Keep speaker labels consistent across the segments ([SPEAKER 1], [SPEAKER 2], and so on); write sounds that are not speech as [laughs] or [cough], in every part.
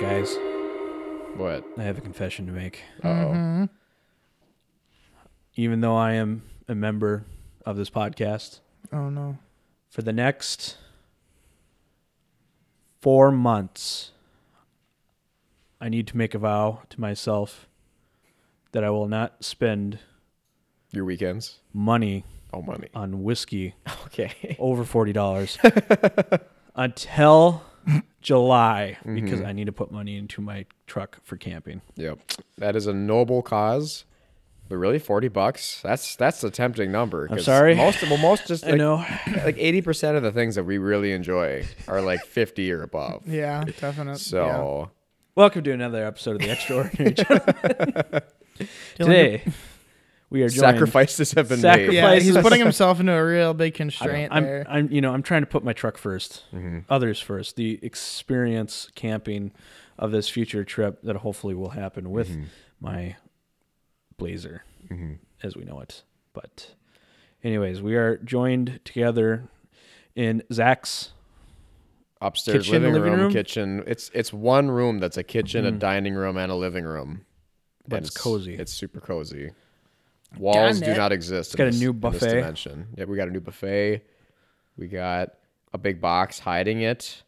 [SPEAKER 1] Guys,
[SPEAKER 2] What?
[SPEAKER 1] I have a confession to make.
[SPEAKER 2] Uh oh.
[SPEAKER 1] Even though I am a member of this podcast,
[SPEAKER 3] Oh no.
[SPEAKER 1] for the next four months, I need to make a vow to myself that I will not spend
[SPEAKER 2] Your weekends?
[SPEAKER 1] money
[SPEAKER 2] Oh, money.
[SPEAKER 1] on whiskey
[SPEAKER 2] Okay.
[SPEAKER 1] over forty
[SPEAKER 3] [laughs]
[SPEAKER 1] dollars until July
[SPEAKER 3] Mm-hmm.
[SPEAKER 1] because I need to put money into my truck for camping.
[SPEAKER 2] [laughs] Yep. That is a noble cause. But really, forty bucks—that's that's a tempting number. 'cause
[SPEAKER 1] sorry.
[SPEAKER 2] Most, well, most just
[SPEAKER 1] [laughs]
[SPEAKER 2] like,
[SPEAKER 1] I know.
[SPEAKER 2] like eighty percent of the things that we really enjoy are like fifty or above. [laughs]
[SPEAKER 3] Yeah, definitely.
[SPEAKER 2] So
[SPEAKER 1] Welcome to another episode of the
[SPEAKER 3] [laughs]
[SPEAKER 1] Extraordinary Gentleman.
[SPEAKER 3] Dylan,
[SPEAKER 1] Today [laughs] we are joined.
[SPEAKER 2] sacrifices have been
[SPEAKER 1] Sacri-
[SPEAKER 2] made.
[SPEAKER 3] Yeah, he's
[SPEAKER 1] places.
[SPEAKER 3] putting himself into a real big
[SPEAKER 1] I'm,
[SPEAKER 3] constraint
[SPEAKER 1] I'm,
[SPEAKER 3] there.
[SPEAKER 1] I'm, you know, I'm trying to put my truck 1st others first. The experience camping of this future trip that hopefully will happen with my Blazer, as we know it. But, anyways, we are joined together in Zach's
[SPEAKER 2] Upstairs
[SPEAKER 1] Kitchen,
[SPEAKER 2] living,
[SPEAKER 1] living
[SPEAKER 2] room,
[SPEAKER 1] room? Mm.
[SPEAKER 2] kitchen. It's it's one room that's a kitchen, a dining room, and a living room.
[SPEAKER 1] But
[SPEAKER 2] And
[SPEAKER 1] it's cozy.
[SPEAKER 2] It's super cozy. Walls do
[SPEAKER 3] it.
[SPEAKER 2] not exist. It's
[SPEAKER 1] got a new buffet.
[SPEAKER 2] dimension. Yeah, we got a new buffet. We got a big box hiding it,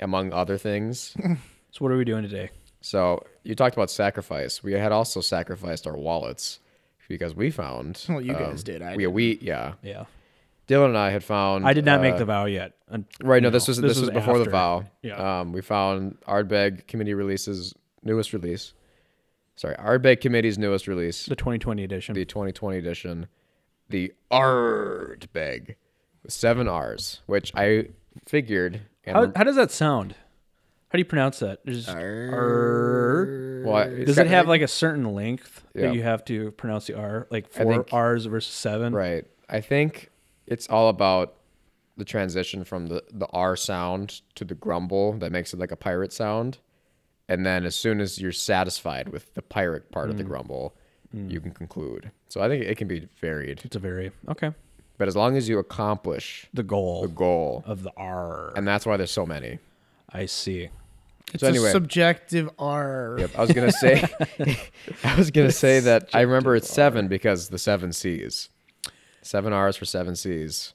[SPEAKER 2] among
[SPEAKER 1] [laughs]
[SPEAKER 2] other things.
[SPEAKER 1] So what are we doing today?
[SPEAKER 2] so you talked about sacrifice. We had also sacrificed our wallets because we found.
[SPEAKER 3] Well, you guys did. I
[SPEAKER 2] yeah, we yeah.
[SPEAKER 1] Yeah,
[SPEAKER 2] Dylan and I had found.
[SPEAKER 1] I did not
[SPEAKER 2] uh,
[SPEAKER 1] make the vow yet. Un-
[SPEAKER 2] Right. No,
[SPEAKER 1] you
[SPEAKER 2] this
[SPEAKER 1] know,
[SPEAKER 2] was this, was, before the
[SPEAKER 1] after.
[SPEAKER 2] vow.
[SPEAKER 1] Yeah.
[SPEAKER 2] Um, we found Ardbeg Committee releases newest release. Sorry, Ardbeg Committee's newest release,
[SPEAKER 1] the 2020 edition.
[SPEAKER 2] the 2020 edition, the Ardbeg, with seven R's, which I figured. And
[SPEAKER 1] how, how does that sound? How do you pronounce that? There's- Err.
[SPEAKER 2] well, I- it's
[SPEAKER 1] Does
[SPEAKER 2] got-
[SPEAKER 1] it have like a certain length
[SPEAKER 2] Yeah.
[SPEAKER 1] that you have to pronounce the R? Like
[SPEAKER 2] I
[SPEAKER 1] four
[SPEAKER 2] think-
[SPEAKER 1] R's versus seven?
[SPEAKER 2] Right. I think it's all about the transition from the, the R sound to the grumble that makes it like a pirate sound. And then as soon as you're satisfied with the pirate part of the grumble, you can conclude. So I think it can be varied.
[SPEAKER 1] It's a very, okay.
[SPEAKER 2] But as long as you accomplish
[SPEAKER 1] The goal
[SPEAKER 2] the goal,
[SPEAKER 1] of the R. I
[SPEAKER 2] and that's why there's so many.
[SPEAKER 1] see.
[SPEAKER 3] It's
[SPEAKER 2] so anyway.
[SPEAKER 3] a subjective R.
[SPEAKER 2] Yep. I was gonna say [laughs] I was gonna say that I remember it's seven because the seven C's. Seven R's for seven C's.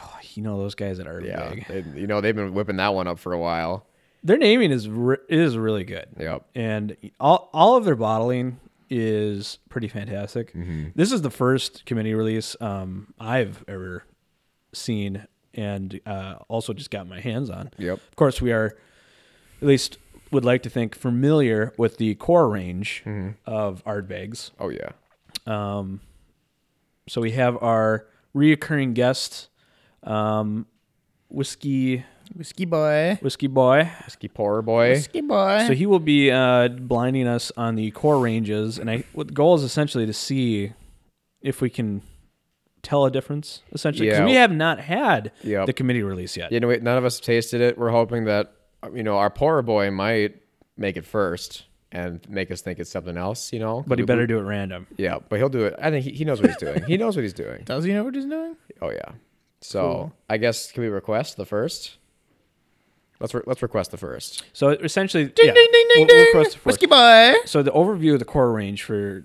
[SPEAKER 1] Oh, you know those guys that are
[SPEAKER 2] Yeah.
[SPEAKER 1] big.
[SPEAKER 2] They- you know, they've been whipping that one up for a while.
[SPEAKER 1] Their naming is re- is really good.
[SPEAKER 2] Yep.
[SPEAKER 1] and all all of their bottling is pretty fantastic.
[SPEAKER 2] Mm-hmm.
[SPEAKER 1] This is the first committee release um, I've ever seen, and uh, also just got my hands on.
[SPEAKER 2] Yep.
[SPEAKER 1] Of course, we are at least would like to think familiar with the core range
[SPEAKER 3] Mm-hmm.
[SPEAKER 1] of Ardbegs.
[SPEAKER 2] Oh yeah.
[SPEAKER 1] So we have our reoccurring guest, um, whiskey
[SPEAKER 3] Whiskey boy.
[SPEAKER 1] whiskey boy.
[SPEAKER 2] Whiskey pourer boy.
[SPEAKER 3] Whiskey boy.
[SPEAKER 1] So he will be uh, blinding us on the core ranges, and I what the goal is essentially to see if we can tell a difference. Essentially, 'Cause
[SPEAKER 2] Yeah.
[SPEAKER 1] we have not had
[SPEAKER 2] Yep.
[SPEAKER 1] the committee release yet.
[SPEAKER 2] You know, none of us tasted it. We're hoping that you know our pourer boy might make it first and make us think it's something else. You know,
[SPEAKER 1] But he
[SPEAKER 2] We-
[SPEAKER 1] better do it random.
[SPEAKER 2] Yeah, but he'll do it. I think he, he knows what he's doing. he knows what he's
[SPEAKER 1] [laughs]
[SPEAKER 2] doing.
[SPEAKER 3] Does he know what he's doing?
[SPEAKER 2] Oh yeah. So I guess can we request the first? Let's re- let's request the first.
[SPEAKER 1] So essentially,
[SPEAKER 3] Ding
[SPEAKER 1] yeah,
[SPEAKER 3] ding ding
[SPEAKER 1] we'll-
[SPEAKER 3] ding
[SPEAKER 1] we'll
[SPEAKER 3] ding.
[SPEAKER 1] press the first.
[SPEAKER 3] Whiskey boy.
[SPEAKER 1] So the overview of the core range for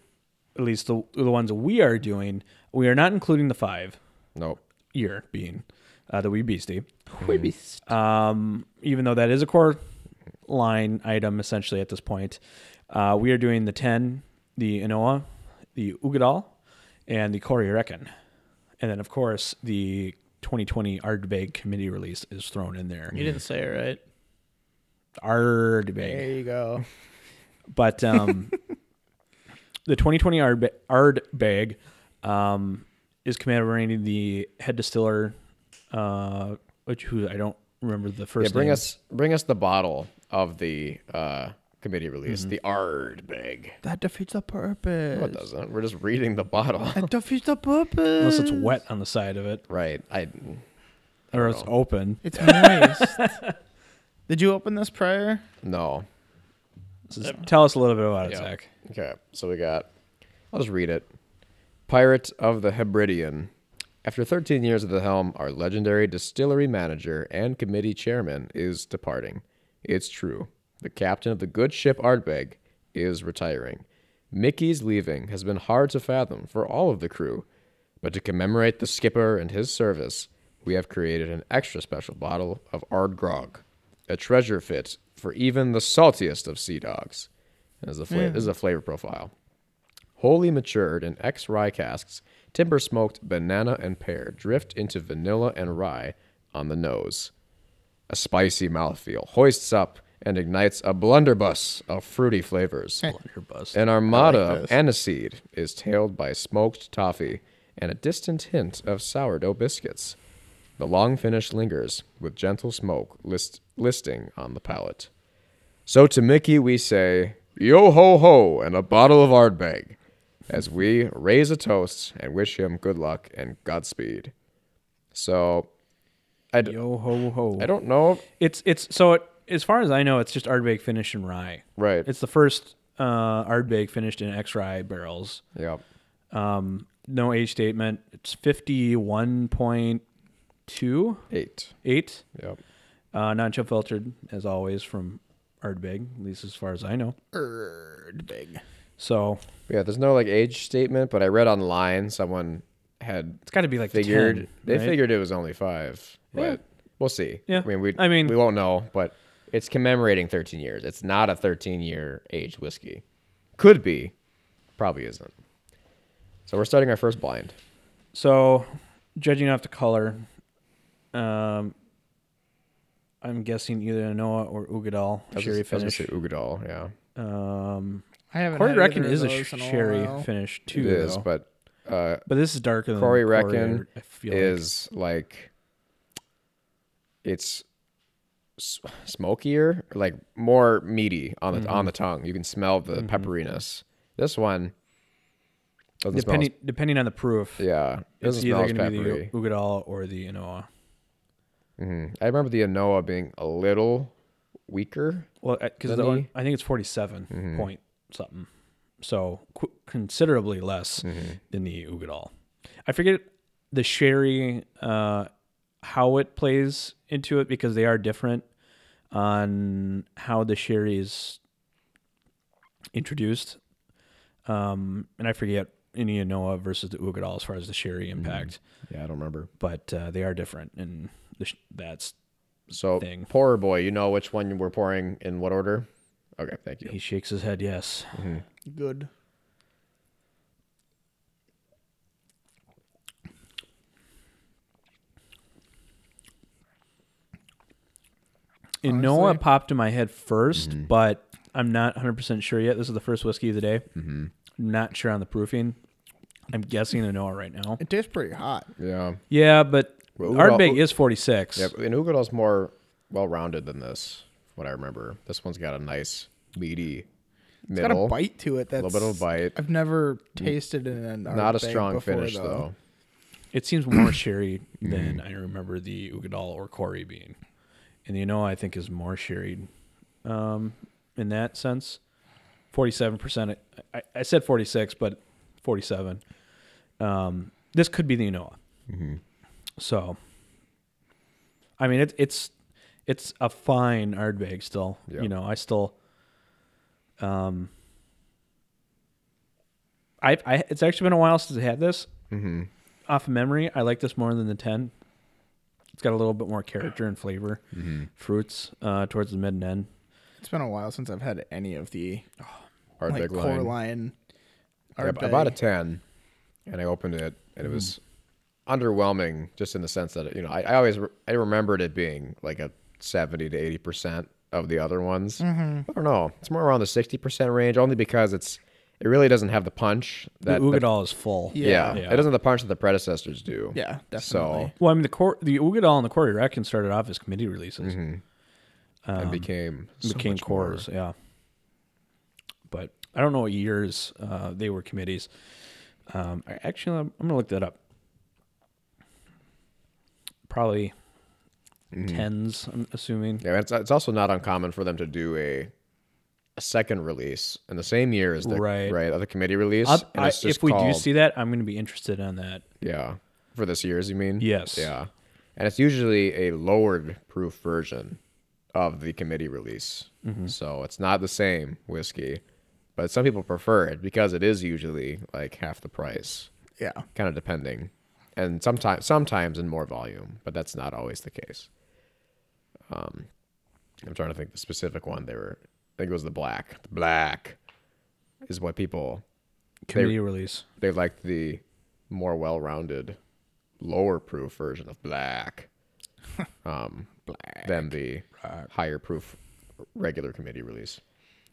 [SPEAKER 1] at least the the ones we are doing, we are not including the five
[SPEAKER 2] Nope.
[SPEAKER 1] year being uh, the wee beastie.
[SPEAKER 3] Whiskey.
[SPEAKER 1] um, even though that is a core line item essentially at this point. Uh, we are doing the 10, the Inoa, the Ugadal, and the Koryoreken. And then, of course, the 2020 Ardbeg committee release is thrown in there.
[SPEAKER 3] You didn't say it right. There
[SPEAKER 1] Ardbeg.
[SPEAKER 2] [laughs]
[SPEAKER 3] you go.
[SPEAKER 1] But um, the 2020 Ardbe- Ardbeg um, is commemorating the head distiller, uh, which, who I don't remember the first.
[SPEAKER 2] yeah, bring
[SPEAKER 1] name.
[SPEAKER 2] us bring us the bottle of the uh, committee release,
[SPEAKER 1] Mm-hmm.
[SPEAKER 2] the Ard bag.
[SPEAKER 3] That defeats the purpose.
[SPEAKER 2] What doesn't? We're just reading the bottle.
[SPEAKER 1] [laughs]
[SPEAKER 3] That defeats the purpose.
[SPEAKER 1] unless it's wet on the side of it
[SPEAKER 2] right. I
[SPEAKER 1] or it's
[SPEAKER 2] Oh.
[SPEAKER 1] open.
[SPEAKER 3] It's moist. Did you open this prior?
[SPEAKER 2] no.
[SPEAKER 1] Just tell us a little bit about it,
[SPEAKER 2] Yeah.
[SPEAKER 1] Zach.
[SPEAKER 2] Okay, so we got. I'll just read it. Pirate of the Hebridean. After 13 years at the helm, our legendary distillery manager and committee chairman is departing. It's true. The captain of the good ship Ardbeg is retiring. Mickey's leaving has been hard to fathom for all of the crew, but to commemorate the skipper and his service, we have created an extra special bottle of Ard Grog, a treasure fit for even the saltiest of sea dogs. And This is a flavor, this is a flavor profile. Wholly matured in ex rye casks, timber smoked banana and pear drift into vanilla and rye on the nose. A spicy mouthfeel hoists up and ignites a blunderbuss of fruity flavors.
[SPEAKER 1] Blunderbuss.
[SPEAKER 2] An armada of aniseed is tailed by smoked toffee and a distant hint of sourdough biscuits. The long finish lingers with gentle smoke list- listing on the palate. So to Mickey we say, Yo ho ho, and a bottle of Ardbeg, as we raise a toast and wish him good luck and Godspeed. So I d-
[SPEAKER 1] Yo ho ho.
[SPEAKER 2] I don't know.
[SPEAKER 1] It's it's so it, as far as I know, it's just Ardbeg finished in rye.
[SPEAKER 2] Right.
[SPEAKER 1] It's the first uh, Ardbeg finished in ex rye barrels.
[SPEAKER 2] yeah.
[SPEAKER 1] Um, no age statement. It's fifty one point two
[SPEAKER 2] Eight.
[SPEAKER 1] eight.
[SPEAKER 2] Yep.
[SPEAKER 1] Uh, non chill filtered, as always, from Ardbeg, at least as far as I know.
[SPEAKER 3] Erdbig.
[SPEAKER 1] So
[SPEAKER 2] Yeah, there's no like age statement, but I read online someone had
[SPEAKER 1] it's got to be like
[SPEAKER 2] figured
[SPEAKER 1] 10,
[SPEAKER 2] they
[SPEAKER 1] right?
[SPEAKER 2] figured it was only five, but we'll see.
[SPEAKER 1] Yeah.
[SPEAKER 2] I mean, we
[SPEAKER 1] I mean-
[SPEAKER 2] we won't know, but it's commemorating 13 years. It's not a 13 year age whiskey. Could be, probably isn't. So we're starting our first blind.
[SPEAKER 1] So, judging off the color, um, I'm guessing either Anoa or Ugadal
[SPEAKER 2] I was
[SPEAKER 1] sherry
[SPEAKER 2] gonna- I was
[SPEAKER 1] finish.
[SPEAKER 2] gonna say Ugadal, yeah,
[SPEAKER 1] Um,
[SPEAKER 3] I haven't.
[SPEAKER 1] Corey
[SPEAKER 3] had
[SPEAKER 1] Reckon
[SPEAKER 3] either of
[SPEAKER 1] is a
[SPEAKER 3] those
[SPEAKER 1] sh-
[SPEAKER 3] in a
[SPEAKER 1] sherry
[SPEAKER 3] while.
[SPEAKER 1] finish too,
[SPEAKER 2] it is.
[SPEAKER 1] though. But,
[SPEAKER 2] But uh,
[SPEAKER 1] this is darker than
[SPEAKER 2] Corey
[SPEAKER 1] I-
[SPEAKER 2] Reckon
[SPEAKER 1] I feel like.
[SPEAKER 2] is like it's s- smokier, like more meaty on the
[SPEAKER 1] Mm-hmm.
[SPEAKER 2] on the tongue. You can smell the pepperiness. This one doesn't
[SPEAKER 1] depending depending on the proof.
[SPEAKER 2] smell. As, yeah,
[SPEAKER 1] It's
[SPEAKER 2] doesn't
[SPEAKER 1] either
[SPEAKER 2] smell as
[SPEAKER 1] going to be
[SPEAKER 2] peppery.
[SPEAKER 1] the Ugadal or the Anoa.
[SPEAKER 2] Mhm. I remember the Anoa being a little weaker.
[SPEAKER 1] Well, uh, because
[SPEAKER 2] Then the-
[SPEAKER 1] I think it's 47 point something, so qu- considerably less than the Ugadal. I forget the sherry uh, how it plays into it because they are different on how the sherry is introduced, um, and I forget any Anoa versus the Ugadal as far as the sherry impact,
[SPEAKER 2] Yeah, I don't remember.
[SPEAKER 1] but uh, they are different, and the sh- that's
[SPEAKER 2] So,
[SPEAKER 1] Thing.
[SPEAKER 2] pourer boy, you know which one we're pouring in what order? Okay, thank you.
[SPEAKER 1] he shakes his head yes.
[SPEAKER 3] Good.
[SPEAKER 1] And Noah popped in my head 1st but I'm not 100% sure yet. This is the first whiskey of the day. Mm-hmm. Not sure on the proofing. I'm guessing a Noah right now.
[SPEAKER 3] It tastes pretty hot.
[SPEAKER 2] Yeah,
[SPEAKER 1] Yeah, but
[SPEAKER 2] Well,
[SPEAKER 1] Ardbeg
[SPEAKER 2] Ugadal-
[SPEAKER 1] is 46.
[SPEAKER 2] Yep, and Ugadal's more well-rounded than this, from what I remember. This one's got a nice meaty
[SPEAKER 3] It's got
[SPEAKER 2] middle,
[SPEAKER 3] a bite to it. That's
[SPEAKER 2] little bit of a bite.
[SPEAKER 3] I've never tasted it in an
[SPEAKER 2] Mm. Not a
[SPEAKER 3] Ardbeg
[SPEAKER 2] strong
[SPEAKER 3] before,
[SPEAKER 2] finish though.
[SPEAKER 1] It seems more sherry than I remember the Ugadal or Corey being. And the Noah, I think, is more sherry um, in that sense. 47%. I- I, I said 46, but 47. Um, this could be the Noah. So, I mean, it, it's it's a fine Ardbeg still.
[SPEAKER 2] Yeah.
[SPEAKER 1] You know, I still. Um, I, I it's actually been a while since I had this.
[SPEAKER 2] Mm-hmm.
[SPEAKER 1] Off of memory, I like this more than the ten. It's got a little bit more character and flavor,
[SPEAKER 2] Mm-hmm.
[SPEAKER 1] fruits uh, towards the mid and end.
[SPEAKER 3] It's been a while since I've had any of the
[SPEAKER 2] Hard
[SPEAKER 3] like
[SPEAKER 2] big line.
[SPEAKER 3] core line.
[SPEAKER 2] Yeah, I
[SPEAKER 3] Ardbeg.
[SPEAKER 2] bought a ten, and I opened it, and it was underwhelming, just in the sense that you know I, I always re- I remembered it being like a seventy to eighty
[SPEAKER 3] Mm-hmm.
[SPEAKER 2] percent of the other ones. I don't know. It's more around the sixty percent range, only because it's It really doesn't have the punch
[SPEAKER 1] The
[SPEAKER 2] that the-
[SPEAKER 1] Ugadal is full.
[SPEAKER 2] yeah,
[SPEAKER 1] Yeah.
[SPEAKER 2] it doesn't have the punch that the predecessors do.
[SPEAKER 3] Yeah,
[SPEAKER 2] So
[SPEAKER 3] definitely.
[SPEAKER 1] Well, I mean, the cor- the Ugadal and the Corey Rackin started off as committee releases,
[SPEAKER 2] Mm-hmm. it became so
[SPEAKER 1] Um, became
[SPEAKER 2] much more-
[SPEAKER 1] cores, yeah. But I don't know what years uh, they were committees. Um, I- actually, I'm, I'm gonna look that up. Probably
[SPEAKER 2] Mm-hmm.
[SPEAKER 1] tens, I'm assuming.
[SPEAKER 2] Yeah, it's, it's also not uncommon for them to do a a second release in the same year as the
[SPEAKER 1] Right.
[SPEAKER 2] right of the committee release.
[SPEAKER 1] I'll-
[SPEAKER 2] and
[SPEAKER 1] I-
[SPEAKER 2] it's just
[SPEAKER 1] if we do
[SPEAKER 2] called-
[SPEAKER 1] see that, I'm going to be interested in that.
[SPEAKER 2] yeah, for this year's, you mean?
[SPEAKER 1] Yes.
[SPEAKER 2] Yeah, and it's usually a lowered proof version of the committee release, so it's not the same whiskey, but some people prefer it because it is usually like half the price,
[SPEAKER 3] Yeah.
[SPEAKER 2] kind of depending, and sometimes sometimes in more volume, but that's not always the case. Um, I'm trying to think the specific one they were. I think it was the black. The black is what people
[SPEAKER 1] Committee release.
[SPEAKER 2] they liked the more well-rounded, lower proof version of [laughs] black, um, black than the higher proof regular committee release.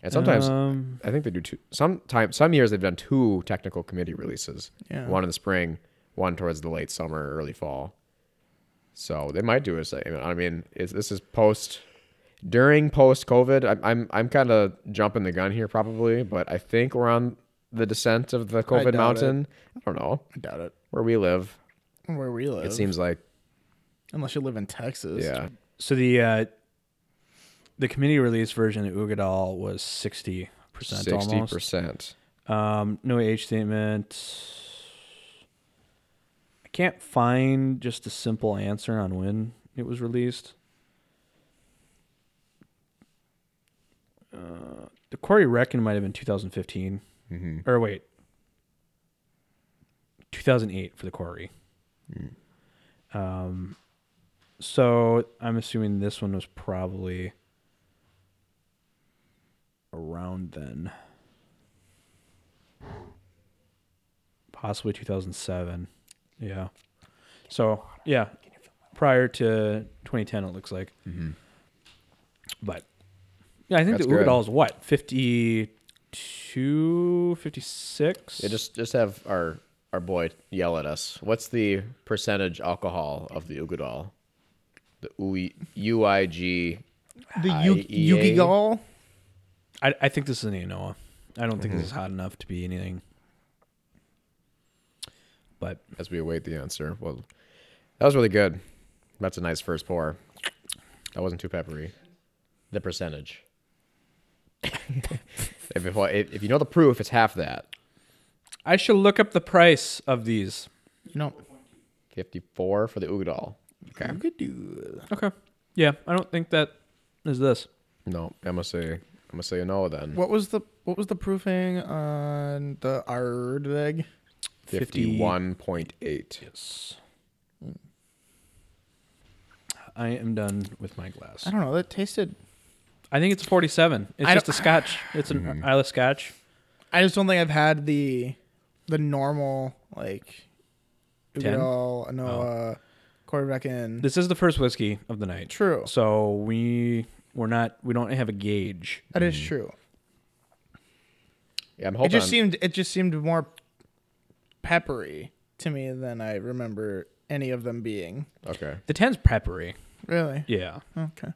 [SPEAKER 2] And sometimes
[SPEAKER 1] Um,
[SPEAKER 2] I think they do two. Sometimes some years they've done two technical committee releases.
[SPEAKER 3] Yeah.
[SPEAKER 2] One in the spring, one towards the late summer, early fall. So they might do a second. I mean, it's, this is post, during post COVID. I'm I'm, I'm kind of jumping the gun here probably, but I think we're on the descent of the COVID
[SPEAKER 3] doubt
[SPEAKER 2] mountain. I don't know
[SPEAKER 3] I doubt it.
[SPEAKER 2] where we live.
[SPEAKER 3] Where we live.
[SPEAKER 2] It seems like
[SPEAKER 3] Unless you live in Texas.
[SPEAKER 2] yeah,
[SPEAKER 1] so the uh, the committee release version of Ugadal was 60%
[SPEAKER 2] sixty
[SPEAKER 1] almost.
[SPEAKER 2] percent.
[SPEAKER 1] Um, no age statement. I can't find just a simple answer on when it was released. Uh, the Corey Reckon might have been 2015.
[SPEAKER 2] Mm-hmm.
[SPEAKER 1] Or wait. 2008 for the Corey.
[SPEAKER 2] Hmm.
[SPEAKER 1] Um, so I'm assuming this one was probably around then. possibly 2007. Yeah. So yeah, prior to 2010, it looks like. But yeah, I think
[SPEAKER 2] Mm-hmm. That's
[SPEAKER 1] the Uber
[SPEAKER 2] good.
[SPEAKER 1] doll is what 52, 56.
[SPEAKER 2] Yeah, just just have our our boy yell at us. What's the percentage alcohol of the Ugadal? The E, UI UIG.
[SPEAKER 3] The
[SPEAKER 2] I- E
[SPEAKER 3] Yu-
[SPEAKER 2] EA?
[SPEAKER 3] Yugi Gall.
[SPEAKER 1] I, I think this is an Anoa. I don't think this is hot enough to be anything. But
[SPEAKER 2] As we await the answer, well, that was really good. That's a nice first pour. That wasn't too peppery. The percentage. [laughs] if, if, if you know the proof, it's half that.
[SPEAKER 1] I should look up the price of these.
[SPEAKER 3] No.
[SPEAKER 2] Fifty-four for the Ugadal. Okay.
[SPEAKER 3] You could do.
[SPEAKER 1] Okay. Yeah, I don't think that is this.
[SPEAKER 2] No, I'm gonna say I'm gonna say no then.
[SPEAKER 3] What was the what was the proofing on the Ardveg?
[SPEAKER 2] Fifty-one point eight.
[SPEAKER 1] Yes. I am done with my glass.
[SPEAKER 3] I don't know. That tasted.
[SPEAKER 1] I think it's 47. It's
[SPEAKER 3] I
[SPEAKER 1] just a scotch. It's an Isla scotch.
[SPEAKER 3] I just don't think I've had the the normal like
[SPEAKER 1] Ten?
[SPEAKER 3] Ugadal, no uh
[SPEAKER 2] Oh.
[SPEAKER 3] Corey Reckon.
[SPEAKER 1] This is the first whiskey of the night.
[SPEAKER 3] True.
[SPEAKER 1] So we we're not we don't have a gauge.
[SPEAKER 3] That is true.
[SPEAKER 2] Yeah, I'm
[SPEAKER 3] It
[SPEAKER 2] hoping.
[SPEAKER 3] just
[SPEAKER 2] I'm-
[SPEAKER 3] seemed it just seemed more peppery to me than I remember any of them being.
[SPEAKER 2] okay.
[SPEAKER 1] The 10's peppery.
[SPEAKER 3] Really?
[SPEAKER 1] Yeah.
[SPEAKER 3] Okay.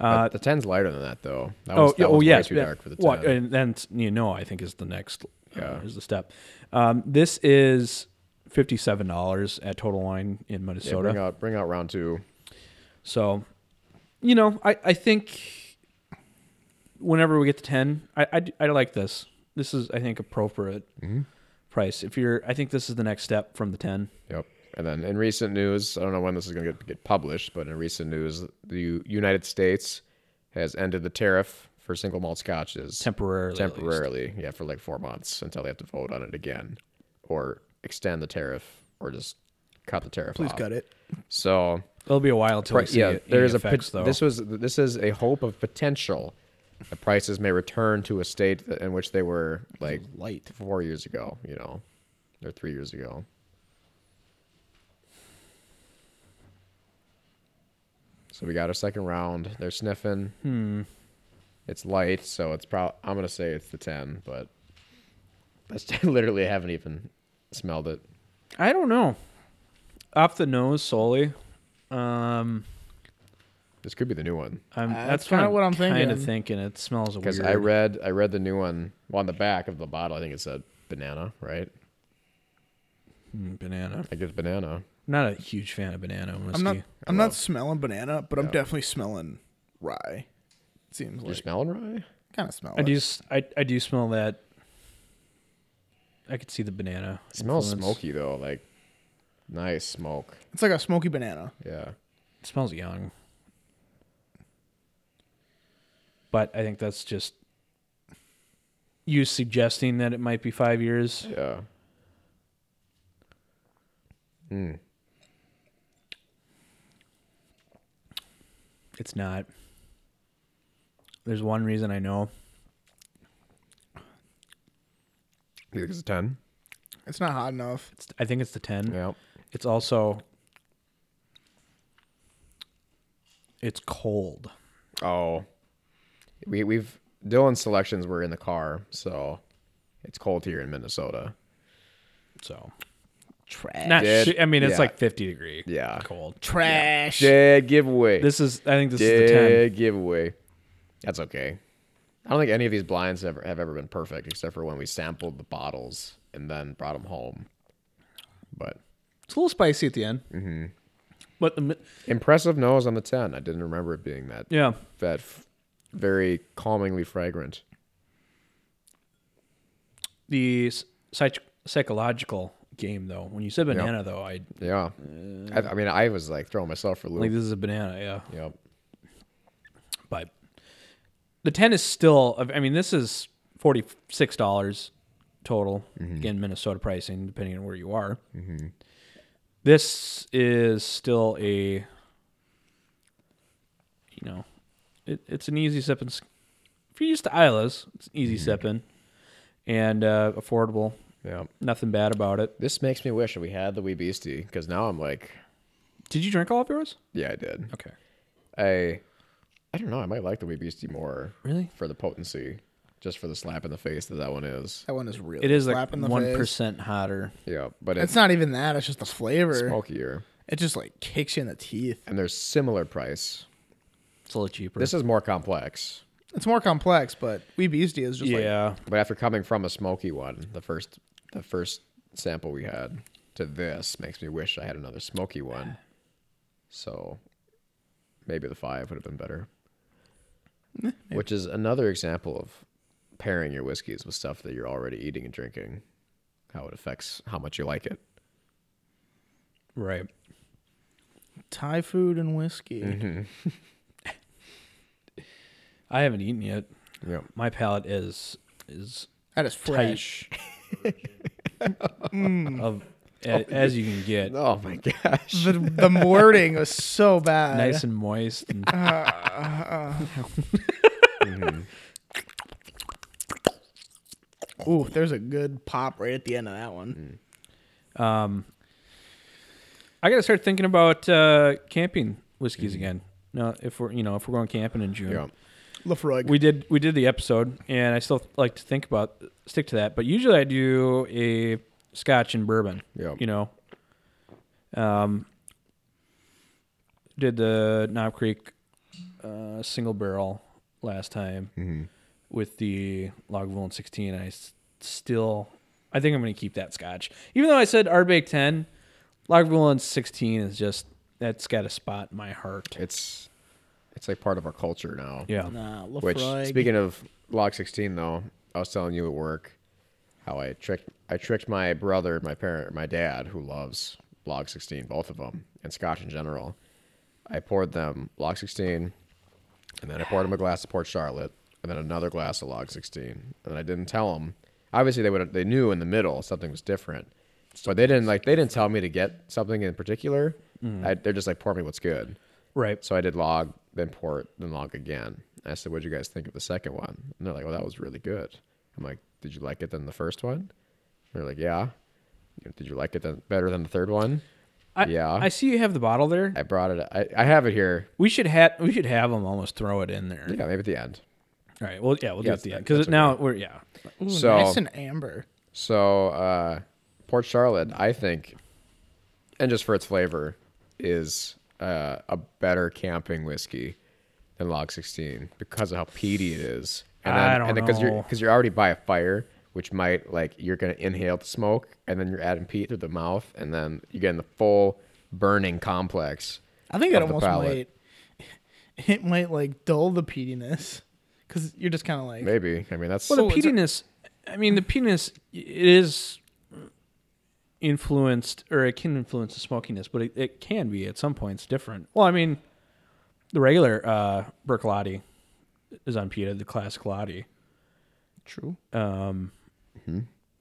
[SPEAKER 1] Uh,
[SPEAKER 2] But the ten's lighter than that though. That
[SPEAKER 1] Oh,
[SPEAKER 2] was, that
[SPEAKER 1] yeah, uh,
[SPEAKER 2] was
[SPEAKER 1] oh
[SPEAKER 2] way
[SPEAKER 1] yes.
[SPEAKER 2] too
[SPEAKER 1] yeah.
[SPEAKER 2] dark for the ten.
[SPEAKER 1] Well, and then you know, I think is the next
[SPEAKER 2] Yeah.
[SPEAKER 1] uh, is the step. Um, this is fifty-seven dollars at Total Wine in
[SPEAKER 2] yeah,
[SPEAKER 1] Minnesota.
[SPEAKER 2] bring out bring out round two.
[SPEAKER 1] So, you know, I, I think whenever we get to 10, I, I, I like this. This is, I think, appropriate
[SPEAKER 2] Mm-hmm.
[SPEAKER 1] price. If you're, I think this is the next step from the 10.
[SPEAKER 2] Yep. And then in recent news, I don't know when this is going to get, get published, but in recent news, the U- United States has ended the tariff for single malt scotches
[SPEAKER 1] Temporarily, at least.
[SPEAKER 2] Temporarily, yeah, for like four months until they have to vote on it again, or extend the tariff, or just cut the tariff.
[SPEAKER 3] Please
[SPEAKER 2] off.
[SPEAKER 3] cut it.
[SPEAKER 2] So
[SPEAKER 1] It'll be a while till we
[SPEAKER 2] Pri-
[SPEAKER 1] see
[SPEAKER 2] yeah,
[SPEAKER 1] it,
[SPEAKER 2] there
[SPEAKER 1] any
[SPEAKER 2] is a pot-
[SPEAKER 1] effects, though.
[SPEAKER 2] this was this is a hope of potential. The prices may return to a state that- in which they were like
[SPEAKER 3] Light.
[SPEAKER 2] four years ago, you know, or three years ago. So we got our second round. They're sniffing.
[SPEAKER 1] Hmm.
[SPEAKER 2] It's light, so it's probably. I'm gonna say it's the ten, but [laughs] I still literally haven't even smelled it.
[SPEAKER 1] I don't know. Off the nose solely. Um,
[SPEAKER 2] This could be the new one
[SPEAKER 1] I'm,
[SPEAKER 3] Uh,
[SPEAKER 1] that's
[SPEAKER 3] that's kinda what I'm
[SPEAKER 1] Kind of
[SPEAKER 3] thinking.
[SPEAKER 1] thinking it smells
[SPEAKER 2] because
[SPEAKER 1] weird.
[SPEAKER 2] I read I read the new one well, on the back of the bottle. I think it said banana, right?
[SPEAKER 1] Mm, banana.
[SPEAKER 2] Like it's banana.
[SPEAKER 1] Not a huge fan of banana whiskey.
[SPEAKER 3] I'm not. I'm
[SPEAKER 2] love-
[SPEAKER 3] not smelling banana, but I'm
[SPEAKER 2] Yeah.
[SPEAKER 3] definitely smelling rye. It seems
[SPEAKER 2] You're
[SPEAKER 3] like
[SPEAKER 2] smelling rye.
[SPEAKER 3] kind of smell.
[SPEAKER 1] I
[SPEAKER 3] it.
[SPEAKER 1] do. s- I I do smell that. I could see the banana.
[SPEAKER 2] It smells
[SPEAKER 1] influence.
[SPEAKER 2] smoky though, like nice smoke.
[SPEAKER 3] It's like a smoky banana.
[SPEAKER 2] Yeah.
[SPEAKER 1] It smells young. But I think that's just you suggesting that it might be five years.
[SPEAKER 2] Yeah. Mm.
[SPEAKER 1] It's not. There's one reason I know.
[SPEAKER 2] You think it's a ten?
[SPEAKER 3] It's not hot enough.
[SPEAKER 1] It's, I think it's the ten.
[SPEAKER 2] Yeah.
[SPEAKER 1] It's also it's cold.
[SPEAKER 2] Oh. We we've Dylan's selections were in the car, so it's cold here in Minnesota.
[SPEAKER 1] So
[SPEAKER 3] Trash.
[SPEAKER 1] not.
[SPEAKER 2] Dead-
[SPEAKER 1] shi- I mean, it's
[SPEAKER 2] yeah.
[SPEAKER 1] like fifty degree.
[SPEAKER 2] Yeah.
[SPEAKER 1] cold.
[SPEAKER 3] Trash.
[SPEAKER 2] Dead giveaway.
[SPEAKER 1] This is. I think this is the ten.
[SPEAKER 2] Dead giveaway. That's okay. I don't think any of these blinds have, have ever been perfect, except for when we sampled the bottles and then brought them home. But
[SPEAKER 1] It's a little spicy at the end. Mm-hmm. But the mi-
[SPEAKER 2] impressive nose on the ten. I didn't remember it being that
[SPEAKER 1] yeah,
[SPEAKER 2] that f- very calmingly fragrant.
[SPEAKER 1] the s- psych- psychological game though. When you said banana though, I
[SPEAKER 2] Yeah. I, I mean, I was like throwing myself for a loop.
[SPEAKER 1] like this is a banana. Yeah,
[SPEAKER 2] yep.
[SPEAKER 1] but the ten is still. I mean, this is forty six dollars total. Again, Minnesota pricing, depending on where you are. This is still a, you know, it, it's an easy sipping. s- If you're used to Isla's, it's an easy sipping, and uh, affordable.
[SPEAKER 2] Yep.
[SPEAKER 1] Nothing bad about it.
[SPEAKER 2] This makes me wish we had the Wee Beastie because now I'm like,
[SPEAKER 1] Did you drink all of yours?
[SPEAKER 2] yeah, I did.
[SPEAKER 1] Okay.
[SPEAKER 2] I, I don't know. I might like the Wee Beastie more
[SPEAKER 1] Really?
[SPEAKER 2] for the potency, just for the slap in the face that that one is.
[SPEAKER 3] That one is really.
[SPEAKER 1] It is like
[SPEAKER 3] slap in the
[SPEAKER 1] one
[SPEAKER 3] face.
[SPEAKER 1] percent hotter.
[SPEAKER 2] Yeah, but
[SPEAKER 3] It's
[SPEAKER 2] it's,
[SPEAKER 3] not even that. It's just the flavor.
[SPEAKER 2] smokier
[SPEAKER 3] It just like kicks you in the teeth.
[SPEAKER 2] and they're similar price.
[SPEAKER 1] It's a little cheaper.
[SPEAKER 2] This is more complex,
[SPEAKER 3] It's more complex, but Wee Beastie is just like
[SPEAKER 1] yeah.
[SPEAKER 2] but after coming from a smoky one, the first the first sample we had to this makes me wish I had another smoky one. So maybe the five would have been better. Which is another example of pairing your whiskeys with stuff that you're already eating and drinking, how it affects how much you like it.
[SPEAKER 1] right.
[SPEAKER 3] Thai food and whiskey.
[SPEAKER 1] Mm-hmm. I haven't eaten yet.
[SPEAKER 2] Yeah.
[SPEAKER 1] My palate is is
[SPEAKER 3] That is fresh.
[SPEAKER 1] of a, as you can get,
[SPEAKER 2] Oh my [laughs] gosh.
[SPEAKER 3] the, the [laughs] wording was so bad.
[SPEAKER 1] nice and moist. And
[SPEAKER 3] Ooh, there's a good pop right at the end of that one.
[SPEAKER 1] I gotta start thinking about uh, camping whiskeys again. No, if we're you know if we're going camping in June,
[SPEAKER 2] Yeah.
[SPEAKER 3] Lefroy.
[SPEAKER 1] we did we did the episode, and I still like to think about stick to that. But usually I do a Scotch and bourbon.
[SPEAKER 2] Yeah.
[SPEAKER 1] you know. Um, did the Knob Creek uh, single barrel last time with the Lagavulin 16. I s- still, I think I'm going to keep that Scotch, even though I said Ardbeg 10. Lagavulin 16 is just that's got a spot in my heart.
[SPEAKER 2] It's it's like part of our culture now.
[SPEAKER 1] Yeah,
[SPEAKER 3] Nah,
[SPEAKER 2] Which
[SPEAKER 3] Lefroy.
[SPEAKER 2] speaking of log 16 though, I was telling you at work how I tricked I tricked my brother, my parent, my dad who loves log 16, both of them, and scotch in general. I poured them log 16 and then I poured them a glass of Port Charlotte and then another glass of log 16 and I didn't tell them. Obviously they would they knew in the middle something was different. But they didn't like they didn't tell me to get something in particular. I, they're just like pour me what's good.
[SPEAKER 1] right.
[SPEAKER 2] So I did log, then port, then log again. And I said, What'd you guys think of the second one? And they're like, Well, that was really good. I'm like, Did you like it than the first one? And they're like, Yeah. You know, Did you like it then, better than the third one?
[SPEAKER 1] I,
[SPEAKER 2] yeah.
[SPEAKER 1] I
[SPEAKER 2] I,
[SPEAKER 1] see you have the bottle there.
[SPEAKER 2] brought it. I, I have it here.
[SPEAKER 1] We should have we should have them almost throw it in there.
[SPEAKER 2] Yeah, maybe at the end.
[SPEAKER 1] All right. Well, yeah, we'll do
[SPEAKER 2] Yeah,
[SPEAKER 1] it at the
[SPEAKER 2] that-
[SPEAKER 1] end because
[SPEAKER 2] that's
[SPEAKER 1] now we're yeah.
[SPEAKER 3] Ooh,
[SPEAKER 2] so-
[SPEAKER 3] nice and amber.
[SPEAKER 2] So uh, Port Charlotte, I think, and just for its flavor, is uh, a better camping whiskey than Log 16 because of how peaty it is. And
[SPEAKER 1] I don't
[SPEAKER 2] and Because you're,
[SPEAKER 1] know.
[SPEAKER 2] because you're already by a fire, which might like you're gonna inhale the smoke, and then you're adding peat through the mouth, and then you're getting the full burning complex.
[SPEAKER 3] I think it
[SPEAKER 2] of the
[SPEAKER 3] almost
[SPEAKER 2] palate.
[SPEAKER 3] might. It might [laughs] like dull the peatiness because you're just kind of like
[SPEAKER 2] Maybe I mean that's
[SPEAKER 1] Well, the
[SPEAKER 3] So is there-
[SPEAKER 1] peatiness. I mean, the peatiness it is influenced, or it can influence the smokiness, but it, it can be at some points different. Well, I mean, the regular uh, Bercolotti is on pita, the classic Lotti.
[SPEAKER 3] true.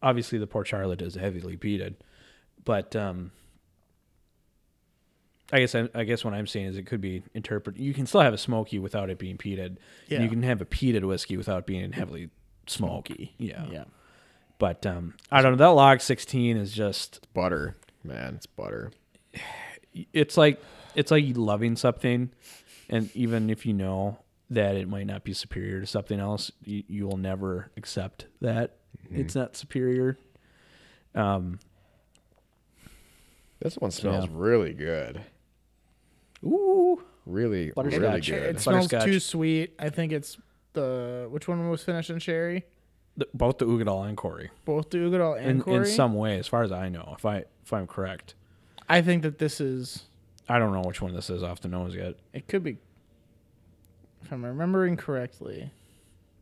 [SPEAKER 1] Obviously, the Port Charlotte is heavily peated, but um, I guess I, I guess what I'm saying is it could be interpreted. You can still have a smoky without it being peated. and
[SPEAKER 3] Yeah.
[SPEAKER 1] You can have a peated whiskey without being heavily smoky.
[SPEAKER 3] Yeah.
[SPEAKER 1] But um, I don't know. That log 16 is just
[SPEAKER 2] butter, man. It's butter.
[SPEAKER 1] it's like it's like you loving something, and even if you know that it might not be superior to something else, you, you will never accept that it's not superior.
[SPEAKER 2] This one smells really good.
[SPEAKER 1] Ooh,
[SPEAKER 2] Really, really
[SPEAKER 1] Butterscotch.
[SPEAKER 2] good.
[SPEAKER 3] It smells
[SPEAKER 1] Butterscotch.
[SPEAKER 3] too sweet. I think it's the which one was finished in sherry?
[SPEAKER 1] the, both the Ugadal and Corey.
[SPEAKER 3] Both the Ugadal and
[SPEAKER 1] In, in
[SPEAKER 3] Corey.
[SPEAKER 1] some way, as far as I know, if I if I'm correct,
[SPEAKER 3] I think that this is.
[SPEAKER 1] I don't know which one this is off the nose yet.
[SPEAKER 3] It could be. If I'm remembering correctly,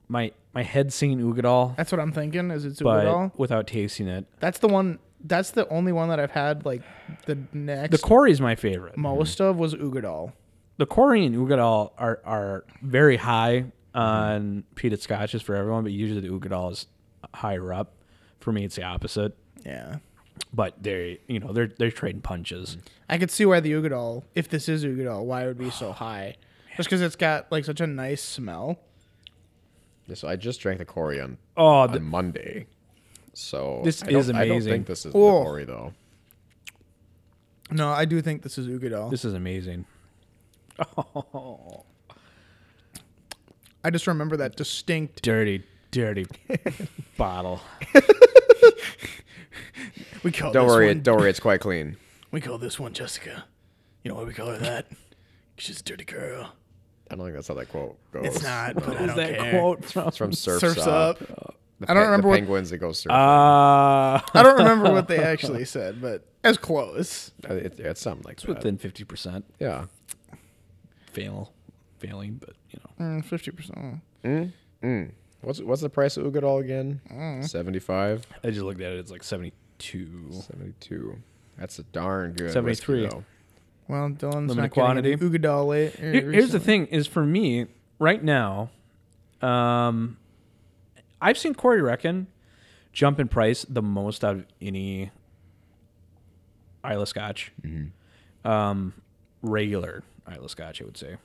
[SPEAKER 1] My my head's seeing Ugadal,
[SPEAKER 3] that's what I'm thinking. Is it's
[SPEAKER 1] but
[SPEAKER 3] Ugadal?
[SPEAKER 1] without tasting it,
[SPEAKER 3] That's the one. That's the only one that I've had. Like the next
[SPEAKER 1] the mm-hmm. Corey's my favorite.
[SPEAKER 3] most of was Ugadal.
[SPEAKER 1] the Corey and Ugadal are are very high on peated scotches for everyone, but usually the Ugadal is higher up. For me, it's the opposite.
[SPEAKER 3] Yeah.
[SPEAKER 1] But they, you know, they're they're trading punches.
[SPEAKER 3] I could see why the Ugadal, if this is Ugadal, why it would be so high. Just because it's got like such a nice smell.
[SPEAKER 2] So I just drank the Corey on,
[SPEAKER 1] Oh,
[SPEAKER 2] on
[SPEAKER 1] the,
[SPEAKER 2] Monday. So
[SPEAKER 1] This
[SPEAKER 2] I don't-
[SPEAKER 1] is
[SPEAKER 2] I don't
[SPEAKER 1] amazing.
[SPEAKER 2] think this is
[SPEAKER 3] Oh.
[SPEAKER 2] the Corey though.
[SPEAKER 3] No, I do think this is Ugadal.
[SPEAKER 1] this is amazing.
[SPEAKER 3] I just remember that distinct.
[SPEAKER 1] Dirty,
[SPEAKER 3] [laughs]
[SPEAKER 1] dirty bottle.
[SPEAKER 3] We call
[SPEAKER 2] Don't
[SPEAKER 3] this
[SPEAKER 2] worry,
[SPEAKER 3] one.
[SPEAKER 2] don't worry, it's quite clean.
[SPEAKER 3] We call this one Jessica. You know why we call her that? 'Cause She's a dirty girl.
[SPEAKER 2] I don't think that's how that quote goes.
[SPEAKER 3] It's not, but I
[SPEAKER 1] Is
[SPEAKER 3] don't
[SPEAKER 1] that
[SPEAKER 3] care.
[SPEAKER 1] quote from?
[SPEAKER 2] It's from Surf's,
[SPEAKER 3] Surfs
[SPEAKER 2] Up.
[SPEAKER 3] up.
[SPEAKER 2] The
[SPEAKER 3] I don't
[SPEAKER 2] pe-
[SPEAKER 3] remember
[SPEAKER 2] the
[SPEAKER 3] what-
[SPEAKER 2] penguins that go surfing.
[SPEAKER 1] Uh,
[SPEAKER 3] I don't remember what they actually said, but as close.
[SPEAKER 2] Uh, it, it's something like that.
[SPEAKER 1] within fifty percent
[SPEAKER 2] yeah.
[SPEAKER 1] fail, failing, but you know.
[SPEAKER 3] Fifty percent.
[SPEAKER 2] What's what's the price of Ugadal again?
[SPEAKER 3] Mm.
[SPEAKER 2] 75,
[SPEAKER 1] I just looked at it. It's like
[SPEAKER 3] Oh.
[SPEAKER 1] seventy-two.
[SPEAKER 2] 72. That's a darn good. whiskey,
[SPEAKER 1] 73.
[SPEAKER 2] though.
[SPEAKER 3] Well, Dylan's
[SPEAKER 1] Limited
[SPEAKER 3] not
[SPEAKER 1] quantity.
[SPEAKER 3] quantity. getting an Ugadal late.
[SPEAKER 1] Here- here's the thing is for me right now um i've seen corey reckon jump in price the most out of any isla scotch um regular isla scotch i would say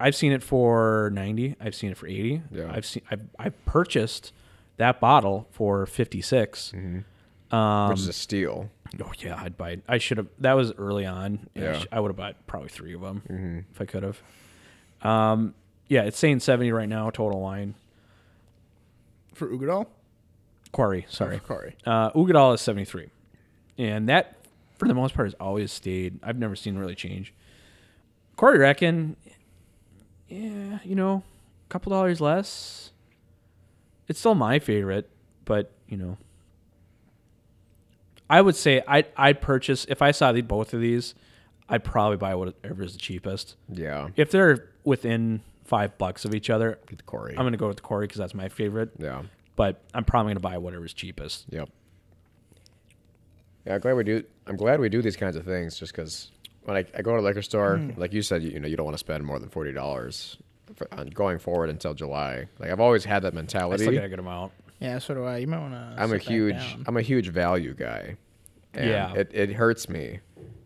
[SPEAKER 1] i've seen it for 90 i've seen it for 80
[SPEAKER 2] Yeah.
[SPEAKER 1] i've seen i've, I've purchased that bottle for 56
[SPEAKER 2] Which
[SPEAKER 3] Um,
[SPEAKER 2] is a steal.
[SPEAKER 1] Oh yeah, I'd buy. I should have. That was early on. and I
[SPEAKER 2] Yeah.
[SPEAKER 1] sh- I would have bought probably three of them if I could have. Um, yeah, it's saying seventy right now total wine.
[SPEAKER 3] for Ugadal.
[SPEAKER 1] Quarry, sorry.
[SPEAKER 3] Corey.
[SPEAKER 1] Uh, Ugadal is seventy three, and that for the most part has always stayed. I've never seen it really change. Quarry reckon, yeah, you know, a couple dollars less. It's still my favorite, but you know, I would say I I'd purchase if I saw the, both of these, I'd probably buy whatever is the cheapest.
[SPEAKER 2] Yeah.
[SPEAKER 1] If they're within five bucks of each other,
[SPEAKER 2] Get the Corey.
[SPEAKER 1] I'm gonna go with Corey because that's my favorite.
[SPEAKER 2] yeah.
[SPEAKER 1] But I'm probably gonna buy whatever's cheapest.
[SPEAKER 2] Yep. Yeah, I'm glad we do. I'm glad we do these kinds of things, just because when I, I go to a liquor store,
[SPEAKER 1] Hmm.
[SPEAKER 2] like you said, you, you know, you don't want to spend more than forty dollars on going forward until July. Like I've always had that
[SPEAKER 1] I still
[SPEAKER 2] mentality.
[SPEAKER 1] got a good amount.
[SPEAKER 3] Yeah, so do I. You might want to.
[SPEAKER 2] I'm a huge, I'm a huge value guy. And
[SPEAKER 1] Yeah.
[SPEAKER 2] It, it hurts me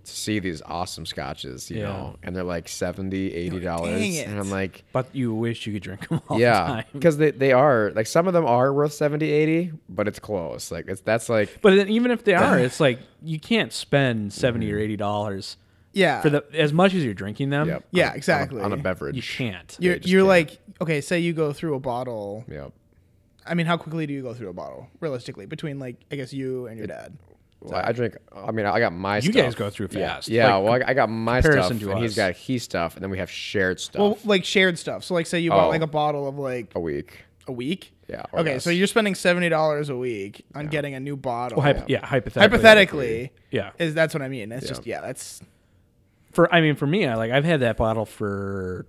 [SPEAKER 2] to see these awesome scotches, you
[SPEAKER 1] Yeah.
[SPEAKER 2] know, and they're like 70 80 dollars,
[SPEAKER 3] "Dang it."
[SPEAKER 2] and I'm like,
[SPEAKER 1] But you wish you could drink [laughs] them [laughs] all the
[SPEAKER 2] yeah,
[SPEAKER 1] time.
[SPEAKER 2] because they, they are like some of them are worth 70 80 but it's close. Like it's that's like
[SPEAKER 1] But then even if they
[SPEAKER 2] [laughs]
[SPEAKER 1] are, it's like you can't spend 70
[SPEAKER 2] Mm.
[SPEAKER 1] or eighty dollars
[SPEAKER 3] Yeah.
[SPEAKER 1] for the as much as you're drinking them.
[SPEAKER 2] yep, on
[SPEAKER 3] Yeah,
[SPEAKER 2] a- on a-
[SPEAKER 3] exactly.
[SPEAKER 2] on a beverage.
[SPEAKER 1] Um, You can't.
[SPEAKER 3] You're,
[SPEAKER 2] just
[SPEAKER 3] you're
[SPEAKER 2] can't.
[SPEAKER 3] like okay. Say you go through a bottle
[SPEAKER 2] Yep.
[SPEAKER 3] I mean, how quickly do you go through a bottle realistically between like I guess you and your dad?
[SPEAKER 2] Well, I drink. I mean, I got my.
[SPEAKER 1] You
[SPEAKER 2] stuff.
[SPEAKER 1] guys go through fast.
[SPEAKER 2] Yeah.
[SPEAKER 1] Like,
[SPEAKER 2] well, I, I got my stuff,
[SPEAKER 1] comparison to
[SPEAKER 2] and he's
[SPEAKER 1] us.
[SPEAKER 2] got his stuff, and then we have shared stuff
[SPEAKER 3] Well, Oh, like shared stuff. So like say you bought
[SPEAKER 2] Oh.
[SPEAKER 3] like a bottle of like
[SPEAKER 2] a week.
[SPEAKER 3] a week.
[SPEAKER 2] Yeah, or
[SPEAKER 3] Okay,
[SPEAKER 2] less.
[SPEAKER 3] so you're spending seventy dollars a week on getting a new bottle.
[SPEAKER 1] Well, hypo- yeah. hypothetically.
[SPEAKER 3] Hypothetically,
[SPEAKER 1] Yeah.
[SPEAKER 3] is that's what I mean. It's just yeah, that's
[SPEAKER 1] For I mean, for me, I like I've had that bottle for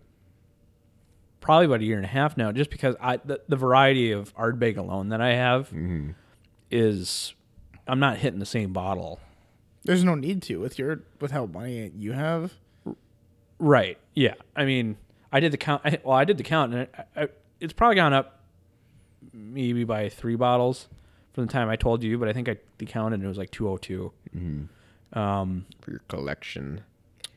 [SPEAKER 1] probably about a year and a half now, just because I the, the variety of Ardbeg alone that I have
[SPEAKER 2] Mm-hmm.
[SPEAKER 1] is I'm not hitting the same bottle.
[SPEAKER 3] there's no need to with your with how money you have.
[SPEAKER 1] Right. Yeah. I mean, I did the count. I, well, I did the count, and I, I, it's probably gone up maybe by three bottles from the time I told you. But I think I decounted, and it was like two oh two.
[SPEAKER 2] for your collection.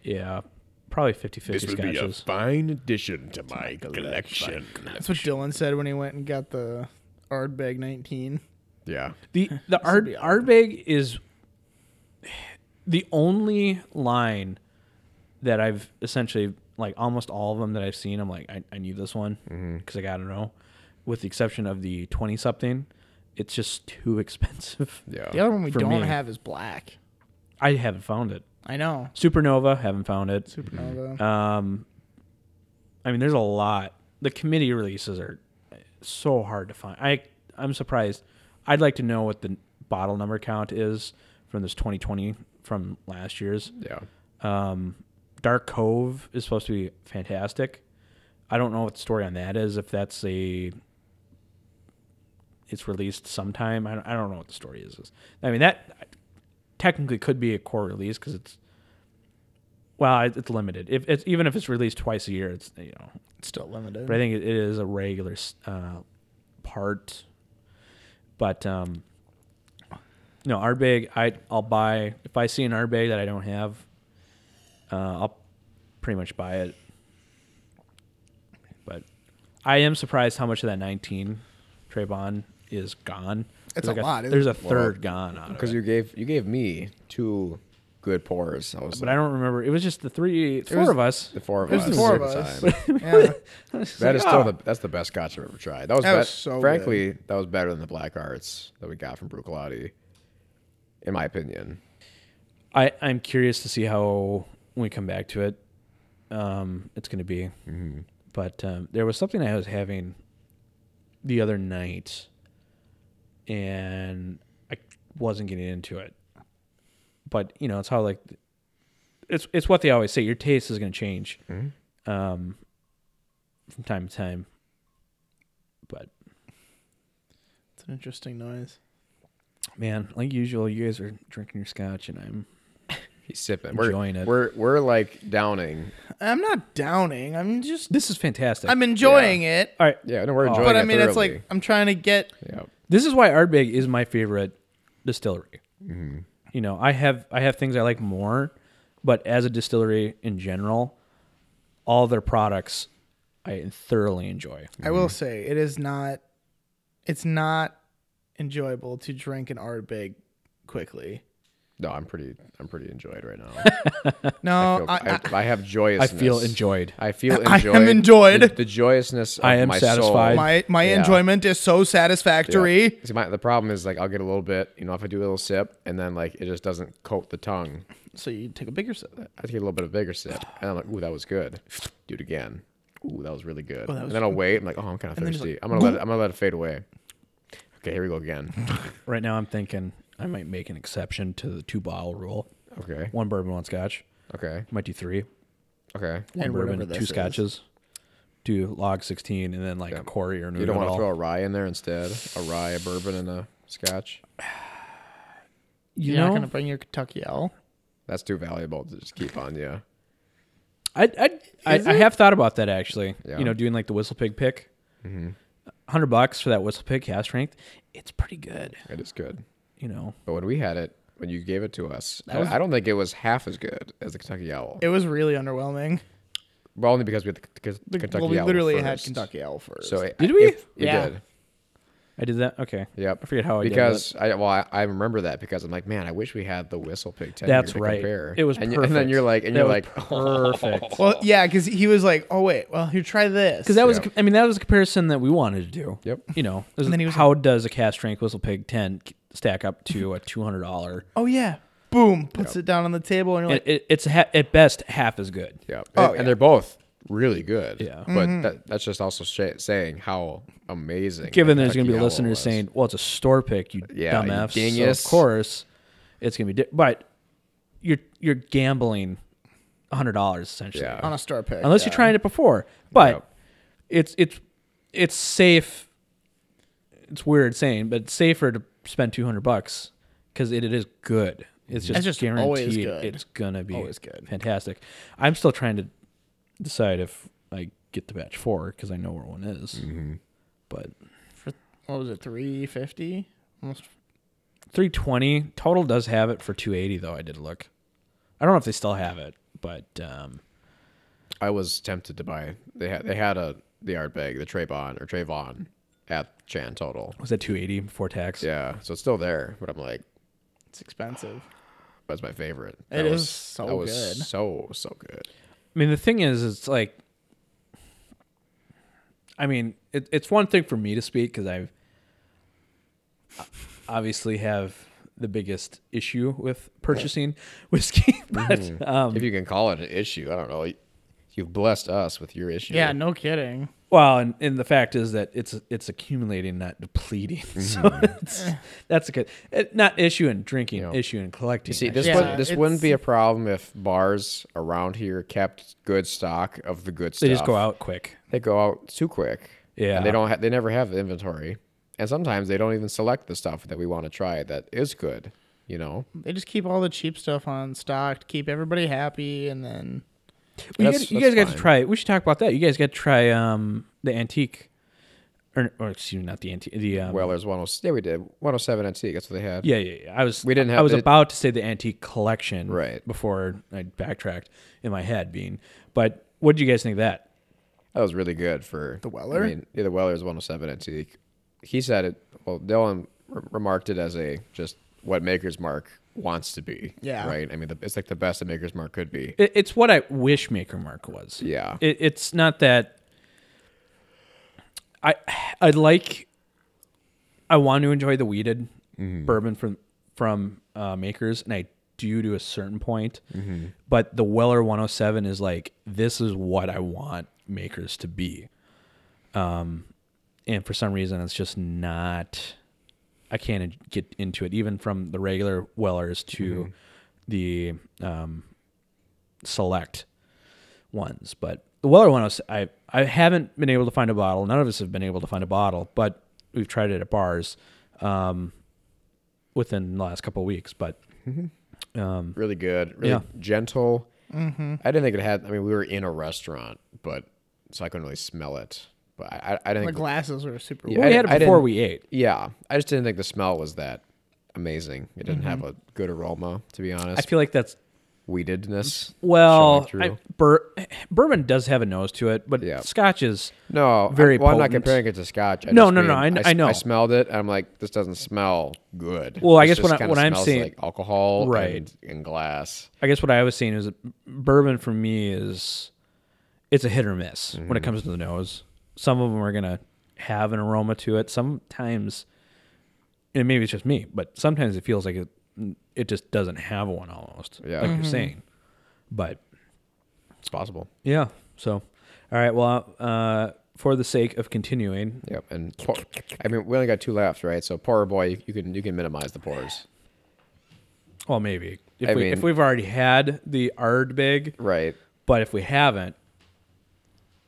[SPEAKER 1] Yeah, probably 50-50 scotches.
[SPEAKER 2] fine addition to my collection.
[SPEAKER 3] That's what Dylan said when he went and got the Ardbeg 19.
[SPEAKER 2] Yeah.
[SPEAKER 1] The the Ard, Ardbeg is the only line that I've essentially like almost all of them that I've seen. I'm like, I, I need this one because I gotta know. With the exception of the twenty something, it's just too [laughs] expensive.
[SPEAKER 2] Yeah.
[SPEAKER 3] The other one we
[SPEAKER 1] For
[SPEAKER 3] don't
[SPEAKER 1] me.
[SPEAKER 3] have is black.
[SPEAKER 1] I haven't found it.
[SPEAKER 3] I know. Uh,
[SPEAKER 1] Supernova, haven't found it.
[SPEAKER 3] Supernova.
[SPEAKER 1] Um, I mean, there's a lot. The committee releases are so hard to find. I I'm surprised. I'd like to know what the bottle number count is from this 2020 from last year's.
[SPEAKER 2] Yeah.
[SPEAKER 1] Um, Dark Cove is supposed to be fantastic. I don't know what the story on that is. If that's a it's released sometime. I don't, I don't know what the story is. I mean that technically could be a core release because it's well, it- it's limited. If it's even if it's released twice a year, it's you know.
[SPEAKER 3] it's still limited.
[SPEAKER 1] But I think it, it is a regular s- uh, part. But um, no, Ardbeg, I I'll buy if I see an Ardbeg that I don't have, uh, I'll pretty much buy it. But I am surprised how much of that 19 Trayvon is gone. There's
[SPEAKER 3] It's a
[SPEAKER 1] like
[SPEAKER 3] lot, isn't
[SPEAKER 1] there's
[SPEAKER 3] it?
[SPEAKER 1] a third gone out of
[SPEAKER 2] Because
[SPEAKER 1] it.
[SPEAKER 2] you gave you gave me two good pours. I was
[SPEAKER 1] But I don't remember. It was just the three, four
[SPEAKER 3] was-
[SPEAKER 1] of us.
[SPEAKER 2] the four of
[SPEAKER 3] There's
[SPEAKER 2] us.
[SPEAKER 3] the four
[SPEAKER 2] at
[SPEAKER 3] of
[SPEAKER 2] the
[SPEAKER 3] us. [laughs]
[SPEAKER 2] time.
[SPEAKER 3] yeah.
[SPEAKER 2] That is
[SPEAKER 1] [laughs] Oh.
[SPEAKER 2] still the that's the best scotch I've ever tried. That was,
[SPEAKER 3] That
[SPEAKER 2] bet-
[SPEAKER 3] was so
[SPEAKER 2] frankly that was better than the black arts that we got from Brucolati, in my opinion.
[SPEAKER 1] I, I'm curious to see how when we come back to it, um, it's going to be. But um, there was something I was having the other night, and I wasn't getting into it. But you know, it's how like it's it's what they always say. Your taste is going to change um, from time to time. But
[SPEAKER 3] It's an interesting noise.
[SPEAKER 1] man, like usual, you guys are drinking your scotch, and I'm
[SPEAKER 2] He's sipping.
[SPEAKER 1] Enjoying
[SPEAKER 2] we're,
[SPEAKER 1] it.
[SPEAKER 2] We're we're like downing.
[SPEAKER 3] I'm not downing. I'm just
[SPEAKER 1] this is fantastic.
[SPEAKER 3] I'm enjoying it.
[SPEAKER 1] all right.
[SPEAKER 2] Yeah, no, we're enjoying.
[SPEAKER 3] Oh. But
[SPEAKER 2] it
[SPEAKER 3] I mean, it's
[SPEAKER 2] thoroughly.
[SPEAKER 3] like I'm trying to get
[SPEAKER 2] yeah.
[SPEAKER 1] This is why Ardbeg is my favorite distillery.
[SPEAKER 3] Mm-hmm.
[SPEAKER 1] You know, I have I have things I like more, but as a distillery in general, all their products I thoroughly enjoy.
[SPEAKER 3] I will say it is not it's not enjoyable to drink an Ardbeg quickly.
[SPEAKER 2] No, I'm pretty I'm pretty enjoyed right
[SPEAKER 3] [laughs]
[SPEAKER 2] now.
[SPEAKER 3] No,
[SPEAKER 2] Feel-
[SPEAKER 3] I,
[SPEAKER 2] I,
[SPEAKER 3] I,
[SPEAKER 2] I have
[SPEAKER 1] I
[SPEAKER 2] joyousness.
[SPEAKER 1] feel enjoyed.
[SPEAKER 2] I feel
[SPEAKER 3] I am
[SPEAKER 2] enjoyed.
[SPEAKER 3] enjoyed.
[SPEAKER 2] The, the joyousness. Of
[SPEAKER 1] I am
[SPEAKER 2] my soul.
[SPEAKER 1] satisfied.
[SPEAKER 3] my my
[SPEAKER 2] Yeah.
[SPEAKER 3] enjoyment is so
[SPEAKER 2] Yeah.
[SPEAKER 3] satisfactory.
[SPEAKER 2] See, my, the problem is like I'll get a little bit, you know, if I do a little sip, and then like it just doesn't coat the tongue.
[SPEAKER 3] So you take a bigger sip.
[SPEAKER 2] I take a little bit of bigger sip, and I'm like, ooh, that was good. Do it again. Ooh, that was really good.
[SPEAKER 3] that was
[SPEAKER 2] and then I'll wait. I'm like, oh, I'm kind of
[SPEAKER 3] then just
[SPEAKER 2] thirsty. I'm gonna let it, I'm gonna let it fade away. Okay, here we go again.
[SPEAKER 1] Right now, I'm thinking I might make an exception to the two bottle rule:
[SPEAKER 2] Okay,
[SPEAKER 1] one bourbon, one scotch.
[SPEAKER 2] okay,
[SPEAKER 1] Might do three:
[SPEAKER 2] okay.
[SPEAKER 1] one
[SPEAKER 3] And whatever
[SPEAKER 1] bourbon,
[SPEAKER 3] this
[SPEAKER 1] two
[SPEAKER 3] is.
[SPEAKER 1] scotches, do log sixteen, and then like a quarry or
[SPEAKER 2] You don't want to throw
[SPEAKER 1] noodle.
[SPEAKER 2] a rye in there instead? A rye, a bourbon, and a scotch?
[SPEAKER 1] You
[SPEAKER 3] You're not
[SPEAKER 1] know,
[SPEAKER 3] gonna bring your Kentucky L.
[SPEAKER 2] That's too valuable to just keep on you.
[SPEAKER 1] I I I, I have thought about that actually.
[SPEAKER 2] Yeah. Mm-hmm.
[SPEAKER 1] You know, doing like the whistle pig pick. Hundred bucks for that whistle pig cast strength. It's pretty good.
[SPEAKER 2] It is good.
[SPEAKER 1] You know,
[SPEAKER 2] But when we had it, when you gave it to us, I- I don't think it was half as good as the Kentucky Owl.
[SPEAKER 3] It was really underwhelming.
[SPEAKER 2] well, only because we had the, K- K-
[SPEAKER 3] The-
[SPEAKER 2] Kentucky
[SPEAKER 3] well, we
[SPEAKER 2] Owl
[SPEAKER 3] literally
[SPEAKER 2] first.
[SPEAKER 3] had Kentucky L first.
[SPEAKER 2] So it-
[SPEAKER 1] Did we?
[SPEAKER 2] if- you
[SPEAKER 3] Yeah.
[SPEAKER 2] did.
[SPEAKER 1] I did that. Okay.
[SPEAKER 2] Yep.
[SPEAKER 1] I forget how I did
[SPEAKER 2] because I well I, I remember that because I'm like man I wish we had the whistle pig tenure
[SPEAKER 1] That's
[SPEAKER 2] to
[SPEAKER 1] right.
[SPEAKER 2] compare.
[SPEAKER 1] It was
[SPEAKER 2] and, you- and then
[SPEAKER 1] perfect.
[SPEAKER 2] you're like and
[SPEAKER 1] That
[SPEAKER 2] you're
[SPEAKER 1] was
[SPEAKER 2] like [laughs]
[SPEAKER 1] perfect.
[SPEAKER 3] Well, yeah, because he was like, "Oh wait, well here, try this."
[SPEAKER 1] Because that was,
[SPEAKER 2] Yeah.
[SPEAKER 1] I mean, that was a comparison that we wanted to do.
[SPEAKER 2] Yep.
[SPEAKER 1] You know,
[SPEAKER 3] And then he was
[SPEAKER 1] how does a cast strength whistle pig ten k- stack up to a two hundred dollar?
[SPEAKER 3] oh yeah, boom, puts it down on the table, and you're
[SPEAKER 1] It,
[SPEAKER 3] [laughs] like,
[SPEAKER 1] it, it's ha- at best half as good.
[SPEAKER 2] Yep.
[SPEAKER 3] Oh,
[SPEAKER 2] and,
[SPEAKER 3] yeah.
[SPEAKER 2] and they're both really good.
[SPEAKER 1] Yeah. Mm-hmm.
[SPEAKER 2] But that, that's just also sh- saying how amazing.
[SPEAKER 1] Given
[SPEAKER 2] that
[SPEAKER 1] there's going to be
[SPEAKER 2] Kentucky Owl
[SPEAKER 1] listeners
[SPEAKER 2] was.
[SPEAKER 1] saying, "Well, it's a store pick, you
[SPEAKER 2] Yeah, you
[SPEAKER 1] dumbass."
[SPEAKER 2] dingus.
[SPEAKER 1] So of course, it's going to be. Di- but you're you're gambling hundred dollars essentially,
[SPEAKER 2] Yeah.
[SPEAKER 3] on a star pick.
[SPEAKER 1] unless
[SPEAKER 3] yeah.
[SPEAKER 1] you tried it before. But
[SPEAKER 2] Yep.
[SPEAKER 1] it's it's it's safe. It's weird saying, but it's safer to spend two hundred bucks because it, it is good. It's just,
[SPEAKER 3] It's just always
[SPEAKER 1] guaranteed
[SPEAKER 3] good.
[SPEAKER 1] it's gonna be
[SPEAKER 3] Always good.
[SPEAKER 1] fantastic. I'm still trying to decide if I get the batch four because I know where one is, but
[SPEAKER 3] for what was it, three fifty? Almost
[SPEAKER 1] 320 total does have it for 280 though i did look i don't know if they still have it but um
[SPEAKER 2] I was tempted to buy. They had they had a the art bag, the Trayvon or Trayvon at Chan Total.
[SPEAKER 1] was that 280 before tax
[SPEAKER 2] Yeah, so it's still there, but I'm like,
[SPEAKER 3] it's expensive.
[SPEAKER 2] that's my favorite.
[SPEAKER 3] It
[SPEAKER 2] It is
[SPEAKER 3] is so
[SPEAKER 2] that was
[SPEAKER 3] good.
[SPEAKER 2] So so good.
[SPEAKER 1] i mean the thing is it's like i mean it, it's one thing for me to speak because i've obviously have the biggest issue with purchasing [laughs] whiskey but um
[SPEAKER 2] if you can call it an issue, I don't know. You've blessed us with your issue.
[SPEAKER 3] Yeah, no kidding.
[SPEAKER 1] well and, and the fact is that it's it's accumulating not depleting [laughs] so it's, that's a good it, not issue in drinking
[SPEAKER 2] Mm-hmm. Yeah.
[SPEAKER 1] issue in collecting
[SPEAKER 2] You see,
[SPEAKER 1] I
[SPEAKER 2] this
[SPEAKER 1] should
[SPEAKER 3] Yeah,
[SPEAKER 1] say.
[SPEAKER 2] would, this wouldn't be
[SPEAKER 3] it's-
[SPEAKER 2] a problem if bars around here kept good stock of the good stuff.
[SPEAKER 1] They just go out quick.
[SPEAKER 2] They go out too quick.
[SPEAKER 1] Yeah.
[SPEAKER 2] and they don't. Ha- they never have the inventory, and sometimes they don't even select the stuff that we want to try that is good. You know,
[SPEAKER 3] They just keep all the cheap stuff on stock to keep everybody happy, and then
[SPEAKER 1] Well, you,
[SPEAKER 2] That's-
[SPEAKER 1] got- you
[SPEAKER 2] that's
[SPEAKER 1] guys got to
[SPEAKER 2] fine.
[SPEAKER 1] try. We should talk about that. You guys got to try um the antique, or, or excuse me, not the antique. The um,
[SPEAKER 2] Well, there's one. oh, Yeah, we did 107 antique. That's what they had.
[SPEAKER 1] yeah, yeah, yeah. I was
[SPEAKER 2] We didn't
[SPEAKER 1] I
[SPEAKER 2] have-
[SPEAKER 1] was
[SPEAKER 2] it-
[SPEAKER 1] about to say the antique collection
[SPEAKER 2] Right.
[SPEAKER 1] before I backtracked in my head, being. But what did you guys think of that?
[SPEAKER 2] That was really good for
[SPEAKER 3] The Weller?
[SPEAKER 2] I mean, yeah, the Weller's 107 antique. He said it. Well, Dylan re- remarked it as a just what Maker's Mark wants to be.
[SPEAKER 3] Yeah.
[SPEAKER 2] Right. I mean, the, it's like the best that Maker's Mark could be.
[SPEAKER 1] It, it's what I wish Maker Mark was.
[SPEAKER 2] Yeah.
[SPEAKER 1] It, it's not that. I I like. I want to enjoy the weeded bourbon from from uh, makers, and I do to a certain point. But the Weller 107 is like this is what I want makers to be. Um, and for some reason, it's just not. I can't en- get into it, even from the regular Wellers to the um, select ones. But the Weller one, I was- I, I haven't been able to find a bottle. None of us have been able to find a bottle, but we've tried it at bars um, within the last couple of weeks. But
[SPEAKER 2] Really good. Really
[SPEAKER 1] Yeah.
[SPEAKER 2] gentle. Mm-hmm. I didn't think it had. I mean, we were in a restaurant, but so I couldn't really smell it. But I, I, I didn't
[SPEAKER 3] the
[SPEAKER 2] think.
[SPEAKER 3] glasses were super.
[SPEAKER 2] Yeah.
[SPEAKER 1] Well,
[SPEAKER 2] I
[SPEAKER 1] we had
[SPEAKER 2] didn't-
[SPEAKER 1] it
[SPEAKER 2] I
[SPEAKER 1] before
[SPEAKER 2] didn't-
[SPEAKER 1] we ate.
[SPEAKER 2] yeah, I just didn't think the smell was that amazing. It didn't have a good aroma, to be
[SPEAKER 1] I
[SPEAKER 2] honest.
[SPEAKER 1] feel like that's
[SPEAKER 2] Weededness. showing
[SPEAKER 1] well,
[SPEAKER 2] through.
[SPEAKER 1] I, bur- bourbon does have a nose to it, but
[SPEAKER 2] Yeah.
[SPEAKER 1] Scotch is
[SPEAKER 2] No,
[SPEAKER 1] very
[SPEAKER 2] I, well, I'm not
[SPEAKER 1] potent.
[SPEAKER 2] comparing it to Scotch. I
[SPEAKER 1] No,
[SPEAKER 2] just
[SPEAKER 1] no, no,
[SPEAKER 2] mean,
[SPEAKER 1] I-
[SPEAKER 2] s-
[SPEAKER 1] I know.
[SPEAKER 2] I smelled it. And I'm like, this doesn't smell good.
[SPEAKER 1] Well, I
[SPEAKER 2] This
[SPEAKER 1] guess what
[SPEAKER 2] just
[SPEAKER 1] I-
[SPEAKER 2] kinda
[SPEAKER 1] what I'm
[SPEAKER 2] smells
[SPEAKER 1] saying-
[SPEAKER 2] like alcohol,
[SPEAKER 1] Right.
[SPEAKER 2] and, and glass.
[SPEAKER 1] I guess what I was saying is bourbon for me is it's a hit or miss
[SPEAKER 2] Mm-hmm.
[SPEAKER 1] when it comes to the nose. Some of them are gonna have an aroma to it. Sometimes, and maybe it's just me, but sometimes it feels like it it just doesn't have one almost.
[SPEAKER 2] Yeah.
[SPEAKER 1] like you're saying. But
[SPEAKER 2] It's possible.
[SPEAKER 1] yeah, so all right. Well, uh, for the sake of continuing,
[SPEAKER 2] Yep. And pour, I mean, we only got two left, right? So pour boy, you, you can you can minimize the pours,
[SPEAKER 1] well, maybe if
[SPEAKER 2] I
[SPEAKER 1] we
[SPEAKER 2] mean-
[SPEAKER 1] if we've already had the Ardbeg,
[SPEAKER 2] right?
[SPEAKER 1] but if we haven't.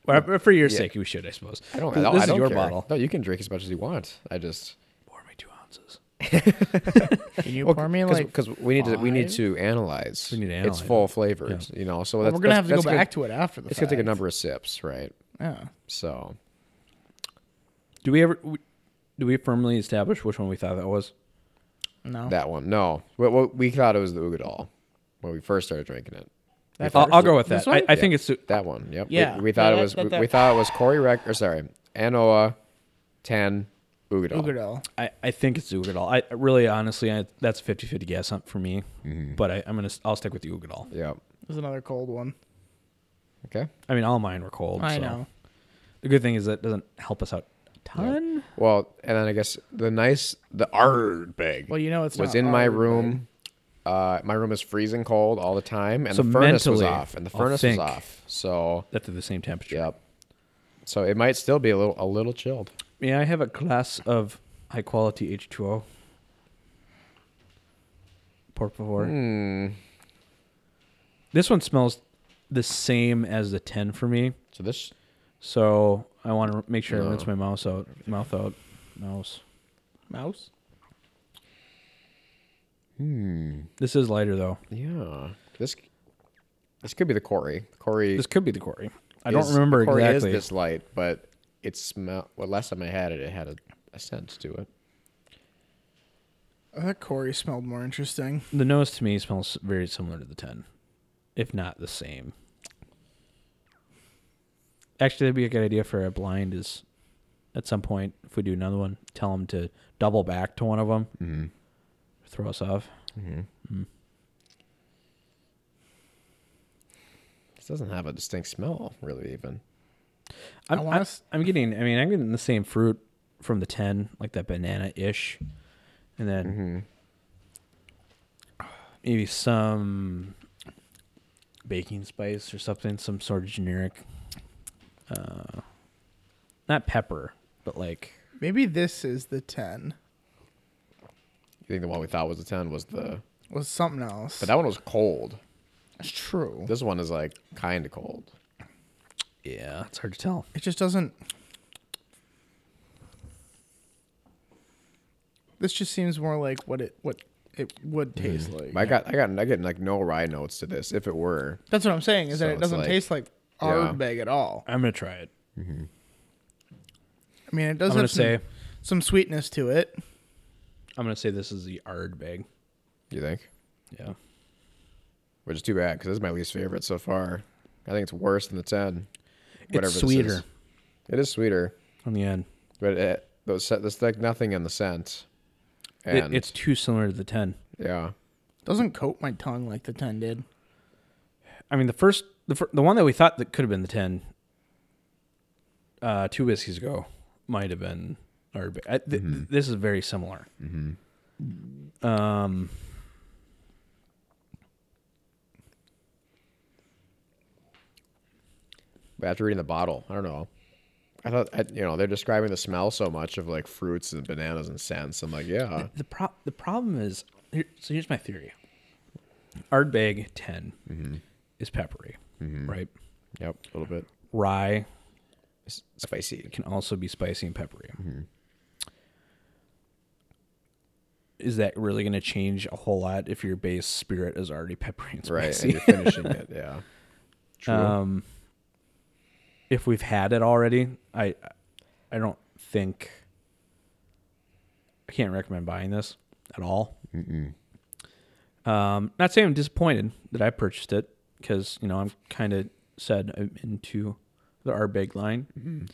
[SPEAKER 1] well, For your sake, we should, I suppose.
[SPEAKER 2] Mm. I don't.
[SPEAKER 1] This
[SPEAKER 2] I don't,
[SPEAKER 1] is
[SPEAKER 2] I don't
[SPEAKER 1] your
[SPEAKER 2] care.
[SPEAKER 1] bottle.
[SPEAKER 2] No, you can drink as much as you want. I just
[SPEAKER 1] pour me two ounces.
[SPEAKER 3] Can you pour me like?
[SPEAKER 2] because we need to we need
[SPEAKER 3] five?
[SPEAKER 2] to analyze.
[SPEAKER 1] We need to
[SPEAKER 2] It's
[SPEAKER 1] analyze
[SPEAKER 2] full flavored, you know. So
[SPEAKER 3] Well,
[SPEAKER 2] that's,
[SPEAKER 3] we're gonna have
[SPEAKER 2] that's-
[SPEAKER 3] to
[SPEAKER 2] that's gonna-
[SPEAKER 3] go back to it after the.
[SPEAKER 2] It's gonna take a
[SPEAKER 3] fact.
[SPEAKER 2] number of sips, right?
[SPEAKER 3] Yeah.
[SPEAKER 2] So
[SPEAKER 1] Do we ever w- do we firmly establish which one we thought that was?
[SPEAKER 3] No.
[SPEAKER 2] That one. No. Well, well, we thought it was the Ugadal when we first started drinking it.
[SPEAKER 3] That
[SPEAKER 1] I'll,
[SPEAKER 3] first-
[SPEAKER 1] I'll go with that.
[SPEAKER 3] This
[SPEAKER 1] I,
[SPEAKER 3] one?
[SPEAKER 1] I think it's
[SPEAKER 2] That one. Yep. We-
[SPEAKER 3] Yeah.
[SPEAKER 2] We, thought
[SPEAKER 3] Yeah,
[SPEAKER 2] it was.
[SPEAKER 3] that-
[SPEAKER 2] we-
[SPEAKER 3] that-
[SPEAKER 2] We thought it was Corey Reck. Or sorry, Anoa, ten, Ugadal.
[SPEAKER 3] Ugadal.
[SPEAKER 1] I, I think it's Ugadal. I really, honestly, I, that's a 50-50 guess up for me.
[SPEAKER 3] Mm-hmm.
[SPEAKER 1] But I, I'm gonna I'll stick with Ugadal.
[SPEAKER 2] Yeah.
[SPEAKER 3] There's another cold one.
[SPEAKER 2] Okay.
[SPEAKER 1] I mean, all mine were cold.
[SPEAKER 3] I
[SPEAKER 1] so.
[SPEAKER 3] know.
[SPEAKER 1] The good thing is that doesn't help us out a ton.
[SPEAKER 2] Well, and then I guess the nice the ard bag
[SPEAKER 3] Well, you know it's
[SPEAKER 2] was
[SPEAKER 3] not
[SPEAKER 2] in my
[SPEAKER 3] Ardbeg.
[SPEAKER 2] room. Uh, my room is freezing cold all the time, and
[SPEAKER 1] So
[SPEAKER 2] the furnace was
[SPEAKER 1] mentally,
[SPEAKER 2] off, and the
[SPEAKER 1] I'll
[SPEAKER 2] furnace was
[SPEAKER 1] think.
[SPEAKER 2] off. So
[SPEAKER 1] That they're the same temperature.
[SPEAKER 2] yep. So it might still be a little a little chilled.
[SPEAKER 1] May I have a glass of high quality H2O? Por favor.
[SPEAKER 2] Hmm.
[SPEAKER 1] This one smells the same as the 10 for me.
[SPEAKER 2] So this
[SPEAKER 1] So I want to make sure I
[SPEAKER 2] No.
[SPEAKER 1] rinse my mouse out. Mouth out. Mouse.
[SPEAKER 3] mouse.
[SPEAKER 1] This is lighter though.
[SPEAKER 2] yeah this this could be the Corey. Corey.
[SPEAKER 1] This could be the Corey. I
[SPEAKER 2] is-
[SPEAKER 1] don't remember
[SPEAKER 2] the Corey
[SPEAKER 1] exactly.
[SPEAKER 2] Is this light, but it smell. Well, last time I had it, it had a, a sense to it.
[SPEAKER 3] I thought Corey smelled more interesting.
[SPEAKER 1] The nose to me smells very similar to the 10, if not the same. Actually, that'd be a good idea for a blind is at some point, if we do another one, tell them to double back to one of them,
[SPEAKER 2] Mm-hmm.
[SPEAKER 1] throw us off. Mm.
[SPEAKER 2] This doesn't have a distinct smell, really. Even
[SPEAKER 1] I'm,
[SPEAKER 3] I
[SPEAKER 1] I
[SPEAKER 3] wanna s-
[SPEAKER 1] am getting, I mean, I'm getting the same fruit from the 10, like that banana ish. And then maybe some baking spice or something, some sort of generic, uh, not pepper, but like,
[SPEAKER 3] Maybe this is the ten.
[SPEAKER 2] you think the one we thought was the ten was the,
[SPEAKER 3] Was something else.
[SPEAKER 2] but that one was cold.
[SPEAKER 3] That's true.
[SPEAKER 2] This one is like kind of cold.
[SPEAKER 1] yeah, it's hard to tell.
[SPEAKER 3] It just doesn't. This just seems more like what it what it would
[SPEAKER 2] Hmm.
[SPEAKER 3] taste like.
[SPEAKER 2] I got, I got, I get like no rye notes to this. If it were,
[SPEAKER 3] That's what I'm saying. Is
[SPEAKER 2] So
[SPEAKER 3] that it
[SPEAKER 2] it's
[SPEAKER 3] doesn't
[SPEAKER 2] like-
[SPEAKER 3] taste like
[SPEAKER 2] Yeah.
[SPEAKER 3] Ardbeg at all.
[SPEAKER 1] I'm going to try it.
[SPEAKER 3] I mean, it does
[SPEAKER 1] I'm
[SPEAKER 3] have
[SPEAKER 1] gonna
[SPEAKER 3] some,
[SPEAKER 1] say-
[SPEAKER 3] some sweetness to it.
[SPEAKER 1] I'm going to say this is the Ard bag.
[SPEAKER 2] you think,
[SPEAKER 1] Yeah.
[SPEAKER 2] which is too bad because this is my least favorite so far. I think it's worse than the ten.
[SPEAKER 1] It's
[SPEAKER 2] this
[SPEAKER 1] sweeter
[SPEAKER 2] is. It is sweeter,
[SPEAKER 1] on the end.
[SPEAKER 2] but it, those, there's like nothing in the scent.
[SPEAKER 1] It-
[SPEAKER 2] And
[SPEAKER 1] it's too similar to the 10.
[SPEAKER 2] yeah,
[SPEAKER 3] Doesn't coat my tongue like the ten did.
[SPEAKER 1] I mean, the first, the fir- the one that we thought that could have been the ten, uh, two whiskeys ago, might have been. Or I, th- th- this is very similar. Um,
[SPEAKER 2] But after reading the bottle, I don't know. I thought, I, you know, they're describing the smell so much of like fruits and bananas and scents. I'm like, yeah,
[SPEAKER 1] the pro- the problem is here, so. Here's my theory. Ardbeg 10 is peppery, right?
[SPEAKER 2] [laughs] yep, a little bit
[SPEAKER 1] Rye
[SPEAKER 2] It's spicy.
[SPEAKER 1] can also be spicy and peppery. Is that really going to change a whole lot if your base spirit is already peppery and
[SPEAKER 2] Right,
[SPEAKER 1] spicy?
[SPEAKER 2] and you're finishing it. Yeah, [laughs] true.
[SPEAKER 1] Um, if we've had it already, I, I don't think. I can't recommend buying this at all. Um, not saying I'm disappointed that I purchased it because you know I'm kind of said I'm into the Ardbeg line,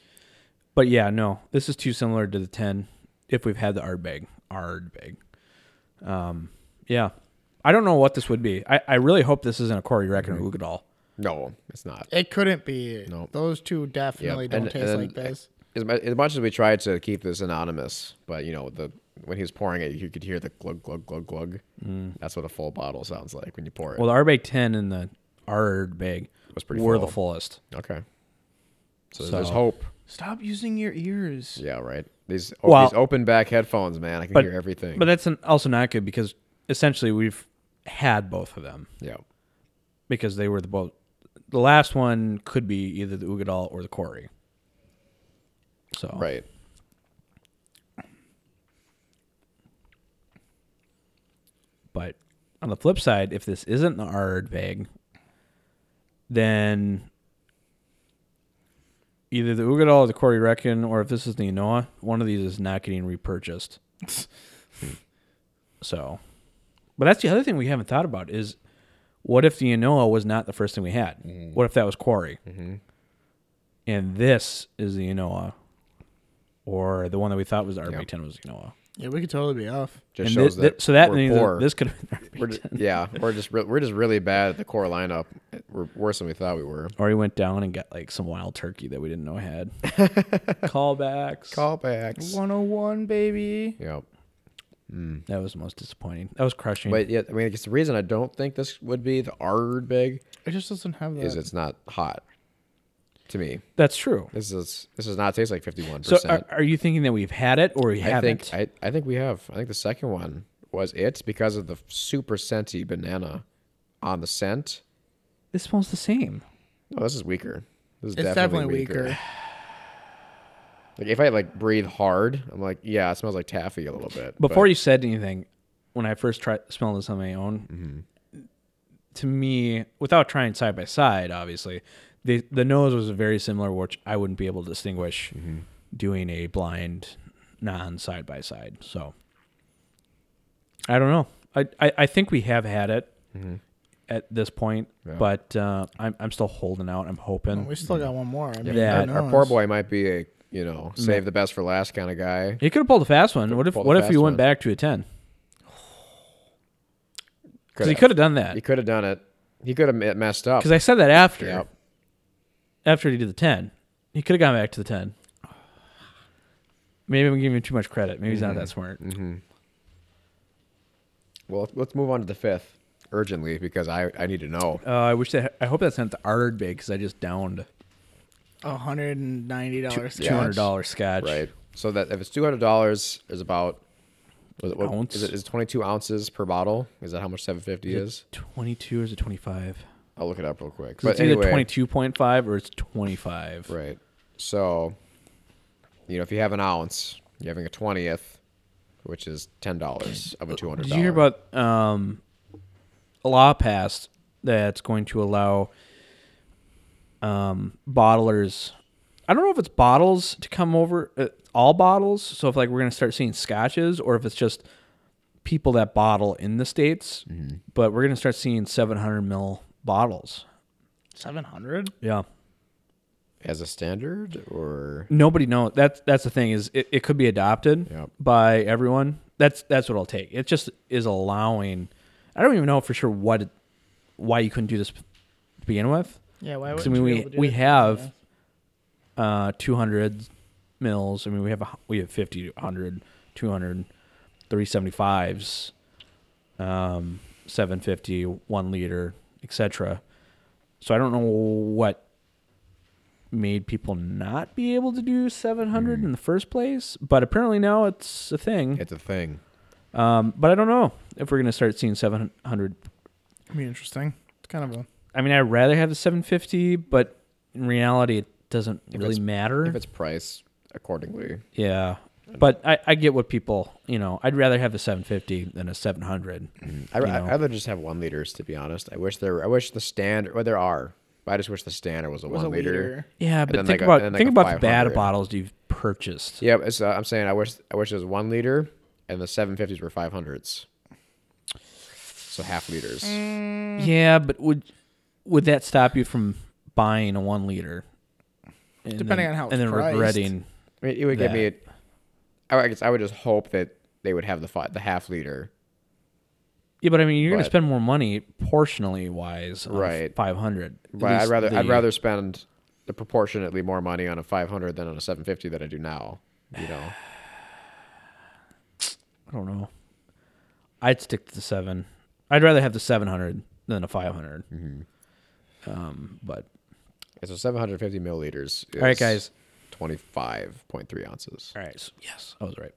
[SPEAKER 1] but yeah, no, this is too similar to the ten. If we've had the Ardbeg, Ardbeg, um, yeah, I don't know what this would be. I, I really hope this isn't a Corey Reckon or Ugadal.
[SPEAKER 2] no, it's not.
[SPEAKER 3] It couldn't be.
[SPEAKER 2] Nope.
[SPEAKER 3] Those two definitely
[SPEAKER 2] Yep.
[SPEAKER 3] don't
[SPEAKER 2] And-
[SPEAKER 3] taste
[SPEAKER 2] and-
[SPEAKER 3] like this.
[SPEAKER 2] As, mu- as much as we tried to keep this anonymous, but you know, the when he was pouring it, you could hear the glug glug glug glug. That's what a full bottle sounds like when you pour it.
[SPEAKER 1] Mm. Well, the Ardbeg 10 and the Ardbeg
[SPEAKER 2] was pretty
[SPEAKER 1] were
[SPEAKER 2] full.
[SPEAKER 1] the fullest.
[SPEAKER 2] okay, so, there's
[SPEAKER 1] So-
[SPEAKER 2] hope.
[SPEAKER 3] Stop using your ears.
[SPEAKER 2] Yeah, right. These oh,
[SPEAKER 1] Well-
[SPEAKER 2] these open back headphones, man. I can
[SPEAKER 1] But-
[SPEAKER 2] hear everything.
[SPEAKER 1] But that's an, also not good because essentially we've had both of them
[SPEAKER 2] yeah,
[SPEAKER 1] because they were the both. The last one could be either the Ugadal or the Corey. So
[SPEAKER 2] right.
[SPEAKER 1] But on the flip side, if this isn't the Ardbeg, then either the Ugadal or the Corey Reckon, or if this is the Enoa, one of these is not getting
[SPEAKER 2] [laughs]
[SPEAKER 1] repurchased. so, but that's the other thing we haven't thought about is what if the Enoa was not the first thing we had?
[SPEAKER 2] Mm-hmm.
[SPEAKER 1] What if that was Corey? And this is the Enoa. or the one that we thought was the RB10 was Genoa.
[SPEAKER 3] Yeah, we could totally be off.
[SPEAKER 2] Just
[SPEAKER 1] and thi-
[SPEAKER 2] shows
[SPEAKER 1] thi-
[SPEAKER 2] that
[SPEAKER 1] so that
[SPEAKER 2] we're
[SPEAKER 1] means that
[SPEAKER 2] poor.
[SPEAKER 1] this could have been the
[SPEAKER 2] We're
[SPEAKER 1] RB10.
[SPEAKER 2] ju- [laughs] yeah, we're just re- we're just really bad at the core lineup. We're worse than we thought we were.
[SPEAKER 1] or he went down and got like some wild turkey that we didn't know
[SPEAKER 2] [laughs]
[SPEAKER 1] had. Callbacks.
[SPEAKER 2] Callbacks.
[SPEAKER 3] 101, baby.
[SPEAKER 2] Yep.
[SPEAKER 1] That was the most disappointing. That was crushing.
[SPEAKER 2] But yeah, I mean, I guess the reason I don't think this would be the Ard big
[SPEAKER 3] It just doesn't have that.
[SPEAKER 2] is it's not hot. To me,
[SPEAKER 1] That's true.
[SPEAKER 2] this is this does not taste like fifty one
[SPEAKER 1] So
[SPEAKER 2] percent.
[SPEAKER 1] are, are you thinking that we've had it or we
[SPEAKER 2] I
[SPEAKER 1] haven't?
[SPEAKER 2] think I, I think we have. I think the second one was it because of the super scenty banana on the scent.
[SPEAKER 1] This smells the same.
[SPEAKER 2] No, this is weaker. This is
[SPEAKER 3] It's
[SPEAKER 2] definitely,
[SPEAKER 3] definitely
[SPEAKER 2] weaker.
[SPEAKER 3] weaker.
[SPEAKER 2] Like if I like breathe hard, I'm like, yeah, it smells like taffy a little bit. but-
[SPEAKER 1] Before you said anything, when I first tried smelled this on my own,
[SPEAKER 2] Mm-hmm.
[SPEAKER 1] to me, without trying side by side, obviously, the the nose was very similar, which I wouldn't be able to distinguish
[SPEAKER 2] Mm-hmm.
[SPEAKER 1] doing a blind non side by side. So I don't know. I, I, I think we have had it at this point,
[SPEAKER 2] Mm-hmm. Yeah.
[SPEAKER 1] but uh, I'm I'm still holding out. I'm [sighs] hoping
[SPEAKER 3] we still got one more. I mean,
[SPEAKER 1] Yeah.
[SPEAKER 2] our,
[SPEAKER 3] who
[SPEAKER 2] our
[SPEAKER 3] knows?
[SPEAKER 2] poor boy might be a you know
[SPEAKER 1] Mm.
[SPEAKER 2] save the best for last kind of guy.
[SPEAKER 1] he could have pulled a fast one. What if
[SPEAKER 2] pulled a
[SPEAKER 1] what if he
[SPEAKER 2] fast
[SPEAKER 1] went
[SPEAKER 2] one.
[SPEAKER 1] back to a ten? Because he
[SPEAKER 2] Could've-
[SPEAKER 1] could have done that.
[SPEAKER 2] He could have done it. He could have messed up.
[SPEAKER 1] Because I said that after.
[SPEAKER 2] Yep.
[SPEAKER 1] After he did the 10. He could have gone back to the 10. Maybe I'm giving him too much credit. Maybe he's not that smart.
[SPEAKER 2] Well, let's move on to the fifth urgently because I, I need to know.
[SPEAKER 1] Uh, I wish that. I hope that's not the Ardbeg because I just downed
[SPEAKER 3] $190
[SPEAKER 1] two hundred dollars scotch.
[SPEAKER 2] Right. So that if it's two hundred dollars, is about was it, what,
[SPEAKER 1] Ounce?
[SPEAKER 2] is it is twenty two ounces per bottle? Is that how much seven fifty is?
[SPEAKER 1] Twenty two or is it twenty five?
[SPEAKER 2] I'll look it up real quick.
[SPEAKER 1] It's either twenty two point five or it's twenty five.
[SPEAKER 2] Right. So, you know, if you have an ounce, you're having a twentieth, which is ten dollars of a two hundred.
[SPEAKER 1] Did you hear about um, a law passed that's going to allow um, bottlers? I don't know if it's bottles to come over, uh, all bottles. So if like we're gonna start seeing scotches, or if it's just people that bottle in the states, but we're gonna start seeing 700 mil bottles.
[SPEAKER 3] 700
[SPEAKER 1] Yeah,
[SPEAKER 2] as a standard or
[SPEAKER 1] nobody knows. That's that's the thing is it, it could be adopted
[SPEAKER 2] Yep.
[SPEAKER 1] by everyone. That's that's what I'll take. It just is allowing. I don't even know for sure what it- why you couldn't do this to begin with.
[SPEAKER 3] Yeah, why
[SPEAKER 1] 'Cause,
[SPEAKER 3] would
[SPEAKER 1] I mean, we we have uh, 200 mils. I mean, we have a, hu- we have 50, 100, 200, 375s, um, 750, one liter, etc. So I don't know what made people not be able to do 700 in the first place, but apparently now it's a
[SPEAKER 3] Mm-hmm.
[SPEAKER 1] thing.
[SPEAKER 2] it's a thing.
[SPEAKER 1] Um, but I don't know if we're going to start seeing 700
[SPEAKER 3] It'd be interesting. It's kind of a.
[SPEAKER 1] I mean, I'd rather have the 750, but in reality, it doesn't really
[SPEAKER 2] it's-
[SPEAKER 1] matter.
[SPEAKER 2] If it's priced accordingly,
[SPEAKER 1] yeah. But I, I get what people, you know, I'd rather have the 750 than a 700.
[SPEAKER 2] I,
[SPEAKER 1] you
[SPEAKER 2] I-
[SPEAKER 1] know.
[SPEAKER 2] I'd rather just have one liters to be honest. I wish there. I wish the standard. Well, there are. But I just wish the standard was a
[SPEAKER 3] was
[SPEAKER 2] one
[SPEAKER 3] a
[SPEAKER 2] liter.
[SPEAKER 3] liter.
[SPEAKER 1] yeah,
[SPEAKER 2] then
[SPEAKER 1] but
[SPEAKER 2] like
[SPEAKER 1] think
[SPEAKER 2] a-
[SPEAKER 1] about
[SPEAKER 2] and then like
[SPEAKER 1] think
[SPEAKER 2] a
[SPEAKER 1] about the bad
[SPEAKER 2] 500.
[SPEAKER 1] bottles you've purchased.
[SPEAKER 2] Yeah, it's, uh, I'm saying I wish. I wish it was one liter, and the 750s were 500s. So half liters.
[SPEAKER 3] Mm.
[SPEAKER 2] Mm.
[SPEAKER 1] Yeah, but would would that stop you from buying a one liter? And
[SPEAKER 3] Depending
[SPEAKER 1] then-
[SPEAKER 3] on how it's
[SPEAKER 1] and then
[SPEAKER 3] priced.
[SPEAKER 1] regretting.
[SPEAKER 2] I mean, it would give me.
[SPEAKER 1] That.
[SPEAKER 2] I guess I would just hope that they would have the fi- the half liter.
[SPEAKER 1] Yeah, but I mean, you're going
[SPEAKER 2] But-
[SPEAKER 1] to spend more money portionally wise, on a
[SPEAKER 2] Right.
[SPEAKER 1] 500. At
[SPEAKER 2] But I'd
[SPEAKER 1] least
[SPEAKER 2] rather I'd
[SPEAKER 1] the-
[SPEAKER 2] rather spend the proportionately more money on a 500 than on a 750 that I do now. You know.
[SPEAKER 1] I don't know. I'd stick to the seven. I'd rather have the seven hundred than a five
[SPEAKER 2] Mm-hmm.
[SPEAKER 1] Um, but
[SPEAKER 2] Okay, so 750 milliliters. Is
[SPEAKER 1] All right, guys.
[SPEAKER 2] 25.3 ounces.
[SPEAKER 1] all right, so, yes, I was Oh, right.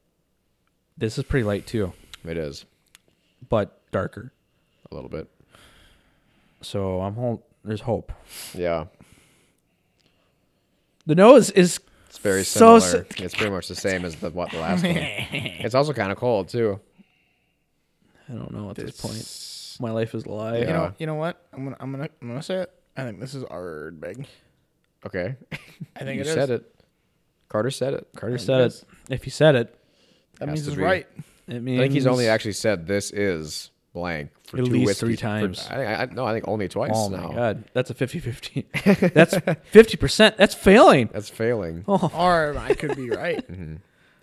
[SPEAKER 1] This is pretty light too,
[SPEAKER 2] It is
[SPEAKER 1] but darker.
[SPEAKER 2] a little bit.
[SPEAKER 1] So I'm home. There's hope.
[SPEAKER 2] Yeah,
[SPEAKER 1] The nose is
[SPEAKER 2] it's very
[SPEAKER 1] So
[SPEAKER 2] similar. it's pretty much the same as the what the last
[SPEAKER 1] [laughs]
[SPEAKER 2] one. It's also kind of cold too.
[SPEAKER 1] I don't know at this point. My life is a lie.
[SPEAKER 3] You
[SPEAKER 2] Yeah.
[SPEAKER 3] know, you know what? I'm gonna, I'm gonna, I'm gonna say it. I think this is Ardbeg.
[SPEAKER 2] Okay,
[SPEAKER 3] I think
[SPEAKER 2] you
[SPEAKER 3] it is.
[SPEAKER 2] said it. Carter said it.
[SPEAKER 1] Carter
[SPEAKER 2] I
[SPEAKER 1] said it. If he said it,
[SPEAKER 3] That
[SPEAKER 2] Has
[SPEAKER 3] means
[SPEAKER 2] to
[SPEAKER 3] it's
[SPEAKER 2] be.
[SPEAKER 3] right.
[SPEAKER 1] it means
[SPEAKER 2] think he's only actually said this is blank for
[SPEAKER 1] At
[SPEAKER 2] two
[SPEAKER 1] least
[SPEAKER 2] whiskeys.
[SPEAKER 1] three
[SPEAKER 2] for-
[SPEAKER 1] times.
[SPEAKER 2] I think I, I- no, I think only twice
[SPEAKER 1] Oh
[SPEAKER 2] now.
[SPEAKER 1] my god, that's a [laughs] 50-50. That's 50%. That's failing.
[SPEAKER 2] That's failing.
[SPEAKER 1] Oh.
[SPEAKER 3] Or I could be right.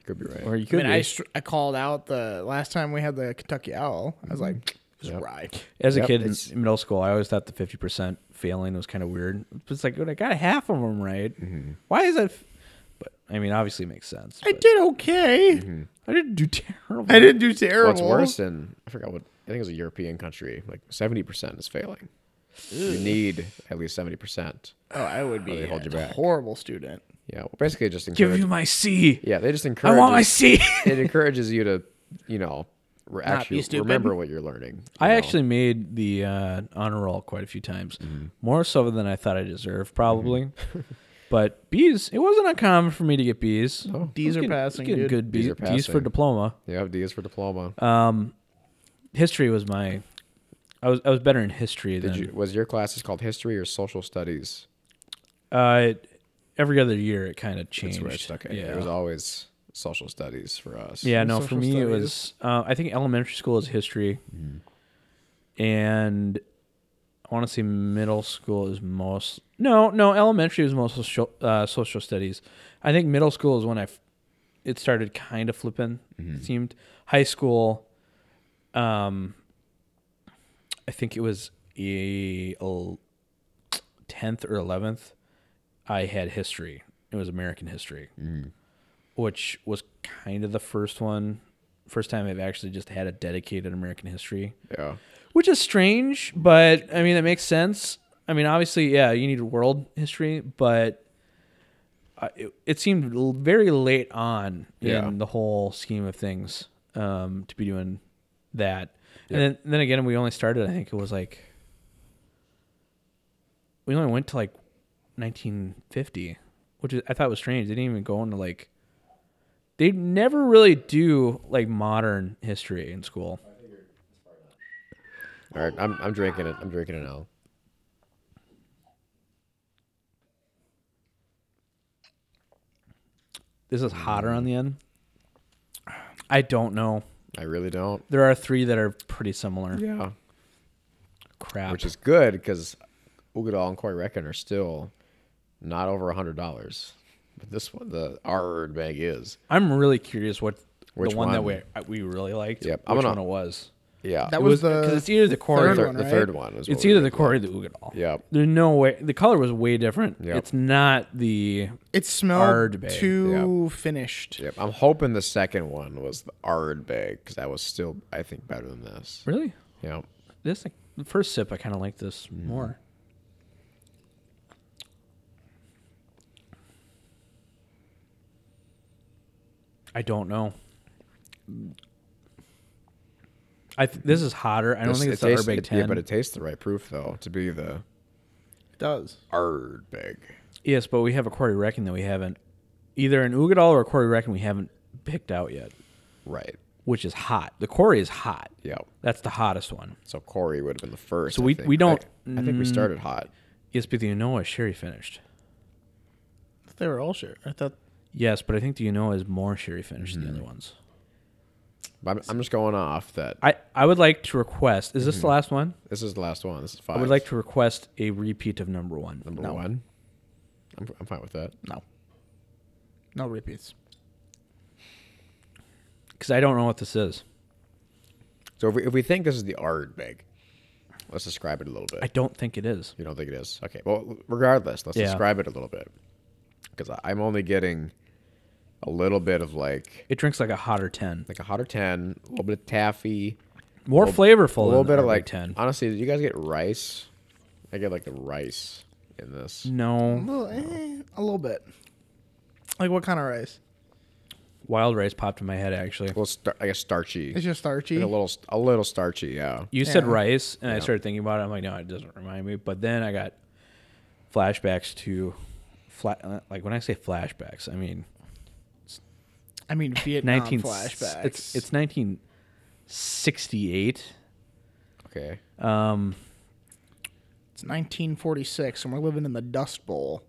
[SPEAKER 2] Could be right.
[SPEAKER 1] Or you
[SPEAKER 3] I
[SPEAKER 1] could
[SPEAKER 3] mean, I,
[SPEAKER 1] be.
[SPEAKER 3] str- I called out the last time we had the Kentucky Owl. I was like, it was rye.
[SPEAKER 1] As a
[SPEAKER 2] Yep,
[SPEAKER 1] kid in
[SPEAKER 2] it's-
[SPEAKER 1] middle school, I always thought the 50% failing was kind of weird. It's like, dude, I got half of them right. Why is that? F-? But I mean, obviously it makes sense.
[SPEAKER 3] I
[SPEAKER 1] but
[SPEAKER 3] did okay.
[SPEAKER 1] I Mm-hmm. didn't do terrible.
[SPEAKER 3] I didn't do
[SPEAKER 2] Well,
[SPEAKER 3] terrible.
[SPEAKER 2] it's worse than I forgot what I think it was a European country. Like seventy percent is failing. You need at least seventy percent.
[SPEAKER 3] Oh, I would be
[SPEAKER 2] they hold you
[SPEAKER 3] a
[SPEAKER 2] back.
[SPEAKER 3] horrible student.
[SPEAKER 2] Yeah, basically just
[SPEAKER 1] Give
[SPEAKER 2] encourage.
[SPEAKER 1] you my C. I
[SPEAKER 2] yeah, they just encourage.
[SPEAKER 1] want my [laughs]
[SPEAKER 3] [laughs]
[SPEAKER 1] C.
[SPEAKER 2] it encourages you to, you know, re-
[SPEAKER 3] Not be
[SPEAKER 2] actually
[SPEAKER 3] stupid.
[SPEAKER 2] remember what you're learning. you
[SPEAKER 1] I
[SPEAKER 2] know?
[SPEAKER 1] actually made the uh, honor roll quite a few times,
[SPEAKER 2] Mm-hmm.
[SPEAKER 1] more so than I thought I deserved, probably. [laughs] but B's, it wasn't uncommon for me to get B's. I was
[SPEAKER 3] D's are
[SPEAKER 1] getting- I was
[SPEAKER 3] passing,
[SPEAKER 1] getting
[SPEAKER 3] dude.
[SPEAKER 1] good
[SPEAKER 2] B's
[SPEAKER 1] B's,
[SPEAKER 2] are
[SPEAKER 1] B's for
[SPEAKER 2] passing.
[SPEAKER 1] diploma.
[SPEAKER 2] you have D's for diploma.
[SPEAKER 1] Um, History was my. I was I was better in history than
[SPEAKER 2] Did you, was your classes called history or social studies?
[SPEAKER 1] Uh, it- every other year it kind of changed.
[SPEAKER 2] That's where I stuck it.
[SPEAKER 1] Yeah.
[SPEAKER 2] It was always social studies for us.
[SPEAKER 1] yeah, no, for
[SPEAKER 3] Social
[SPEAKER 1] me it
[SPEAKER 3] studies.
[SPEAKER 1] was. Uh, I think elementary school is history,
[SPEAKER 3] Mm-hmm.
[SPEAKER 1] and I want to say middle school is most. No, no, elementary was most social, uh, social studies. I think middle school is when I, f- it started kind of flipping.
[SPEAKER 3] Mm-hmm.
[SPEAKER 1] It seemed high school. Um, I think it was a tenth or eleventh. I had history. It was American history, which was kind of the first one, first time I've actually just had a dedicated American history,
[SPEAKER 2] Yeah.
[SPEAKER 1] which is strange, but I mean, it makes sense. I mean, obviously, yeah, you need world history, but I- it, it seemed l- very late on
[SPEAKER 2] Yeah.
[SPEAKER 1] in the whole scheme of things um, to be doing that. And then, then again, we only started, I think it was like, we only went to like 1950, which is, I thought was strange. They didn't even go into like, they never really do like modern history in school.
[SPEAKER 2] All right. I'm, I'm drinking it. I'm drinking it now.
[SPEAKER 1] This is hotter on the end. I don't know.
[SPEAKER 2] I really don't.
[SPEAKER 1] There are three that are pretty similar.
[SPEAKER 2] Yeah.
[SPEAKER 1] Crap.
[SPEAKER 2] Which is good because Ugadal and Koi Reckon are still not over a hundred dollars. But this one, the R bag is.
[SPEAKER 1] I'm really curious what
[SPEAKER 2] Which
[SPEAKER 1] the one, that we uh,
[SPEAKER 2] one?
[SPEAKER 1] we really liked.
[SPEAKER 2] Yep, I'm
[SPEAKER 1] Which
[SPEAKER 2] gonna-
[SPEAKER 1] one it was?
[SPEAKER 2] Yeah.
[SPEAKER 1] Uh,
[SPEAKER 3] That
[SPEAKER 1] It
[SPEAKER 3] was,
[SPEAKER 1] because
[SPEAKER 3] the.
[SPEAKER 1] it's either the Corey.
[SPEAKER 3] third
[SPEAKER 1] or-
[SPEAKER 2] the,
[SPEAKER 3] one,
[SPEAKER 2] the
[SPEAKER 3] right?
[SPEAKER 2] third one is what
[SPEAKER 1] It's
[SPEAKER 2] we
[SPEAKER 1] either
[SPEAKER 2] were
[SPEAKER 1] the Corey or the Ugadal.
[SPEAKER 2] Yep.
[SPEAKER 1] There's no way the color was way different.
[SPEAKER 2] Yep.
[SPEAKER 1] It's not the
[SPEAKER 3] it
[SPEAKER 1] Hard
[SPEAKER 3] smelled
[SPEAKER 1] bay.
[SPEAKER 3] too finished.
[SPEAKER 2] Yep. I'm hoping the second one was the Ard bag because that was still, I think, better than this.
[SPEAKER 1] really
[SPEAKER 2] Yep.
[SPEAKER 1] this like, the first sip. I kind of like this
[SPEAKER 2] Mm-hmm.
[SPEAKER 1] more. I don't know. I th- this is hotter. I don't
[SPEAKER 2] This-
[SPEAKER 1] think
[SPEAKER 2] it
[SPEAKER 1] it's the
[SPEAKER 2] tastes-
[SPEAKER 1] Urbeg
[SPEAKER 2] it-
[SPEAKER 1] ten.
[SPEAKER 2] Yeah, but it tastes the right proof though to be the
[SPEAKER 3] It does.
[SPEAKER 2] Ard bag.
[SPEAKER 1] Yes, but we have a Corey Reckon that we haven't either an Ugadal or a Corey Reckon we haven't picked out yet,
[SPEAKER 2] Right.
[SPEAKER 1] which is hot. The Corey is hot.
[SPEAKER 2] Yep.
[SPEAKER 1] That's the hottest one.
[SPEAKER 2] So Corey would have been the first.
[SPEAKER 1] So
[SPEAKER 2] I
[SPEAKER 1] we-
[SPEAKER 2] think.
[SPEAKER 1] we don't-
[SPEAKER 2] I, I think we started hot.
[SPEAKER 1] Yes, but the Unoa sherry finished.
[SPEAKER 3] They were all shit. I thought.
[SPEAKER 1] Yes, but I think the Unoa is more sherry finished
[SPEAKER 2] Mm-hmm.
[SPEAKER 1] than the other ones.
[SPEAKER 2] But I'm, I'm just going off that.
[SPEAKER 1] I, I would like to request. Is this the last one?
[SPEAKER 2] This is the last one. This is Mm-hmm. five.
[SPEAKER 1] I would like to request a repeat of number one.
[SPEAKER 2] number
[SPEAKER 3] No.
[SPEAKER 2] one. I'm, I'm fine with that.
[SPEAKER 3] No. No repeats.
[SPEAKER 1] because I don't know what this is.
[SPEAKER 2] So if we, if we think this is the Ard bag, let's describe it a little bit.
[SPEAKER 1] I don't think it is.
[SPEAKER 2] You don't think it is? Okay. Well, regardless, let's
[SPEAKER 1] Yeah.
[SPEAKER 2] describe it a little bit because I'm only getting a little bit of like
[SPEAKER 1] It drinks like a hotter ten,
[SPEAKER 2] like a hotter ten, a little bit of taffy,
[SPEAKER 1] more flavorful.
[SPEAKER 2] a little
[SPEAKER 1] than
[SPEAKER 2] bit
[SPEAKER 1] the
[SPEAKER 2] of like
[SPEAKER 1] ten.
[SPEAKER 2] Honestly, did you guys get rice? I get like the rice in
[SPEAKER 1] Mm.
[SPEAKER 2] this.
[SPEAKER 1] No,
[SPEAKER 3] Well, eh, a little bit. Like what kind of rice?
[SPEAKER 1] wild rice popped in my head actually.
[SPEAKER 2] Well, star- I guess starchy.
[SPEAKER 3] It's just starchy.
[SPEAKER 2] Like a little, a little starchy. Yeah.
[SPEAKER 1] You said
[SPEAKER 3] Yeah.
[SPEAKER 1] rice, and I started thinking about it. I'm like, no, it doesn't remind me. But then I got flashbacks to, fla- like when I say flashbacks, I mean
[SPEAKER 3] I mean Vietnam
[SPEAKER 1] 19
[SPEAKER 3] flashbacks.
[SPEAKER 1] It's it's 1968.
[SPEAKER 2] Okay.
[SPEAKER 1] Um,
[SPEAKER 3] It's 1946, and we're living in the Dust Bowl.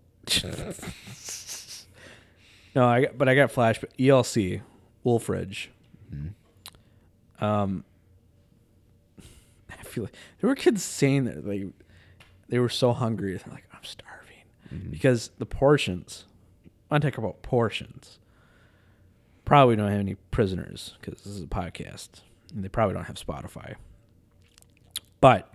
[SPEAKER 1] no, I got, but E I got flashback [laughs] ELC Wolfridge. Um, feel like there were kids saying that they they were so hungry. They're like, I'm starving because the portions. I talk about portions. Probably don't have any prisoners because this is a podcast, and they probably don't have Spotify. But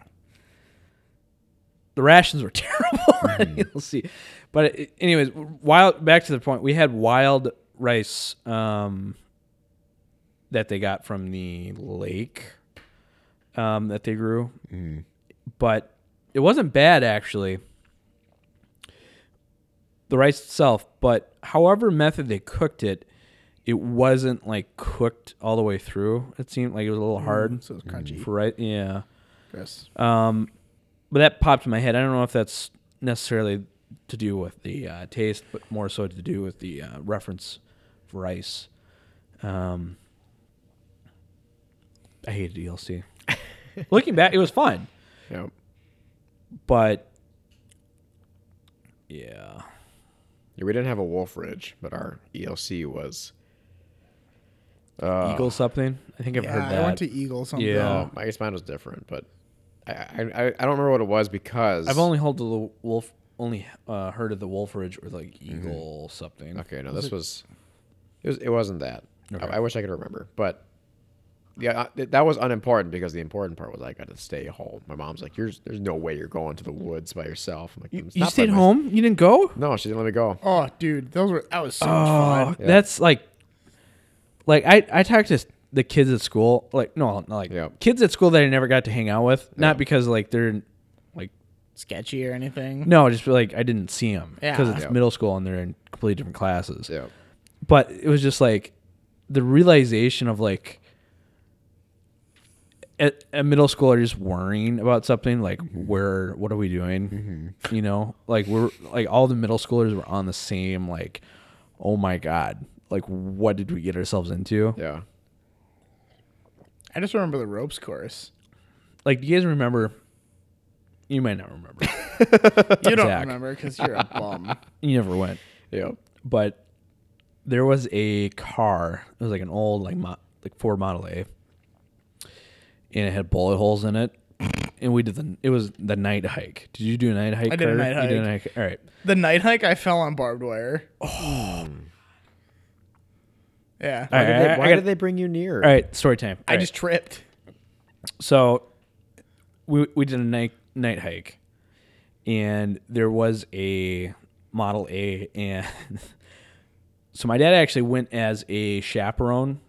[SPEAKER 1] the rations were [laughs] terrible. You'll see. But it- anyways, wild. Back to the point. We had wild rice um, that they got from the lake um, that they grew, but it wasn't bad actually. The rice itself, but however method they cooked it, it wasn't like cooked all the way through. It seemed like it was a little hard
[SPEAKER 3] So it's crunchy.
[SPEAKER 1] for rice. Yeah
[SPEAKER 3] Chris.
[SPEAKER 1] but that popped in my head. I don't know if that's necessarily to do with the uh, taste, but more so to do with the uh, reference for rice. Um, I hated [laughs] DLC. Looking back, it was fun,
[SPEAKER 2] Yep.
[SPEAKER 1] but yeah,
[SPEAKER 2] Yeah, we didn't have a Wolf Ridge, but our ELC was.
[SPEAKER 1] Uh, eagle something. I think I've
[SPEAKER 3] yeah,
[SPEAKER 1] heard that.
[SPEAKER 3] I went to Eagle something.
[SPEAKER 1] Yeah.
[SPEAKER 2] Oh, I guess mine was different, but I I, I, I don't remember what it was because
[SPEAKER 1] I've only heard of the wolf, only uh, heard of the Wolfridge or like eagle something.
[SPEAKER 2] Okay, no, this was it was it wasn't that. I- I, wish I could remember, but yeah, I, th- that was unimportant because the important part was I got to stay home. My mom's like, "You're there's no way you're going to the woods by yourself." I'm like,
[SPEAKER 1] You,
[SPEAKER 2] "It's
[SPEAKER 1] you
[SPEAKER 2] not by
[SPEAKER 1] stayed
[SPEAKER 2] myself."
[SPEAKER 1] home? You didn't go?
[SPEAKER 2] No, she didn't let me go.
[SPEAKER 3] Oh, dude, those were that was so much
[SPEAKER 1] Oh,
[SPEAKER 3] fun.
[SPEAKER 1] that's like, like I I talked to the kids at school, like no, not like
[SPEAKER 2] Yeah.
[SPEAKER 1] kids at school that I never got to hang out with, not because like they're like
[SPEAKER 3] Sketchy or anything?
[SPEAKER 1] no, just like I didn't see them because
[SPEAKER 3] Yeah.
[SPEAKER 1] it's
[SPEAKER 2] Yeah.
[SPEAKER 1] middle school and they're in completely different classes.
[SPEAKER 2] Yeah,
[SPEAKER 1] But it was just like the realization of like. At, at middle school, are just worrying about something like where, what are we doing? You know, like we're like all the middle schoolers were on the same like, oh my god, like what did we get ourselves into?
[SPEAKER 2] yeah.
[SPEAKER 3] I just remember the
[SPEAKER 1] [laughs]
[SPEAKER 3] ropes course.
[SPEAKER 1] like do you guys remember you might not remember
[SPEAKER 3] You don't
[SPEAKER 1] Zach.
[SPEAKER 3] remember because you're a
[SPEAKER 1] [laughs]
[SPEAKER 3] bum.
[SPEAKER 1] you never went
[SPEAKER 2] Yeah.
[SPEAKER 1] but there was a car it was like an old like mo- like ford model a and it had bullet holes in it and we did the it was the night hike did you do a night hike
[SPEAKER 3] I did a
[SPEAKER 1] Carter?
[SPEAKER 3] night
[SPEAKER 1] You did a night hike all right
[SPEAKER 3] The night hike, I fell on barbed wire. Oh. [sighs] Yeah.
[SPEAKER 1] all
[SPEAKER 2] Why,
[SPEAKER 1] right,
[SPEAKER 2] did, they,
[SPEAKER 1] I
[SPEAKER 2] why
[SPEAKER 1] got-
[SPEAKER 2] did they bring you near?
[SPEAKER 1] all right story time
[SPEAKER 3] I
[SPEAKER 1] All right.
[SPEAKER 3] just tripped.
[SPEAKER 1] so we we did a night night hike and there was a model a and [laughs] so my dad actually went as a chaperone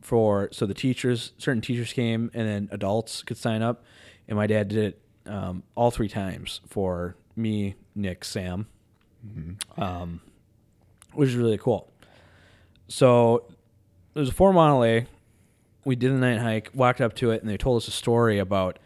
[SPEAKER 1] for so the teachers certain teachers came and then adults could sign up and my dad did it um, all three times for me nick sam um, which is really cool so there's a four mile a we did the night hike, walked up to it, and they told us a story about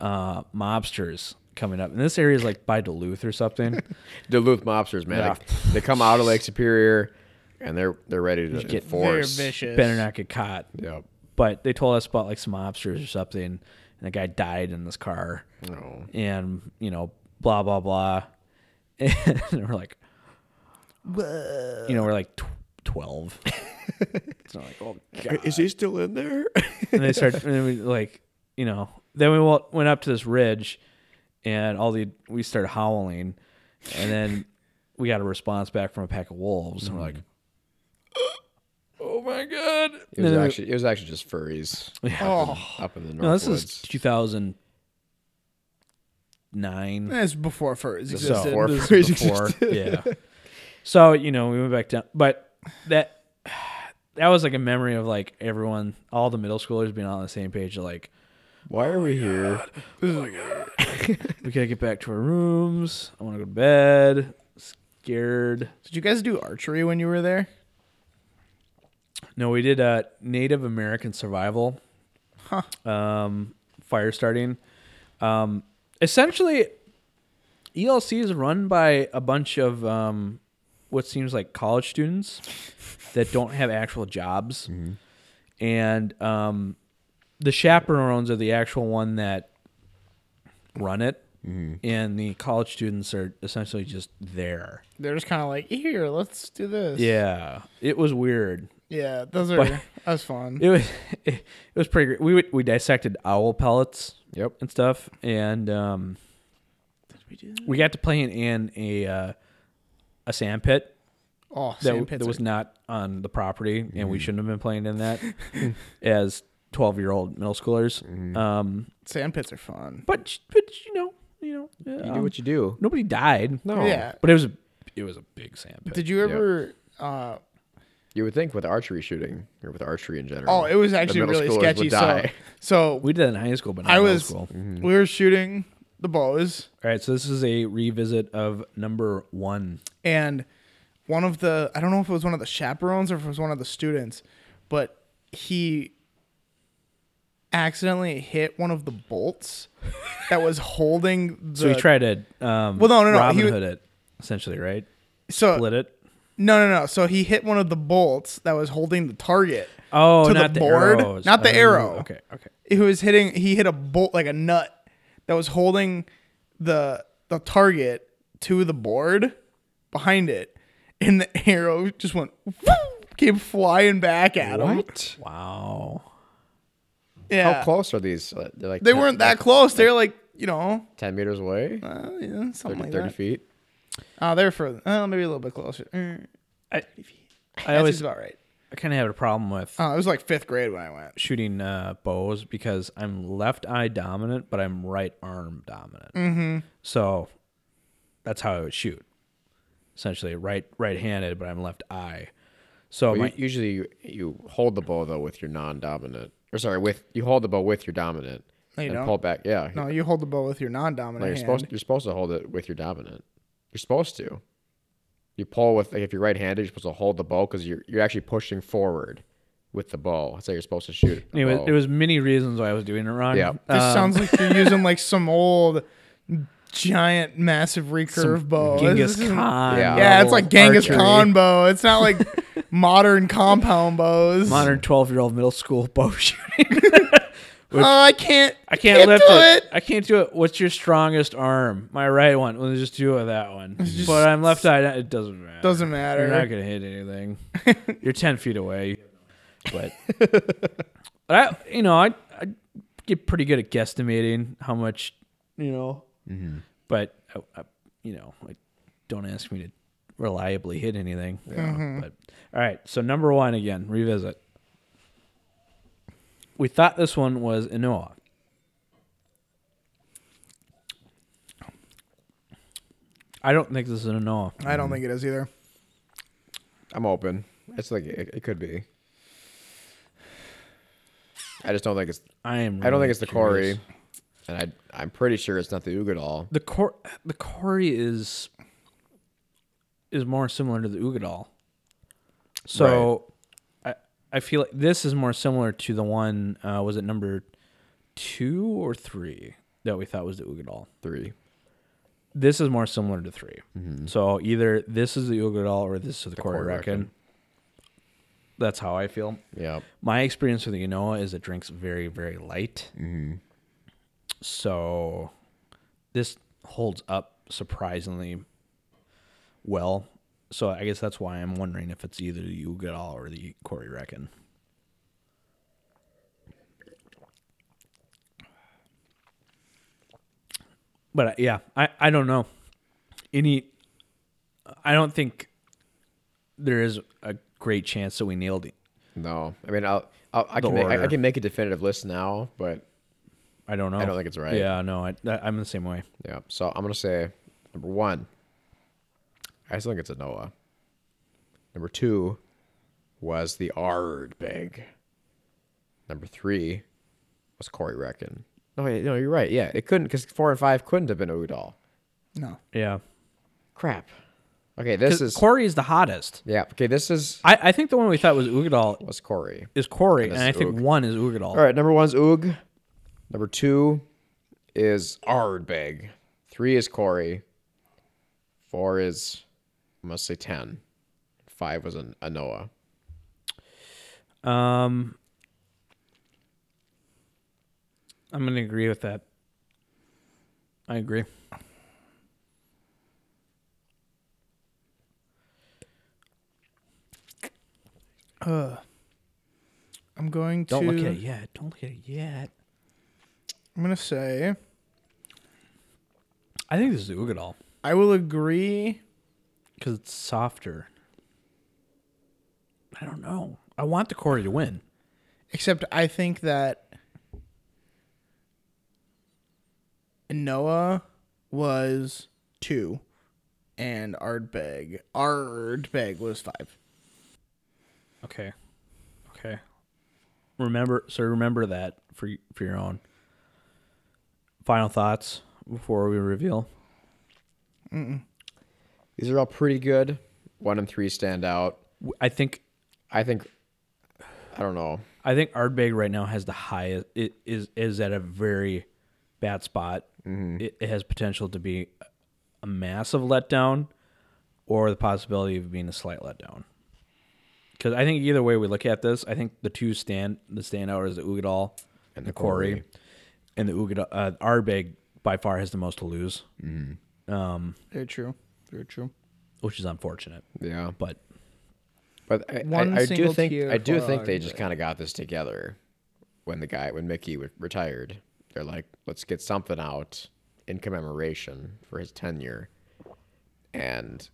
[SPEAKER 1] uh, mobsters coming up. And this area is like by Duluth or something.
[SPEAKER 2] Duluth mobsters, man.
[SPEAKER 1] Yeah.
[SPEAKER 2] Like, they come out of Lake Superior, and they're they're ready to
[SPEAKER 1] get
[SPEAKER 2] enforce.
[SPEAKER 3] They're vicious.
[SPEAKER 1] Better not get caught.
[SPEAKER 2] Yeah.
[SPEAKER 1] But they told us about like some mobsters or something, and the guy died in this car,
[SPEAKER 2] No.
[SPEAKER 1] and you know, blah blah blah. [laughs] And we're like, you know, we're like tw- twelve. it's not like oh god.
[SPEAKER 2] Is he still in there?
[SPEAKER 1] [laughs] and they started and then we like you know then we wa- went up to this ridge and all the we started howling and then we got a response back from a pack of wolves and we're like oh my god
[SPEAKER 2] it was actually it was actually just furries. Up in, up in the north
[SPEAKER 1] Oh. no this
[SPEAKER 2] woods.
[SPEAKER 1] is 2009
[SPEAKER 3] [laughs] That's before furs
[SPEAKER 1] so
[SPEAKER 3] existed.
[SPEAKER 2] before
[SPEAKER 1] this
[SPEAKER 2] furries
[SPEAKER 1] is before- yeah so you know we went back down but that that was like a memory of like everyone all the middle schoolers being on the same page of like
[SPEAKER 2] Why are we here?
[SPEAKER 1] we gotta get back to our rooms. I want to go to bed. Scared.
[SPEAKER 3] Did you guys do archery when you were there?
[SPEAKER 1] No, we did a Native American survival, um, fire starting. Um, essentially, ELC is run by a bunch of um, what seems like college students that don't have actual jobs, and um, the chaperones are the actual one that run it, and the college students are essentially just there.
[SPEAKER 3] They're just kind of like, here, let's do this.
[SPEAKER 1] Yeah, it was weird.
[SPEAKER 3] Yeah, those are
[SPEAKER 1] But-
[SPEAKER 3] that was fun.
[SPEAKER 1] It was [laughs] it, was pretty great. We would, we dissected owl pellets
[SPEAKER 2] Yep.
[SPEAKER 1] and stuff, and um,
[SPEAKER 3] we do
[SPEAKER 1] we got to play in, in a uh, a sand pit
[SPEAKER 3] oh,
[SPEAKER 1] that,
[SPEAKER 3] sand
[SPEAKER 1] w-
[SPEAKER 3] pits
[SPEAKER 1] that
[SPEAKER 3] are- Mm.
[SPEAKER 1] was not on the property, and we shouldn't have been playing in
[SPEAKER 3] [laughs]
[SPEAKER 1] that as twelve year old middle schoolers.
[SPEAKER 3] Mm.
[SPEAKER 1] Um,
[SPEAKER 3] sand pits are fun.
[SPEAKER 1] but sh- but you know you know
[SPEAKER 2] You
[SPEAKER 1] um,
[SPEAKER 2] do what you do.
[SPEAKER 1] nobody died,
[SPEAKER 2] No.
[SPEAKER 3] Yeah.
[SPEAKER 1] but it was a it was a big sand pit.
[SPEAKER 3] Did you
[SPEAKER 2] Yep.
[SPEAKER 3] ever? Uh,
[SPEAKER 2] You would think with archery shooting or with archery in general.
[SPEAKER 3] oh, it was actually
[SPEAKER 2] middle
[SPEAKER 3] really
[SPEAKER 2] schoolers
[SPEAKER 3] sketchy.
[SPEAKER 2] would
[SPEAKER 3] So,
[SPEAKER 2] die.
[SPEAKER 3] so
[SPEAKER 1] [laughs] we did that in high school, but not
[SPEAKER 3] I
[SPEAKER 1] middle
[SPEAKER 3] was.
[SPEAKER 1] school.
[SPEAKER 3] We were shooting the bows,
[SPEAKER 1] All right, so this is a revisit of number one.
[SPEAKER 3] and one of the I don't know if it was one of the chaperones or if it was one of the students, but he accidentally hit one of the bolts that was holding.
[SPEAKER 1] [laughs]
[SPEAKER 3] The,
[SPEAKER 1] So he tried to um,
[SPEAKER 3] Well, no, no, no,
[SPEAKER 1] Robin
[SPEAKER 3] he Uh, was-
[SPEAKER 1] Hood it essentially, right?
[SPEAKER 3] So
[SPEAKER 1] Split it.
[SPEAKER 3] no, no, no. So he hit one of the bolts that was holding the target.
[SPEAKER 1] Oh,
[SPEAKER 3] to the
[SPEAKER 1] not the,
[SPEAKER 3] board,
[SPEAKER 1] arrows.
[SPEAKER 3] not the
[SPEAKER 1] Oh,
[SPEAKER 3] arrow.
[SPEAKER 1] Okay, okay.
[SPEAKER 3] He was hitting. He hit a bolt like a nut that was holding the the target to the board behind it, and the [laughs] arrow just went came flying back at him.
[SPEAKER 2] What?
[SPEAKER 1] Wow.
[SPEAKER 3] Yeah.
[SPEAKER 2] How close are these? Uh, They're like
[SPEAKER 3] They
[SPEAKER 2] 10
[SPEAKER 3] weren't that close. They were like, you know,
[SPEAKER 2] ten meters away,
[SPEAKER 3] uh, yeah, something
[SPEAKER 2] 30,
[SPEAKER 3] like
[SPEAKER 2] 30
[SPEAKER 3] that.
[SPEAKER 2] feet.
[SPEAKER 3] Oh, they're further. Oh, maybe a little bit closer. Mm,
[SPEAKER 1] I, I
[SPEAKER 3] That's
[SPEAKER 1] always
[SPEAKER 3] just about right.
[SPEAKER 1] I kind of have a problem with
[SPEAKER 3] Oh, it was like fifth grade when I went.
[SPEAKER 1] shooting uh, bows because I'm left eye dominant, but I'm right arm dominant.
[SPEAKER 3] Mm-hmm.
[SPEAKER 1] So that's how I would shoot. Essentially, right right handed, but I'm left eye. So
[SPEAKER 2] Well,
[SPEAKER 1] my,
[SPEAKER 2] you, usually you, you hold the bow though with your non-dominant, or sorry, with you hold the bow with your dominant
[SPEAKER 3] No, you
[SPEAKER 2] and
[SPEAKER 3] don't.
[SPEAKER 2] pull back. Yeah,
[SPEAKER 3] No, you hold the bow with your
[SPEAKER 2] Like,
[SPEAKER 3] non-dominant
[SPEAKER 2] you're
[SPEAKER 3] hand.
[SPEAKER 2] supposed you're supposed to hold it with your dominant. You're supposed to. You pull with like if you're right-handed, you're supposed to hold the bow because you're you're actually pushing forward with the bow. That's how you're supposed to shoot. a
[SPEAKER 1] anyway,
[SPEAKER 2] bow.
[SPEAKER 1] there was many reasons why I was doing it wrong.
[SPEAKER 2] Oh. Yeah.
[SPEAKER 3] this
[SPEAKER 1] Um,
[SPEAKER 3] sounds like
[SPEAKER 2] [laughs]
[SPEAKER 3] you're using like some old giant, massive recurve bow. This
[SPEAKER 1] Genghis
[SPEAKER 3] isn't-
[SPEAKER 1] Khan.
[SPEAKER 2] Yeah.
[SPEAKER 3] Yeah,
[SPEAKER 1] Oh,
[SPEAKER 3] it's
[SPEAKER 2] level
[SPEAKER 3] like Genghis
[SPEAKER 2] archery.
[SPEAKER 3] Khan bow. It's not like modern compound bows.
[SPEAKER 1] Modern twelve year old middle school [laughs] bow shooting.
[SPEAKER 3] Oh, I can't.
[SPEAKER 1] I can't, lift
[SPEAKER 3] do
[SPEAKER 1] it. I can't do it. What's your strongest arm? My right one. Well, just do it with that one. but I'm left eyed. It doesn't matter.
[SPEAKER 3] Doesn't matter.
[SPEAKER 1] You're not gonna hit
[SPEAKER 3] [laughs]
[SPEAKER 1] anything. You're ten feet away. But, but I, you know, I, I get pretty good at guesstimating how much, you know. But I, I, you know, I, don't ask me to reliably hit anything. But all right, so number one again, revisit. We thought this one was Inoa. I don't think this is an Inoa.
[SPEAKER 3] I don't think it is either.
[SPEAKER 2] I'm open. It's like it, it could be. I just don't think it's.
[SPEAKER 1] I am.
[SPEAKER 2] I don't
[SPEAKER 1] really
[SPEAKER 2] think it's the
[SPEAKER 1] curious.
[SPEAKER 2] Corey, and I I'm pretty sure it's not the Ugadal.
[SPEAKER 1] The cor the Corey is is more similar to the Ugadal. So I I feel like this is more similar to the one uh, was it number two or three that we thought was the Ugadal.
[SPEAKER 2] Three.
[SPEAKER 1] This is more similar to 3 So either this is the Ugadal or this is the, Corey
[SPEAKER 2] Corey
[SPEAKER 1] Reckon.
[SPEAKER 2] Reckon.
[SPEAKER 1] That's how I feel.
[SPEAKER 2] Yeah.
[SPEAKER 1] My experience with the Genoa is it drinks very, very light. So this holds up surprisingly well. So I guess that's why I'm wondering if it's either the Ugadal or the Corey Reckon. But uh, yeah, I, I don't know. Any, I don't think there is a great chance that we nailed it.
[SPEAKER 2] No. I mean, I'll, I'll I
[SPEAKER 1] The
[SPEAKER 2] can make, I, I
[SPEAKER 1] order.
[SPEAKER 2] can make a definitive list now, but
[SPEAKER 1] I don't know.
[SPEAKER 2] I don't think it's right.
[SPEAKER 1] Yeah, no, I, I, I'm the same way.
[SPEAKER 2] yeah. So I'm gonna say number one. I still think it's a Noah. Number two was the Ardbeg. Number three was Corey Reckon. No, wait, no, you're right. Yeah, it couldn't because four and five couldn't have been Ugadal.
[SPEAKER 3] No.
[SPEAKER 1] Yeah,
[SPEAKER 2] Crap. Okay, this is
[SPEAKER 1] Corey is the hottest.
[SPEAKER 2] yeah. Okay, this is
[SPEAKER 1] I, I think the one we thought was Ugadal
[SPEAKER 2] was Corey.
[SPEAKER 1] is Corey, and,
[SPEAKER 2] it's
[SPEAKER 1] I think
[SPEAKER 2] Oog.
[SPEAKER 1] one is Ugadal.
[SPEAKER 2] All right, number one's Oog. Number two is Ardbeg. Three is Corey. Four is, I must say, 10. Five was an, a Noah.
[SPEAKER 1] Um, I'm gonna agree with that. I agree.
[SPEAKER 3] I'm going to.
[SPEAKER 1] Don't look at it yet. Don't look at it yet.
[SPEAKER 3] I'm gonna say
[SPEAKER 1] I think this is Ugadal
[SPEAKER 3] I will agree.
[SPEAKER 1] because it's softer. I don't know. I want the Corey to win.
[SPEAKER 3] Except I think that Noah was two, and Ardbeg Ardbeg was five.
[SPEAKER 1] Okay. Okay. Remember, so remember that for y- for your own. Final thoughts before we reveal.
[SPEAKER 2] These are all pretty good. One and three stand out.
[SPEAKER 1] W- I think
[SPEAKER 2] I think. I don't know.
[SPEAKER 1] I think Ardbeg right now has the highest. It is is at a very bad spot. It, it has potential to be a massive letdown, or the possibility of being a slight letdown. Because I think either way we look at this, I think the two stand the standout is the Ugadal and the Quarry, and the Ugadal uh, Ardbeg by far has the most to lose,
[SPEAKER 3] Very true. Very true.
[SPEAKER 1] which is unfortunate.
[SPEAKER 2] Yeah,
[SPEAKER 1] But
[SPEAKER 2] but I,
[SPEAKER 3] One
[SPEAKER 2] I, I do
[SPEAKER 3] single
[SPEAKER 2] think
[SPEAKER 3] tier
[SPEAKER 2] I do
[SPEAKER 3] for
[SPEAKER 2] think they
[SPEAKER 3] our
[SPEAKER 2] just
[SPEAKER 3] bit.
[SPEAKER 2] kind of got this together when the guy when Mickey w- retired. They're like, let's get something out in commemoration for his tenure, and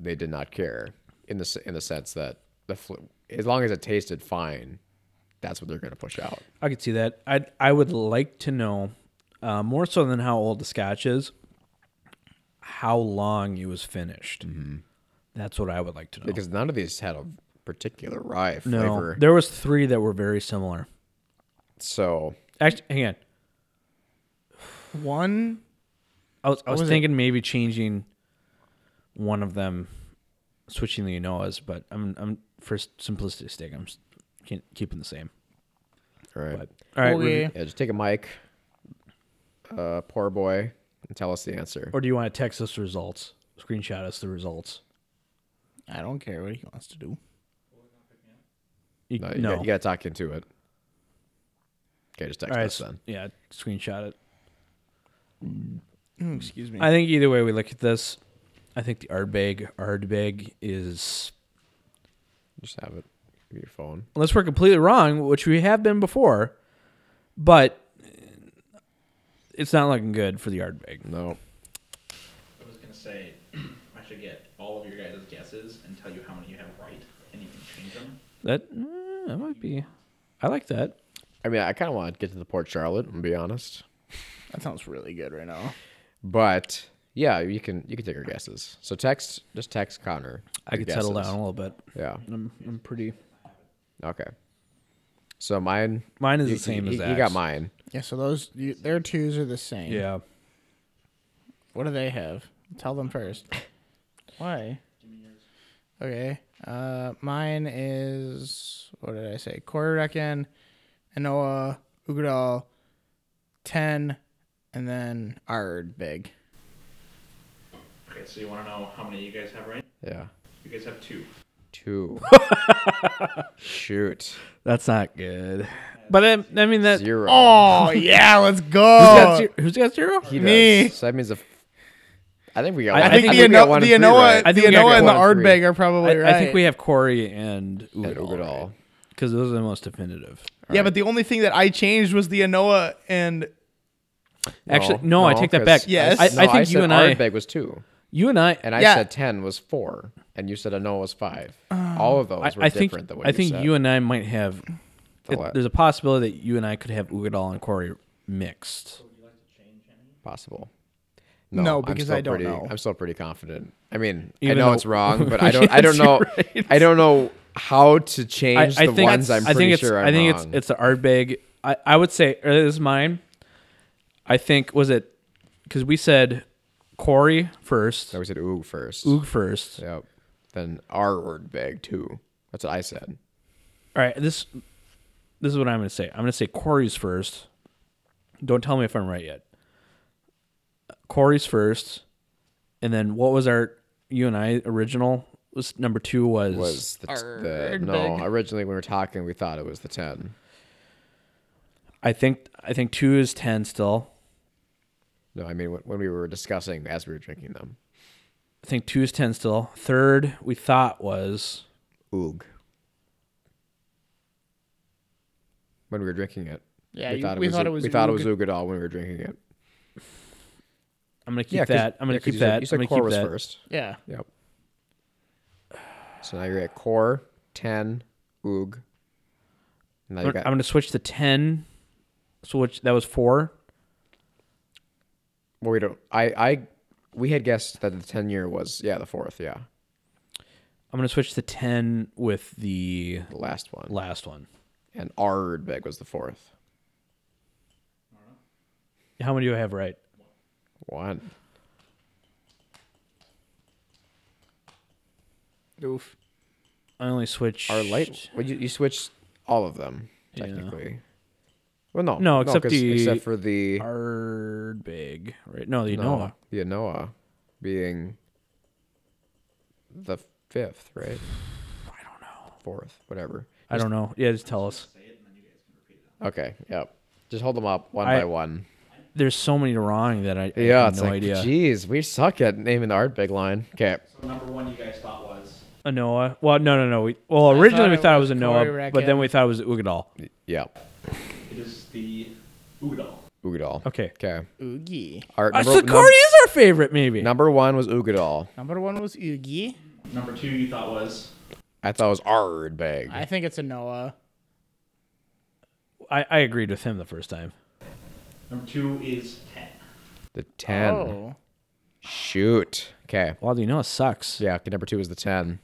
[SPEAKER 2] they did not care in the s- in the sense that the fl- as long as it tasted fine, that's what they're going to push out.
[SPEAKER 1] I could see that. I I would like to know uh, more so than how old the scotch is, how long it was finished.
[SPEAKER 2] Mm-hmm.
[SPEAKER 1] That's what I would like to know.
[SPEAKER 2] because none of these had a particular rye
[SPEAKER 1] no,
[SPEAKER 2] flavor.
[SPEAKER 1] there was three that were very similar.
[SPEAKER 2] so
[SPEAKER 1] Actually, hang on.
[SPEAKER 3] One
[SPEAKER 1] I was I was,
[SPEAKER 3] was it?
[SPEAKER 1] thinking maybe changing one of them, switching the Unoas, but I'm I'm for simplicity's sake I'm s- keep- keeping the same.
[SPEAKER 2] all right,
[SPEAKER 1] But all right,
[SPEAKER 3] Okay.
[SPEAKER 1] Ruby,
[SPEAKER 2] yeah, just take a mic, uh, poor boy, and tell us the answer.
[SPEAKER 1] or do you want to text us the results? Screenshot us the results.
[SPEAKER 3] I don't care what he wants to do.
[SPEAKER 1] You-
[SPEAKER 2] No, you, Got, you got to talk into it. Okay, just text
[SPEAKER 1] All right,
[SPEAKER 2] us
[SPEAKER 1] s-
[SPEAKER 2] then.
[SPEAKER 1] yeah, screenshot it.
[SPEAKER 3] Mm, excuse me.
[SPEAKER 1] I think either way we look at this, I think the Ardbeg Ardbeg is
[SPEAKER 2] Just have it. Give me your phone.
[SPEAKER 1] unless we're completely wrong, which we have been before, but it's not looking good for the Ardbeg.
[SPEAKER 2] No,
[SPEAKER 4] I was gonna say, [clears throat] I should get all of your guys' guesses and tell you how many you have right, and you can change them.
[SPEAKER 1] That mm, that might be. I like that.
[SPEAKER 2] I mean, I kind of want to get to the Port Charlotte. I'm gonna be honest,
[SPEAKER 3] that sounds really good right now.
[SPEAKER 2] but yeah, you can you can take our guesses. So text, just text Connor.
[SPEAKER 1] I
[SPEAKER 2] your
[SPEAKER 1] could settle
[SPEAKER 2] guesses.
[SPEAKER 1] down a little bit.
[SPEAKER 2] Yeah.
[SPEAKER 1] I'm I'm pretty.
[SPEAKER 2] Okay. So mine.
[SPEAKER 1] Mine is
[SPEAKER 2] you-
[SPEAKER 1] the same
[SPEAKER 2] you-
[SPEAKER 1] as
[SPEAKER 2] You
[SPEAKER 1] Zach's.
[SPEAKER 2] got mine.
[SPEAKER 3] Yeah. So those you, their twos are the same.
[SPEAKER 1] Yeah.
[SPEAKER 3] What do they have? Tell them first. [laughs] Why? Okay. Uh, mine is what did I say? Koryakin, Anoa, Ugadal, ten, and then Ardbeg.
[SPEAKER 4] Okay, so you wanna know how many you guys have right?
[SPEAKER 2] Yeah.
[SPEAKER 4] You guys have two.
[SPEAKER 1] [laughs]
[SPEAKER 2] Two. Shoot.
[SPEAKER 1] That's not good. But I, I mean that.
[SPEAKER 2] Zero.
[SPEAKER 3] Oh [laughs] yeah, let's
[SPEAKER 1] Who's got
[SPEAKER 3] go.
[SPEAKER 1] zero? Who's got zero?
[SPEAKER 2] He does.
[SPEAKER 3] me.
[SPEAKER 2] So that means the. f- I think we got.
[SPEAKER 1] I-
[SPEAKER 2] one-
[SPEAKER 1] I think
[SPEAKER 2] we
[SPEAKER 3] the
[SPEAKER 2] got
[SPEAKER 3] Ano-
[SPEAKER 2] one and
[SPEAKER 3] the
[SPEAKER 2] three
[SPEAKER 3] Anoa,
[SPEAKER 2] right.
[SPEAKER 1] I
[SPEAKER 3] the
[SPEAKER 1] think we got
[SPEAKER 3] Anoa, and the
[SPEAKER 2] one and three.
[SPEAKER 3] Ardbeg are probably
[SPEAKER 1] I,
[SPEAKER 3] right.
[SPEAKER 1] I think we have Corey and
[SPEAKER 2] And Ugadal.
[SPEAKER 1] Ugadal because those are the most definitive.
[SPEAKER 3] Yeah, but the only thing that I changed was the Anoa and
[SPEAKER 1] Actually, no, I take that back.
[SPEAKER 2] 'cause
[SPEAKER 3] Yes.
[SPEAKER 1] I,
[SPEAKER 2] s-
[SPEAKER 1] I
[SPEAKER 2] no,
[SPEAKER 1] think you
[SPEAKER 2] said
[SPEAKER 1] and I,
[SPEAKER 2] Ardbeg was two,
[SPEAKER 1] you and I,
[SPEAKER 2] and I
[SPEAKER 3] Yeah.
[SPEAKER 2] said ten was four, and you said Anoa was five.
[SPEAKER 3] Um,
[SPEAKER 2] All of those
[SPEAKER 1] I,
[SPEAKER 2] were
[SPEAKER 1] I
[SPEAKER 2] different
[SPEAKER 1] think,
[SPEAKER 2] than what
[SPEAKER 1] I
[SPEAKER 2] you
[SPEAKER 1] think
[SPEAKER 2] said.
[SPEAKER 1] you and I might have.
[SPEAKER 2] The
[SPEAKER 1] it-
[SPEAKER 2] what?
[SPEAKER 1] there's a possibility that you and I could have Ugadal and Corey mixed.
[SPEAKER 2] possible.
[SPEAKER 3] No,
[SPEAKER 2] I'm
[SPEAKER 3] because
[SPEAKER 2] still
[SPEAKER 3] I don't
[SPEAKER 2] pretty,
[SPEAKER 3] know.
[SPEAKER 2] I'm still pretty confident. I mean,
[SPEAKER 1] Even
[SPEAKER 2] I know
[SPEAKER 1] though-
[SPEAKER 2] it's
[SPEAKER 1] [laughs]
[SPEAKER 2] wrong, but I don't. I don't
[SPEAKER 1] Yes,
[SPEAKER 2] know.
[SPEAKER 1] you're right.
[SPEAKER 2] I don't know how to change
[SPEAKER 1] I, I
[SPEAKER 2] the
[SPEAKER 1] think
[SPEAKER 2] ones I'm
[SPEAKER 1] I
[SPEAKER 2] pretty
[SPEAKER 1] think it's,
[SPEAKER 2] sure I'm
[SPEAKER 1] I think
[SPEAKER 2] wrong.
[SPEAKER 1] it's it's the Ardbeg. I, I would say or this is mine. I think was it because we said Corey first,
[SPEAKER 2] I was at ooh first.
[SPEAKER 1] Oog first.
[SPEAKER 2] Yep. Then R word bag too. That's what I said.
[SPEAKER 1] All right, this this is what I'm going to say. I'm going to say Corey's first. Don't tell me if I'm right yet. Corey's first, and then what was our you and I original was number two was,
[SPEAKER 2] Was the, the no? Originally, when we were talking, we thought it was the ten.
[SPEAKER 1] I think I think two is ten still.
[SPEAKER 2] No, I mean when, when we were discussing as we were drinking them.
[SPEAKER 1] I think two is ten still. Third we thought was
[SPEAKER 2] Oog. when we were drinking it.
[SPEAKER 3] Yeah,
[SPEAKER 2] we
[SPEAKER 3] you-
[SPEAKER 2] thought it
[SPEAKER 3] we
[SPEAKER 2] was
[SPEAKER 3] thought
[SPEAKER 2] Oog-
[SPEAKER 3] it was
[SPEAKER 2] we thought it was
[SPEAKER 3] Oog-
[SPEAKER 2] Ugadal when we were drinking it.
[SPEAKER 1] I'm gonna keep
[SPEAKER 2] yeah, 'cause-
[SPEAKER 1] that. I'm gonna
[SPEAKER 2] yeah, 'cause
[SPEAKER 1] keep
[SPEAKER 2] you said-
[SPEAKER 1] that.
[SPEAKER 2] You said
[SPEAKER 1] I'm
[SPEAKER 2] core
[SPEAKER 1] gonna
[SPEAKER 2] was
[SPEAKER 1] keep that.
[SPEAKER 2] first.
[SPEAKER 3] Yeah.
[SPEAKER 2] Yep. So now you're at core ten oog. Now you
[SPEAKER 1] I'm,
[SPEAKER 2] got
[SPEAKER 1] I'm gonna switch to ten. So which that was four.
[SPEAKER 2] well, we don't. I I we had guessed that the ten year was yeah the fourth yeah
[SPEAKER 1] I'm gonna switch to ten with the
[SPEAKER 2] the last one
[SPEAKER 1] last one.
[SPEAKER 2] and Ardbeg was the fourth
[SPEAKER 1] How many do I have right?
[SPEAKER 2] one.
[SPEAKER 3] Oof.
[SPEAKER 1] I only switched
[SPEAKER 2] Our light well, you, you switched all of them
[SPEAKER 1] Yeah.
[SPEAKER 2] technically. Well no
[SPEAKER 1] No, except
[SPEAKER 2] 'cause-
[SPEAKER 1] the-
[SPEAKER 2] except for the
[SPEAKER 1] Ardbeg, right? No, the
[SPEAKER 2] no,
[SPEAKER 1] Noah.
[SPEAKER 2] the Noah being the fifth right. I don't know fourth whatever.
[SPEAKER 1] I don't know. Yeah, just tell us.
[SPEAKER 2] Okay. Yep. Just hold them up one
[SPEAKER 1] I-
[SPEAKER 2] by one.
[SPEAKER 1] There's so many wrong that I, I
[SPEAKER 2] Yeah,
[SPEAKER 1] have
[SPEAKER 2] it's
[SPEAKER 1] no
[SPEAKER 2] like,
[SPEAKER 1] idea.
[SPEAKER 2] geez, we suck at naming the art big line. Okay.
[SPEAKER 4] So number one you guys thought was
[SPEAKER 1] A Noah. Well, no, no, no. We, well, originally we
[SPEAKER 3] it
[SPEAKER 1] thought it was
[SPEAKER 3] was
[SPEAKER 1] a
[SPEAKER 3] Corey
[SPEAKER 1] Noah,
[SPEAKER 3] Racket.
[SPEAKER 1] but then we thought it was Ugadal.
[SPEAKER 2] Yep.
[SPEAKER 4] it is the Udall.
[SPEAKER 2] Ugadal.
[SPEAKER 1] Okay.
[SPEAKER 2] Okay.
[SPEAKER 3] Oogie.
[SPEAKER 2] Art
[SPEAKER 1] Uh,
[SPEAKER 2] number,
[SPEAKER 1] so
[SPEAKER 2] num-
[SPEAKER 1] Corey is our favorite, maybe.
[SPEAKER 2] number one was Ugadal.
[SPEAKER 3] Number one was Oogie.
[SPEAKER 4] Number two you thought was
[SPEAKER 2] I thought it was Ardbeg.
[SPEAKER 3] I think it's a Noah.
[SPEAKER 1] I, I agreed with him the first time.
[SPEAKER 4] number two is ten.
[SPEAKER 2] the 10.
[SPEAKER 3] Oh.
[SPEAKER 2] Shoot. Okay.
[SPEAKER 1] Well, do you know it sucks?
[SPEAKER 2] Yeah, okay, number two was the 10.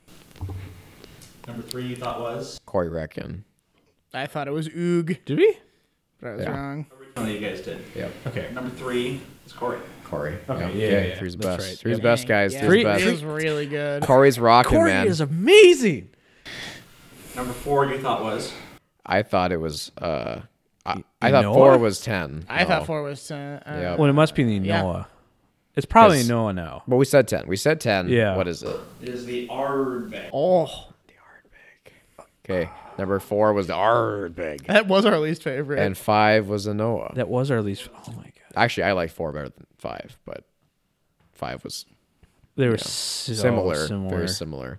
[SPEAKER 4] Number three you thought was
[SPEAKER 2] Corey Reckon.
[SPEAKER 3] I thought it was Oog,
[SPEAKER 1] Did we?
[SPEAKER 3] but I was
[SPEAKER 2] Yeah.
[SPEAKER 3] wrong.
[SPEAKER 4] originally you guys did.
[SPEAKER 1] [laughs]
[SPEAKER 2] Yep.
[SPEAKER 1] Okay.
[SPEAKER 4] Number three is Corey.
[SPEAKER 2] Corey.
[SPEAKER 1] Okay,
[SPEAKER 2] Yep.
[SPEAKER 1] yeah, yeah, yeah.
[SPEAKER 2] Three's the
[SPEAKER 1] That's
[SPEAKER 2] best.
[SPEAKER 1] right.
[SPEAKER 2] Three's the
[SPEAKER 1] Yep.
[SPEAKER 2] best, guys.
[SPEAKER 3] Yeah,
[SPEAKER 2] Three's the
[SPEAKER 3] it
[SPEAKER 2] best.
[SPEAKER 3] was really good.
[SPEAKER 2] Corey's rocking,
[SPEAKER 1] Corey
[SPEAKER 2] man.
[SPEAKER 1] is amazing.
[SPEAKER 4] Number four you thought was
[SPEAKER 2] I thought it was, uh, I, I
[SPEAKER 1] you
[SPEAKER 2] thought
[SPEAKER 1] know
[SPEAKER 2] four
[SPEAKER 1] what?
[SPEAKER 2] was 10.
[SPEAKER 3] I
[SPEAKER 2] No.
[SPEAKER 3] thought four was ten. Uh,
[SPEAKER 2] Yep.
[SPEAKER 1] Well, it must be the
[SPEAKER 3] Yeah.
[SPEAKER 1] Noah. It's probably
[SPEAKER 2] 'Cause-
[SPEAKER 1] Noah now.
[SPEAKER 2] But we said 10. We said 10.
[SPEAKER 1] Yeah.
[SPEAKER 2] What is it?
[SPEAKER 4] it is the Ardbeg.
[SPEAKER 3] Oh,
[SPEAKER 2] Okay. Number four was the Ardbeg.
[SPEAKER 3] that was our least favorite.
[SPEAKER 2] And five was the Noah.
[SPEAKER 1] That was our least. Oh my god,
[SPEAKER 2] Actually, I like four better than five, but five was
[SPEAKER 1] they were so
[SPEAKER 2] similar,
[SPEAKER 1] similar.
[SPEAKER 2] very similar.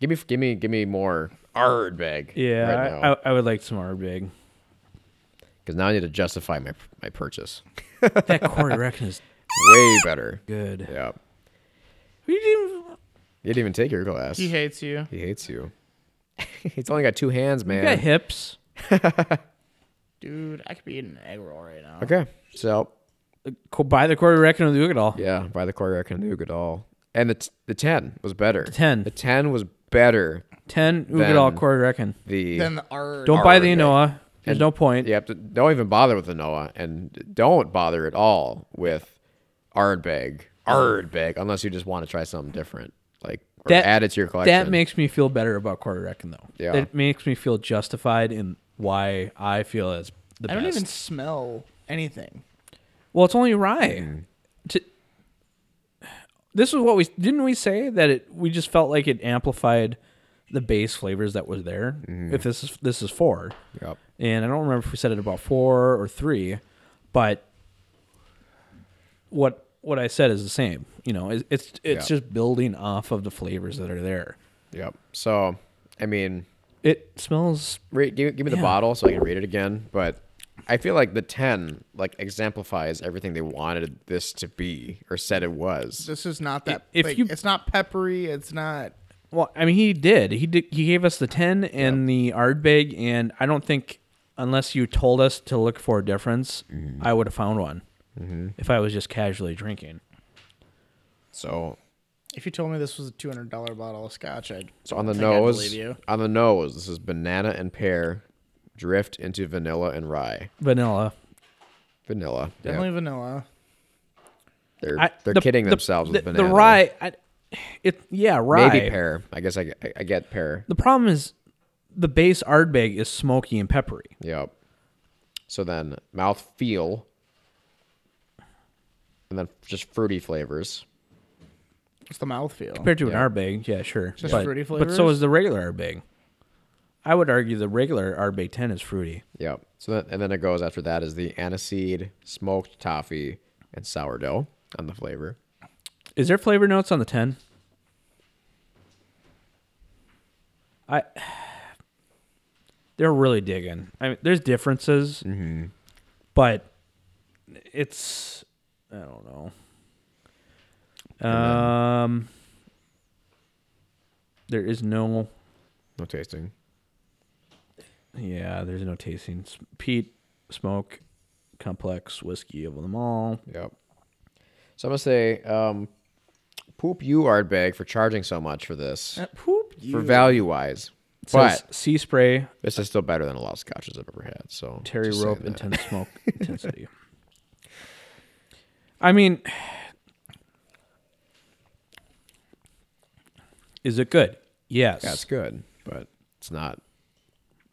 [SPEAKER 2] Give me, give me, give me more Ardbeg.
[SPEAKER 1] Yeah,
[SPEAKER 2] right
[SPEAKER 1] I-
[SPEAKER 2] now,
[SPEAKER 1] I, I would like some Ardbeg.
[SPEAKER 2] because now I need to justify my my purchase.
[SPEAKER 1] That Corey Reckon is
[SPEAKER 2] Way better.
[SPEAKER 1] good.
[SPEAKER 2] Yeah,
[SPEAKER 1] We didn't even-
[SPEAKER 2] he didn't even take your glass.
[SPEAKER 3] he hates you.
[SPEAKER 2] He hates you. [laughs] He's only got two hands,
[SPEAKER 1] we got
[SPEAKER 2] man.
[SPEAKER 1] hips.
[SPEAKER 3] Dude, I could be eating an egg roll right now.
[SPEAKER 2] Okay, so
[SPEAKER 1] Co- Buy the Corey Reckon and do it all.
[SPEAKER 2] yeah, by the Corey Reckon and Ugadal, and the t- the ten was better. The
[SPEAKER 1] 10.
[SPEAKER 2] the ten was better.
[SPEAKER 1] Ten Ugadal
[SPEAKER 2] Then-
[SPEAKER 1] Corey Reckon.
[SPEAKER 2] The
[SPEAKER 3] Then the R.
[SPEAKER 1] Don't buy the
[SPEAKER 2] Ardbeg.
[SPEAKER 1] Noah. There's
[SPEAKER 2] And-
[SPEAKER 1] no point.
[SPEAKER 2] Yep. d- Don't even bother with the Noah, and don't bother at all with Ardbeg. Ardbeg, unless you just want to try something different, like or
[SPEAKER 1] That-
[SPEAKER 2] add it to your collection.
[SPEAKER 1] That makes me feel better about Corey Reckon though.
[SPEAKER 2] Yeah.
[SPEAKER 1] That makes me feel justified in why I feel it's the
[SPEAKER 3] I
[SPEAKER 1] best.
[SPEAKER 3] don't even smell anything.
[SPEAKER 1] Well, it's only rye.
[SPEAKER 2] Mm-hmm.
[SPEAKER 1] To- this is what we didn't we say that it we just felt like it amplified the base flavors that was there.
[SPEAKER 2] Mm-hmm.
[SPEAKER 1] If this is this is four,
[SPEAKER 2] Yep.
[SPEAKER 1] and I don't remember if we said it about four or three, but what what I said is the same. You know, it, it's it's
[SPEAKER 2] Yeah.
[SPEAKER 1] just building off of the flavors that are there.
[SPEAKER 2] Yep. So, I mean,
[SPEAKER 1] It smells
[SPEAKER 2] re- give, give me the
[SPEAKER 1] Yeah.
[SPEAKER 2] bottle so I can read it again. But I feel like the ten like exemplifies everything they wanted this to be or said it was.
[SPEAKER 3] This is not that.
[SPEAKER 1] If
[SPEAKER 3] like,
[SPEAKER 1] you-
[SPEAKER 3] it's not peppery. It's not.
[SPEAKER 1] Well, I mean, he did. He did. He gave us the ten and the Ardbeg, and I don't think unless you told us to look for a difference,
[SPEAKER 2] Mm-hmm.
[SPEAKER 1] I would have found one if I was just casually drinking.
[SPEAKER 2] So,
[SPEAKER 3] If you told me this was a two hundred dollar bottle of scotch, I'd.
[SPEAKER 2] so on the
[SPEAKER 3] I think I'd
[SPEAKER 2] nose,
[SPEAKER 3] believe you.
[SPEAKER 2] on the nose, this is banana and pear, drift into vanilla and rye.
[SPEAKER 1] Vanilla.
[SPEAKER 2] Vanilla. yep.
[SPEAKER 3] Definitely vanilla.
[SPEAKER 2] They're
[SPEAKER 1] I-
[SPEAKER 2] they're
[SPEAKER 1] the-
[SPEAKER 2] kidding
[SPEAKER 1] the-
[SPEAKER 2] themselves
[SPEAKER 1] the,
[SPEAKER 2] with banana.
[SPEAKER 1] The rye. I, it yeah rye.
[SPEAKER 2] maybe pear. I guess I, I, I get pear.
[SPEAKER 1] The problem is the base Ardbeg is smoky and peppery.
[SPEAKER 2] Yep. So then mouth feel, and then just fruity flavors.
[SPEAKER 3] It's the mouthfeel.
[SPEAKER 1] Compared to
[SPEAKER 2] Yeah.
[SPEAKER 1] an Ardbeg, yeah, sure.
[SPEAKER 3] Just
[SPEAKER 1] but,
[SPEAKER 3] fruity
[SPEAKER 1] But so
[SPEAKER 3] flavors?
[SPEAKER 1] is the regular Ardbeg. I would argue the regular Ardbeg 10 is fruity.
[SPEAKER 2] Yep. So then and then it goes after that is the aniseed, smoked toffee, and sourdough on the flavor.
[SPEAKER 1] Is there flavor notes on the ten? I [sighs] they're really digging. I mean, there's differences, but it's I don't know. Um, there is no
[SPEAKER 2] No tasting.
[SPEAKER 1] yeah, there's no tasting. S- Pete smoke complex whiskey of them all.
[SPEAKER 2] Yep. So I'm gonna say, um, poop you Ardbeg for charging so much for this
[SPEAKER 3] Poop.
[SPEAKER 2] for value wise,
[SPEAKER 1] Uh, It says
[SPEAKER 2] but
[SPEAKER 1] sea spray,
[SPEAKER 2] this is still better than a lot of scotches I've ever had. So
[SPEAKER 1] Terry
[SPEAKER 2] just saying
[SPEAKER 1] rope,
[SPEAKER 2] that.
[SPEAKER 1] intense
[SPEAKER 2] [laughs]
[SPEAKER 1] smoke intensity. I mean, [sighs] is it good? Yes.
[SPEAKER 2] Yeah, it's good, but it's not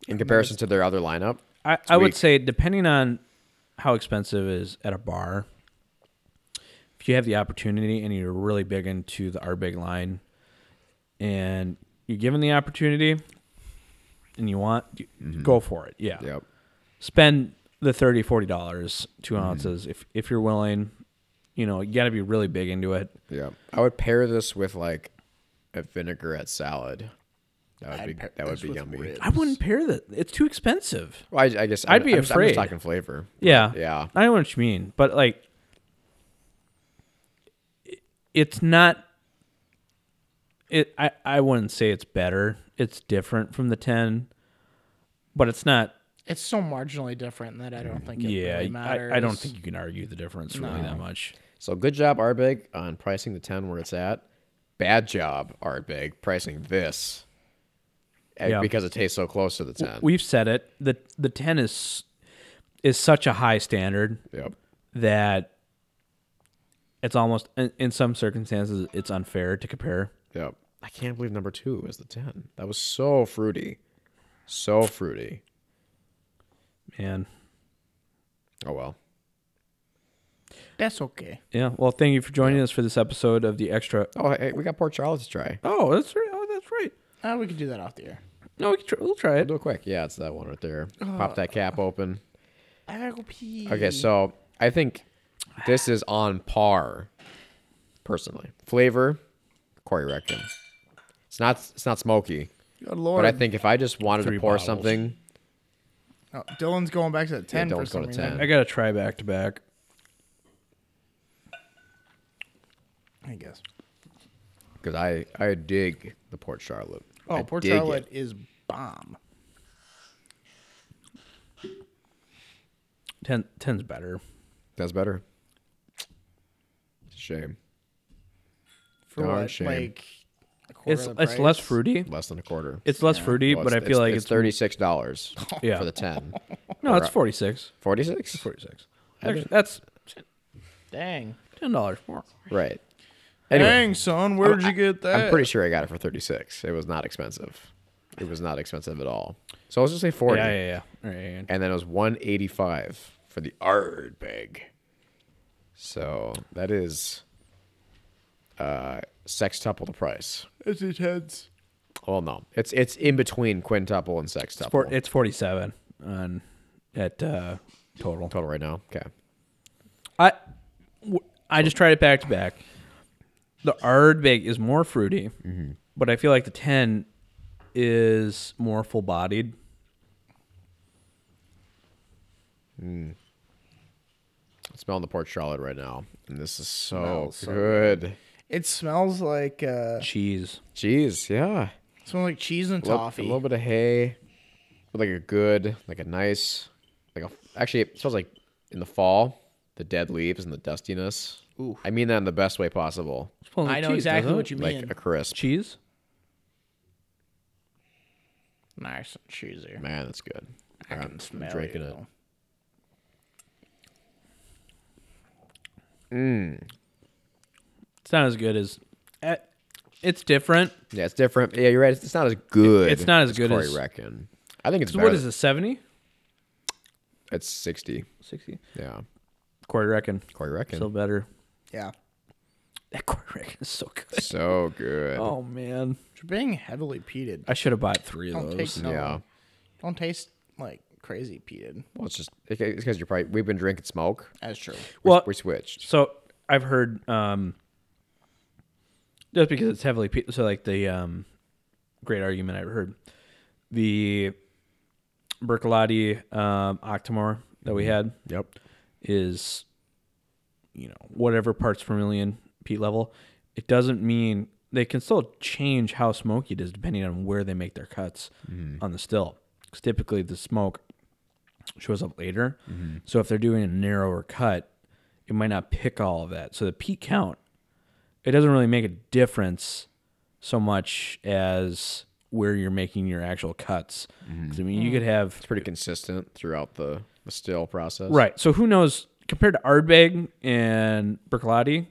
[SPEAKER 2] in comparison to their other lineup.
[SPEAKER 1] I, I would
[SPEAKER 2] weak.
[SPEAKER 1] say depending on how expensive it is at a bar, if you have the opportunity and you're really big into the Arbig line, and you're given the opportunity, and you want, you- go for it. Mm-hmm. Yeah,
[SPEAKER 2] Yep.
[SPEAKER 1] spend the 30 40 dollars, 2 ounces if if you're willing. You know, you got to be really big into it.
[SPEAKER 2] Yeah, I would pair this with like a vinaigrette salad. That would be that would be yummy.
[SPEAKER 1] I wouldn't pair that. It's too expensive.
[SPEAKER 2] Well, I, I guess
[SPEAKER 1] I'd
[SPEAKER 2] I'm-
[SPEAKER 1] be
[SPEAKER 2] I'm just- I'm
[SPEAKER 1] afraid.
[SPEAKER 2] just talking flavor.
[SPEAKER 1] Yeah.
[SPEAKER 2] Yeah.
[SPEAKER 1] I know what you mean, but like, it- it's not. It I I wouldn't say it's better. It's different from the ten, but it's not.
[SPEAKER 5] It's so marginally different that I don't think it
[SPEAKER 1] yeah,
[SPEAKER 5] really matters.
[SPEAKER 1] I, I don't think you can argue the difference really that much.
[SPEAKER 2] So good job, Ardbeg, on pricing the ten where it's at. Bad job, Ardbeg, pricing this eh,
[SPEAKER 1] Yeah.
[SPEAKER 2] because it tastes so close to the ten.
[SPEAKER 1] We've said it. the The ten is is such a high standard
[SPEAKER 2] yep.
[SPEAKER 1] that it's almost in, in some circumstances it's unfair to compare.
[SPEAKER 2] Yep. I can't believe number two is the ten. That was so fruity, so fruity.
[SPEAKER 1] Man,
[SPEAKER 2] Oh well.
[SPEAKER 3] That's okay.
[SPEAKER 1] yeah. Well, thank you for joining us for this episode of the extra
[SPEAKER 2] Oh, hey, we got Port Charlotte to try.
[SPEAKER 1] Oh, that's right. Oh, that's right.
[SPEAKER 5] Uh, we could do that off the air.
[SPEAKER 1] No, we can try, we'll try it.
[SPEAKER 2] Real quick, yeah, it's that one right there. Pop that cap open.
[SPEAKER 5] I gotta go pee.
[SPEAKER 2] Okay, so I think this is on par, personally. Flavor, Corey Rectum. It's not it's not smoky,
[SPEAKER 3] Good lord.
[SPEAKER 2] but I think if I just wanted to
[SPEAKER 1] Three
[SPEAKER 2] pour
[SPEAKER 1] bottles.
[SPEAKER 2] something,
[SPEAKER 3] Oh, Dylan's going back to the ten for
[SPEAKER 2] Dylan's
[SPEAKER 3] some
[SPEAKER 2] going to
[SPEAKER 3] reason.
[SPEAKER 2] 10.
[SPEAKER 1] I gotta try back to back.
[SPEAKER 3] I guess.
[SPEAKER 2] because I I dig the Port Charlotte.
[SPEAKER 3] Oh,
[SPEAKER 2] I
[SPEAKER 3] Port
[SPEAKER 2] dig it.
[SPEAKER 3] Charlotte is bomb.
[SPEAKER 1] Ten, ten's better.
[SPEAKER 2] That's better. It's a shame.
[SPEAKER 3] For
[SPEAKER 2] Darn
[SPEAKER 3] what?
[SPEAKER 2] shame.
[SPEAKER 3] Like a quarter
[SPEAKER 1] It's
[SPEAKER 3] of the
[SPEAKER 1] it's less
[SPEAKER 3] price?
[SPEAKER 1] fruity.
[SPEAKER 2] Less than a quarter.
[SPEAKER 1] It's less fruity,
[SPEAKER 2] Well,
[SPEAKER 1] but I feel like it's,
[SPEAKER 2] thirty six dollars
[SPEAKER 1] [laughs] Yeah.
[SPEAKER 2] for the ten.
[SPEAKER 1] No, it's forty six.
[SPEAKER 2] Forty six?
[SPEAKER 1] Forty six. That's
[SPEAKER 5] Dang.
[SPEAKER 1] ten dollars more.
[SPEAKER 2] Right. Anyway,
[SPEAKER 3] Dang, son, where'd you get that?
[SPEAKER 2] I'm pretty sure I got it for 36. It was not expensive. It was not expensive at all. So let's just say 40.
[SPEAKER 1] Yeah, yeah, yeah. All right,
[SPEAKER 2] And then it was 185 for the Ardbeg. So that is uh sextuple the price.
[SPEAKER 3] It's intense.
[SPEAKER 2] Well, no. It's it's in between quintuple and sextuple.
[SPEAKER 1] For, it's forty seven on at uh, total.
[SPEAKER 2] total right now. Okay.
[SPEAKER 1] I w- I just tried it back to back. The Ardbeg is more fruity, but I feel like the ten is more full bodied.
[SPEAKER 2] I'm smelling the Port Charlotte right now. And this is so good.
[SPEAKER 3] It smells like uh
[SPEAKER 1] Cheese.
[SPEAKER 2] Jeez, yeah.
[SPEAKER 3] smells like cheese and
[SPEAKER 2] little-
[SPEAKER 3] toffee.
[SPEAKER 2] A little bit of hay, but like a good, like a nice, like a. Actually, it smells like in the fall, the dead leaves and the dustiness. Ooh. I mean that in the best way possible,
[SPEAKER 5] I know exactly what you
[SPEAKER 2] like
[SPEAKER 5] mean.
[SPEAKER 2] a crisp.
[SPEAKER 1] Cheese.
[SPEAKER 5] Nice and cheesy.
[SPEAKER 2] Man, that's good. I am
[SPEAKER 5] smell
[SPEAKER 2] drinking
[SPEAKER 5] you.
[SPEAKER 2] it. Mmm.
[SPEAKER 1] It's not as good as. eh, It's different.
[SPEAKER 2] Yeah, it's different. Yeah, you're right. It's, it's not as good.
[SPEAKER 1] it's not as good
[SPEAKER 2] Corey
[SPEAKER 1] as-
[SPEAKER 2] Reckon. I think it's
[SPEAKER 1] So
[SPEAKER 2] better.
[SPEAKER 1] what is it? Seventy.
[SPEAKER 2] It's sixty.
[SPEAKER 1] Sixty.
[SPEAKER 2] Yeah,
[SPEAKER 1] Corey Reckon.
[SPEAKER 2] Corey Reckon.
[SPEAKER 1] Still
[SPEAKER 2] So,
[SPEAKER 1] better.
[SPEAKER 3] yeah.
[SPEAKER 1] That Corey Reckon is so good.
[SPEAKER 2] good.
[SPEAKER 1] Oh man,
[SPEAKER 3] You're being heavily peated.
[SPEAKER 1] I should have bought three of
[SPEAKER 3] Don't
[SPEAKER 1] those.
[SPEAKER 3] take no.
[SPEAKER 2] yeah.
[SPEAKER 3] Don't taste like crazy peated.
[SPEAKER 2] Well, it's just it's because you're probably we've been drinking smoke.
[SPEAKER 3] That's true.
[SPEAKER 2] We-
[SPEAKER 1] Well-
[SPEAKER 2] we switched.
[SPEAKER 1] So I've heard um, just because it's heavily pe- so like the um, great argument I've heard the Berkalotti um, Octomore that we had
[SPEAKER 2] Yep.
[SPEAKER 1] is, you know, whatever parts per million peat level. It doesn't mean they can still change how smoky it is depending on where they make their cuts on the still. 'Cause typically the smoke shows up later. So if they're doing a narrower cut, it might not pick all of that. So the peak count, it doesn't really make a difference so much as where you're making your actual cuts. 'Cause, I mean, you could have
[SPEAKER 2] It's pretty consistent throughout the, the still process.
[SPEAKER 1] Right. So who knows? Compared to Ardbeg and Bercalotti,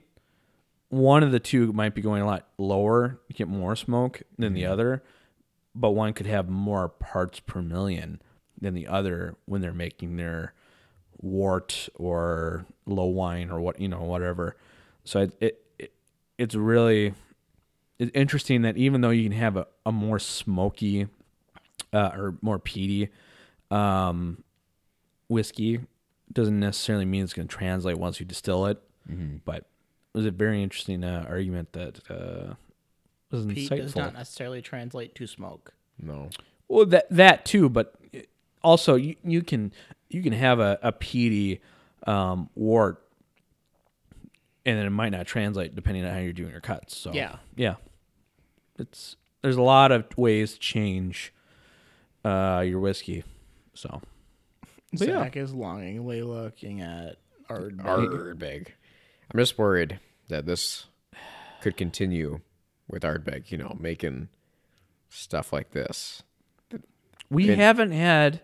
[SPEAKER 1] one of the two might be going a lot lower, you get more smoke than the other, but one could have more parts per million than the other when they're making their wort or low wine or what you know whatever. So it, it, it it's really it's interesting that even though you can have a, a more smoky uh, or more peaty um, whiskey doesn't necessarily mean it's going to translate once you distill it. But it was a very interesting uh, argument that uh, was
[SPEAKER 5] Pete
[SPEAKER 1] insightful.
[SPEAKER 5] does not necessarily translate to smoke.
[SPEAKER 2] No.
[SPEAKER 1] well, that that too, but it- also you, you can you can have a, a peaty um, wart, and then it might not translate depending on how you're doing your cuts. So
[SPEAKER 5] Yeah.
[SPEAKER 1] yeah, it's there's a lot of ways to change uh, your whiskey. So But yeah.
[SPEAKER 5] Zach is longingly looking at Ard.
[SPEAKER 2] Ardbeg. I'm just worried that this could continue with Ardbeg, you know, making stuff like this.
[SPEAKER 1] We
[SPEAKER 2] And-
[SPEAKER 1] haven't had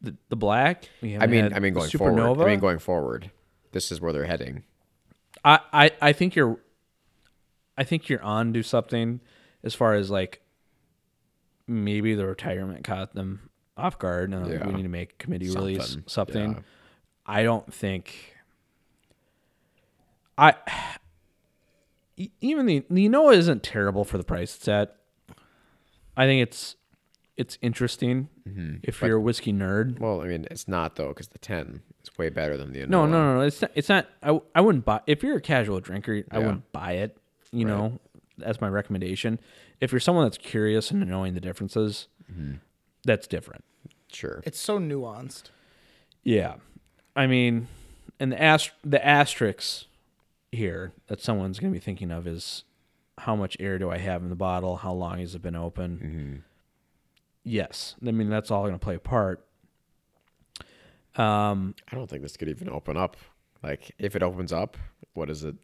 [SPEAKER 1] the, the black. We
[SPEAKER 2] I
[SPEAKER 1] haven't
[SPEAKER 2] mean,
[SPEAKER 1] had
[SPEAKER 2] I mean
[SPEAKER 1] the
[SPEAKER 2] going
[SPEAKER 1] supernova.
[SPEAKER 2] forward. I mean going forward. This is where they're heading.
[SPEAKER 1] I, I, I think you're, I think you're on to something, as far as like, maybe the retirement caught them off guard. and
[SPEAKER 2] Yeah.
[SPEAKER 1] we need to make a committee release
[SPEAKER 2] Something.
[SPEAKER 1] something.
[SPEAKER 2] Yeah.
[SPEAKER 1] I don't think. I. e- Even the the Noah isn't terrible for the price it's at. I think it's, it's interesting
[SPEAKER 2] Mm-hmm.
[SPEAKER 1] if you're a whiskey nerd.
[SPEAKER 2] Well, I mean, it's not though, because the ten is way better than the
[SPEAKER 1] No, no,
[SPEAKER 2] Anoa.
[SPEAKER 1] no, no. It's not. It's not. I, w- I wouldn't buy. If you're a casual drinker, I wouldn't buy it. You know, that's my recommendation. If you're someone that's curious and knowing the differences, that's different.
[SPEAKER 2] Sure.
[SPEAKER 3] It's so nuanced.
[SPEAKER 1] Yeah, I mean, and the ast- the asterisks here that someone's going to be thinking of is how much air do I have in the bottle? How long has it been open? Yes, I mean that's all going to play a part.
[SPEAKER 2] I don't think this could even open up. Like, if it opens up, what is it?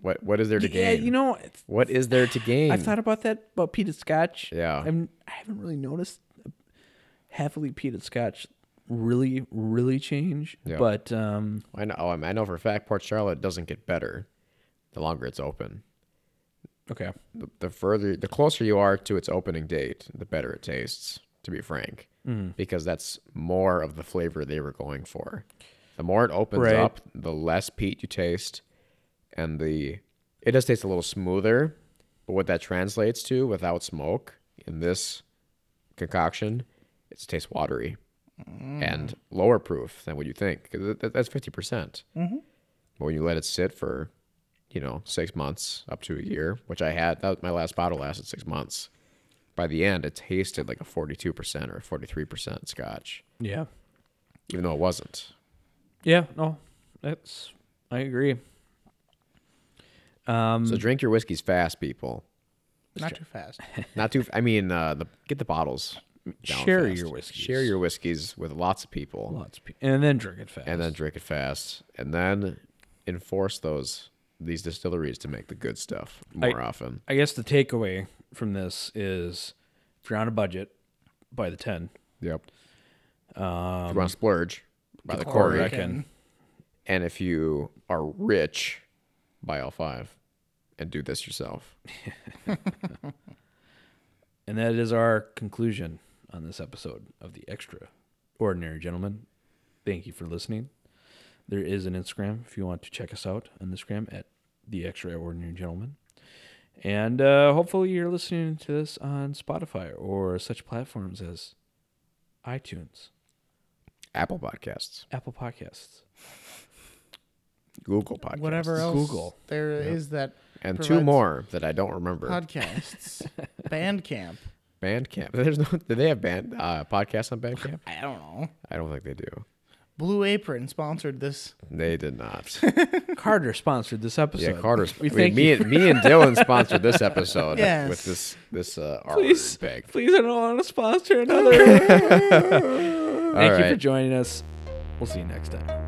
[SPEAKER 2] What What is there to
[SPEAKER 1] Yeah,
[SPEAKER 2] gain?
[SPEAKER 1] you know, it's,
[SPEAKER 2] what is there to gain?
[SPEAKER 1] I've thought about that about peated scotch.
[SPEAKER 2] Yeah.
[SPEAKER 1] I'm, I haven't really noticed heavily peated scotch really, really change.
[SPEAKER 2] Yeah.
[SPEAKER 1] But um,
[SPEAKER 2] I know. oh, I, mean, I know for a fact Port Charlotte doesn't get better the longer it's open.
[SPEAKER 1] okay,
[SPEAKER 2] The, the further, the closer you are to its opening date, the better it tastes. To be frank, because that's more of the flavor they were going for. The more it opens
[SPEAKER 1] Right.
[SPEAKER 2] up, the less peat you taste, and the it does taste a little smoother. But what that translates to, without smoke in this concoction, it tastes watery and lower proof than what you think. 'Cause that- That's fifty percent. But when you let it sit for, you know, six months up to a year, which I had, that was my last bottle lasted six months. By the end, it tasted like a forty-two percent or forty-three percent Scotch,
[SPEAKER 1] yeah,
[SPEAKER 2] even though it wasn't.
[SPEAKER 1] yeah. No, that's I agree. Um,
[SPEAKER 2] so
[SPEAKER 1] Mm.
[SPEAKER 2] drink your whiskeys fast, people.
[SPEAKER 5] Not too fast.
[SPEAKER 2] Not too. I mean, uh, the, get the bottles. down
[SPEAKER 1] Share
[SPEAKER 2] fast.
[SPEAKER 1] your whiskeys.
[SPEAKER 2] Share your whiskeys with lots of people,
[SPEAKER 1] Lots of pe- and then drink it fast.
[SPEAKER 2] and then drink it fast, and then enforce those these distilleries to make the good stuff more often.
[SPEAKER 1] I guess the takeaway from this is, if you're on a budget, buy the ten.
[SPEAKER 2] Yep. Um, if you want to splurge by the quarter,
[SPEAKER 1] I reckon.
[SPEAKER 2] and if you are rich, buy all five, and do this yourself.
[SPEAKER 1] And that is our conclusion on this episode of the Extra Ordinary Gentleman. Thank you for listening. There is an Instagram if you want to check us out on Instagram at the Extra Ordinary Gentleman. And uh, hopefully you're listening to this on Spotify or such platforms as iTunes,
[SPEAKER 2] Apple Podcasts,
[SPEAKER 1] Apple
[SPEAKER 2] [laughs]
[SPEAKER 1] Podcasts,
[SPEAKER 2] Google Podcasts,
[SPEAKER 5] Whatever else
[SPEAKER 1] Google.
[SPEAKER 5] there is that
[SPEAKER 2] and two
[SPEAKER 5] provides
[SPEAKER 2] more that I don't remember.
[SPEAKER 5] podcasts, Bandcamp,
[SPEAKER 2] Bandcamp. [laughs] There's no. Do they have band uh, podcasts on Bandcamp?
[SPEAKER 5] I don't know.
[SPEAKER 2] I don't think they do.
[SPEAKER 3] Blue Apron sponsored this.
[SPEAKER 2] They did
[SPEAKER 1] [laughs]
[SPEAKER 2] not.
[SPEAKER 1] Carter sponsored this episode.
[SPEAKER 2] Yeah, Carter. sp-
[SPEAKER 1] We
[SPEAKER 2] I mean,
[SPEAKER 1] thank
[SPEAKER 2] me
[SPEAKER 1] you.
[SPEAKER 2] and
[SPEAKER 1] [laughs]
[SPEAKER 2] me and Dylan sponsored this episode
[SPEAKER 3] Yes.
[SPEAKER 2] with this this uh, R
[SPEAKER 1] Please,
[SPEAKER 2] word bag.
[SPEAKER 1] please, I don't want to
[SPEAKER 2] [laughs]
[SPEAKER 1] sponsor another. Thank you for
[SPEAKER 2] right.
[SPEAKER 1] joining us. We'll see you next time.